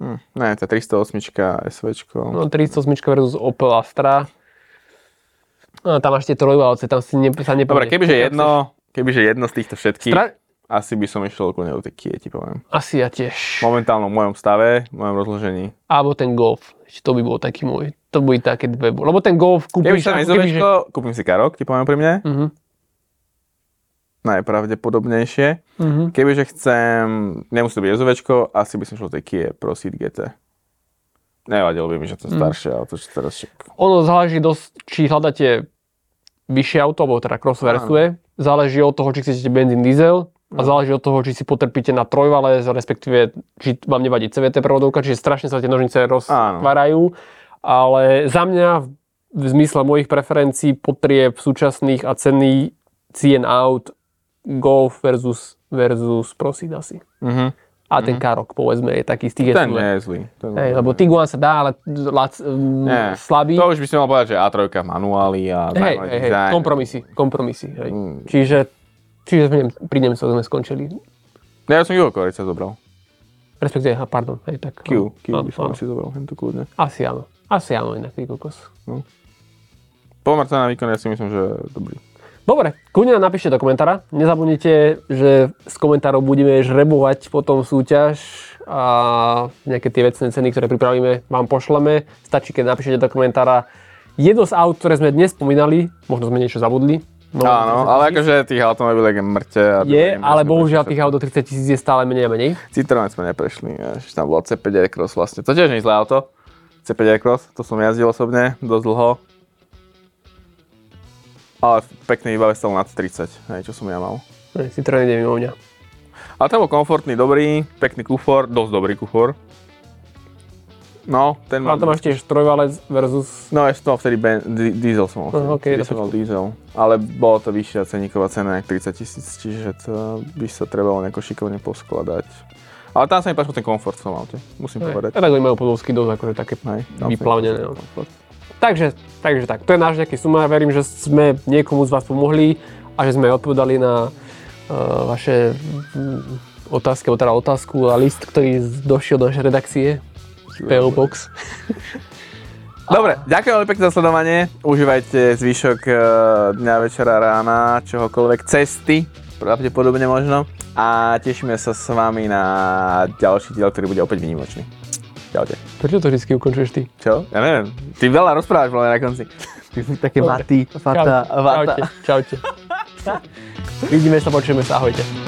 Speaker 2: Hm, ne, tá 308 SVčko.
Speaker 3: No 308 versus Opel Astra. No, tam máš tie trojvalce, tam si ne, sa nepovie.
Speaker 2: Dobre, kebyže jedno, kebyže jedno z týchto všetkých,
Speaker 3: Stra-
Speaker 2: asi by som išiel kľudne do tej Kia, ti poviem.
Speaker 3: Asi ja tiež.
Speaker 2: Momentálno v mojom stave, v mojom rozložení.
Speaker 3: Alebo ten Golf. Ešte to by bol taký môj. To by také dve. bol- Lebo ten Golf
Speaker 2: Keby
Speaker 3: kúpiš...
Speaker 2: som
Speaker 3: ako keby, že-
Speaker 2: SUVčko, kúpim si Karok, ti poviem pri mne.
Speaker 3: Mhm,
Speaker 2: Najpravdepodobnejšie.
Speaker 3: mhm.
Speaker 2: Kebyže chcem, nemusí to byť SUVčko, asi by som šiel do tej Kia Proceed GT. Nevadilo by mi, že som
Speaker 3: Hm.
Speaker 2: staršie auto, čo teraz však.
Speaker 3: Ono záleží dosť, či hľadáte vyššie auto, alebo teda crossover
Speaker 2: Áno.
Speaker 3: SUV. Záleží od toho, či chcete benzín, diesel a záleží od toho, či si potrpíte na trojvale, respektíve či vám nevadí CVT prevodovka, čiže strašne sa tie nožnice roztvárajú. Ale za mňa v- v zmysle mojich preferencií, potrieb súčasných a ceny cien aut Golf versus, versus Proceed asi.
Speaker 2: Mhm.
Speaker 3: A ten Karok, povedzme, je taký z tých
Speaker 2: Ten
Speaker 3: SUV.
Speaker 2: nie je zlý. Ten
Speaker 3: Hej, lebo Tiguan sa dá, ale lac, um,
Speaker 2: nie.
Speaker 3: slabý.
Speaker 2: To už by si mal povedať, že A3 v manuáli
Speaker 3: Hej,
Speaker 2: a zaujímavý
Speaker 3: hej, hej,
Speaker 2: dizajn.
Speaker 3: kompromisy, kompromisy. Hej.
Speaker 2: Mm.
Speaker 3: Čiže, čiže v Nem- pri Nemcoch sme skončili.
Speaker 2: No, Ja som Juho Koreca zobral.
Speaker 3: Respektíve, aha, pardon, hej, tak.
Speaker 2: Q, Q
Speaker 3: áno,
Speaker 2: by som
Speaker 3: áno.
Speaker 2: si zobral, hento kľudne.
Speaker 3: Asi áno. Asi áno, inak ty kokos.
Speaker 2: Pomer sa na výkon, ja si myslím, že dobrý.
Speaker 3: Dobre, kľudne nám napíšte do komentára. Nezabudnite, že z komentárov budeme žrebovať potom súťaž a nejaké tie vecné ceny, ktoré pripravíme, vám pošleme. Stačí, keď napíšete do komentára jedno z aut, ktoré sme dnes spomínali, možno sme niečo zabudli. No,
Speaker 2: Áno, ale akože tých automobiliek je mŕte.
Speaker 3: je,
Speaker 2: a neviem,
Speaker 3: ale
Speaker 2: presne,
Speaker 3: bohužiaľ
Speaker 2: prečo
Speaker 3: tých
Speaker 2: sa-
Speaker 3: aut do 30 tisíc je stále menej a menej.
Speaker 2: Citroen sme neprešli, až tam bola C5 Aircross vlastne. To tiež nie je zlé auto. C5 Aircross, to som jazdil osobne dosť dlho. Ale pekný výbave stalo nad 30, hej, čo som ja mal.
Speaker 3: Ne, Hm, Citroen ide mimo mňa.
Speaker 2: Ale ten bol komfortný, dobrý, pekný kufor, dosť dobrý kufor. No, ten
Speaker 3: Ale
Speaker 2: mal...
Speaker 3: tam máš tiež trojvalec versus...
Speaker 2: No, ešte to mal vtedy ben, di, diesel som mal. vtedy.
Speaker 3: Aha, ok,
Speaker 2: Vtedy som mal diesel. Ale bolo to vyššia ceníková cena, jak 30 tisíc, čiže to by sa trebalo nejako šikovne poskladať. Ale tam sa mi páčil ten komfort v tom aute, musím
Speaker 3: Hej,
Speaker 2: povedať.
Speaker 3: a tak oni majú podovský dosť akože také
Speaker 2: Hej, tam sa mi
Speaker 3: vyplavnené.
Speaker 2: páčil
Speaker 3: no.
Speaker 2: ten komfort.
Speaker 3: Takže, takže tak, to je náš nejaký sumár, verím, že sme niekomu z vás pomohli a že sme odpovedali na eh, vaše mm, otázky, alebo teda otázku a list, ktorý z- došiel do našej redakcie. PO Box.
Speaker 2: Dobre, ďakujem veľmi pekne za sledovanie. Užívajte zvyšok eh, dňa, večera, rána, čohokoľvek, cesty, pravdepodobne možno. A tešíme sa s vami na ďalší diel, ktorý bude opäť vynimočný. Ďaute.
Speaker 3: Prečo to vždy ukončuješ ty?
Speaker 2: Čo? Ja neviem. Ty veľa rozprávaš veľa na konci. Ty si také
Speaker 3: Dobre.
Speaker 2: vaty, vata,
Speaker 3: Čau-
Speaker 2: vata.
Speaker 3: Čaute, čaute. Vidíme sa, počujeme sa, ahojte.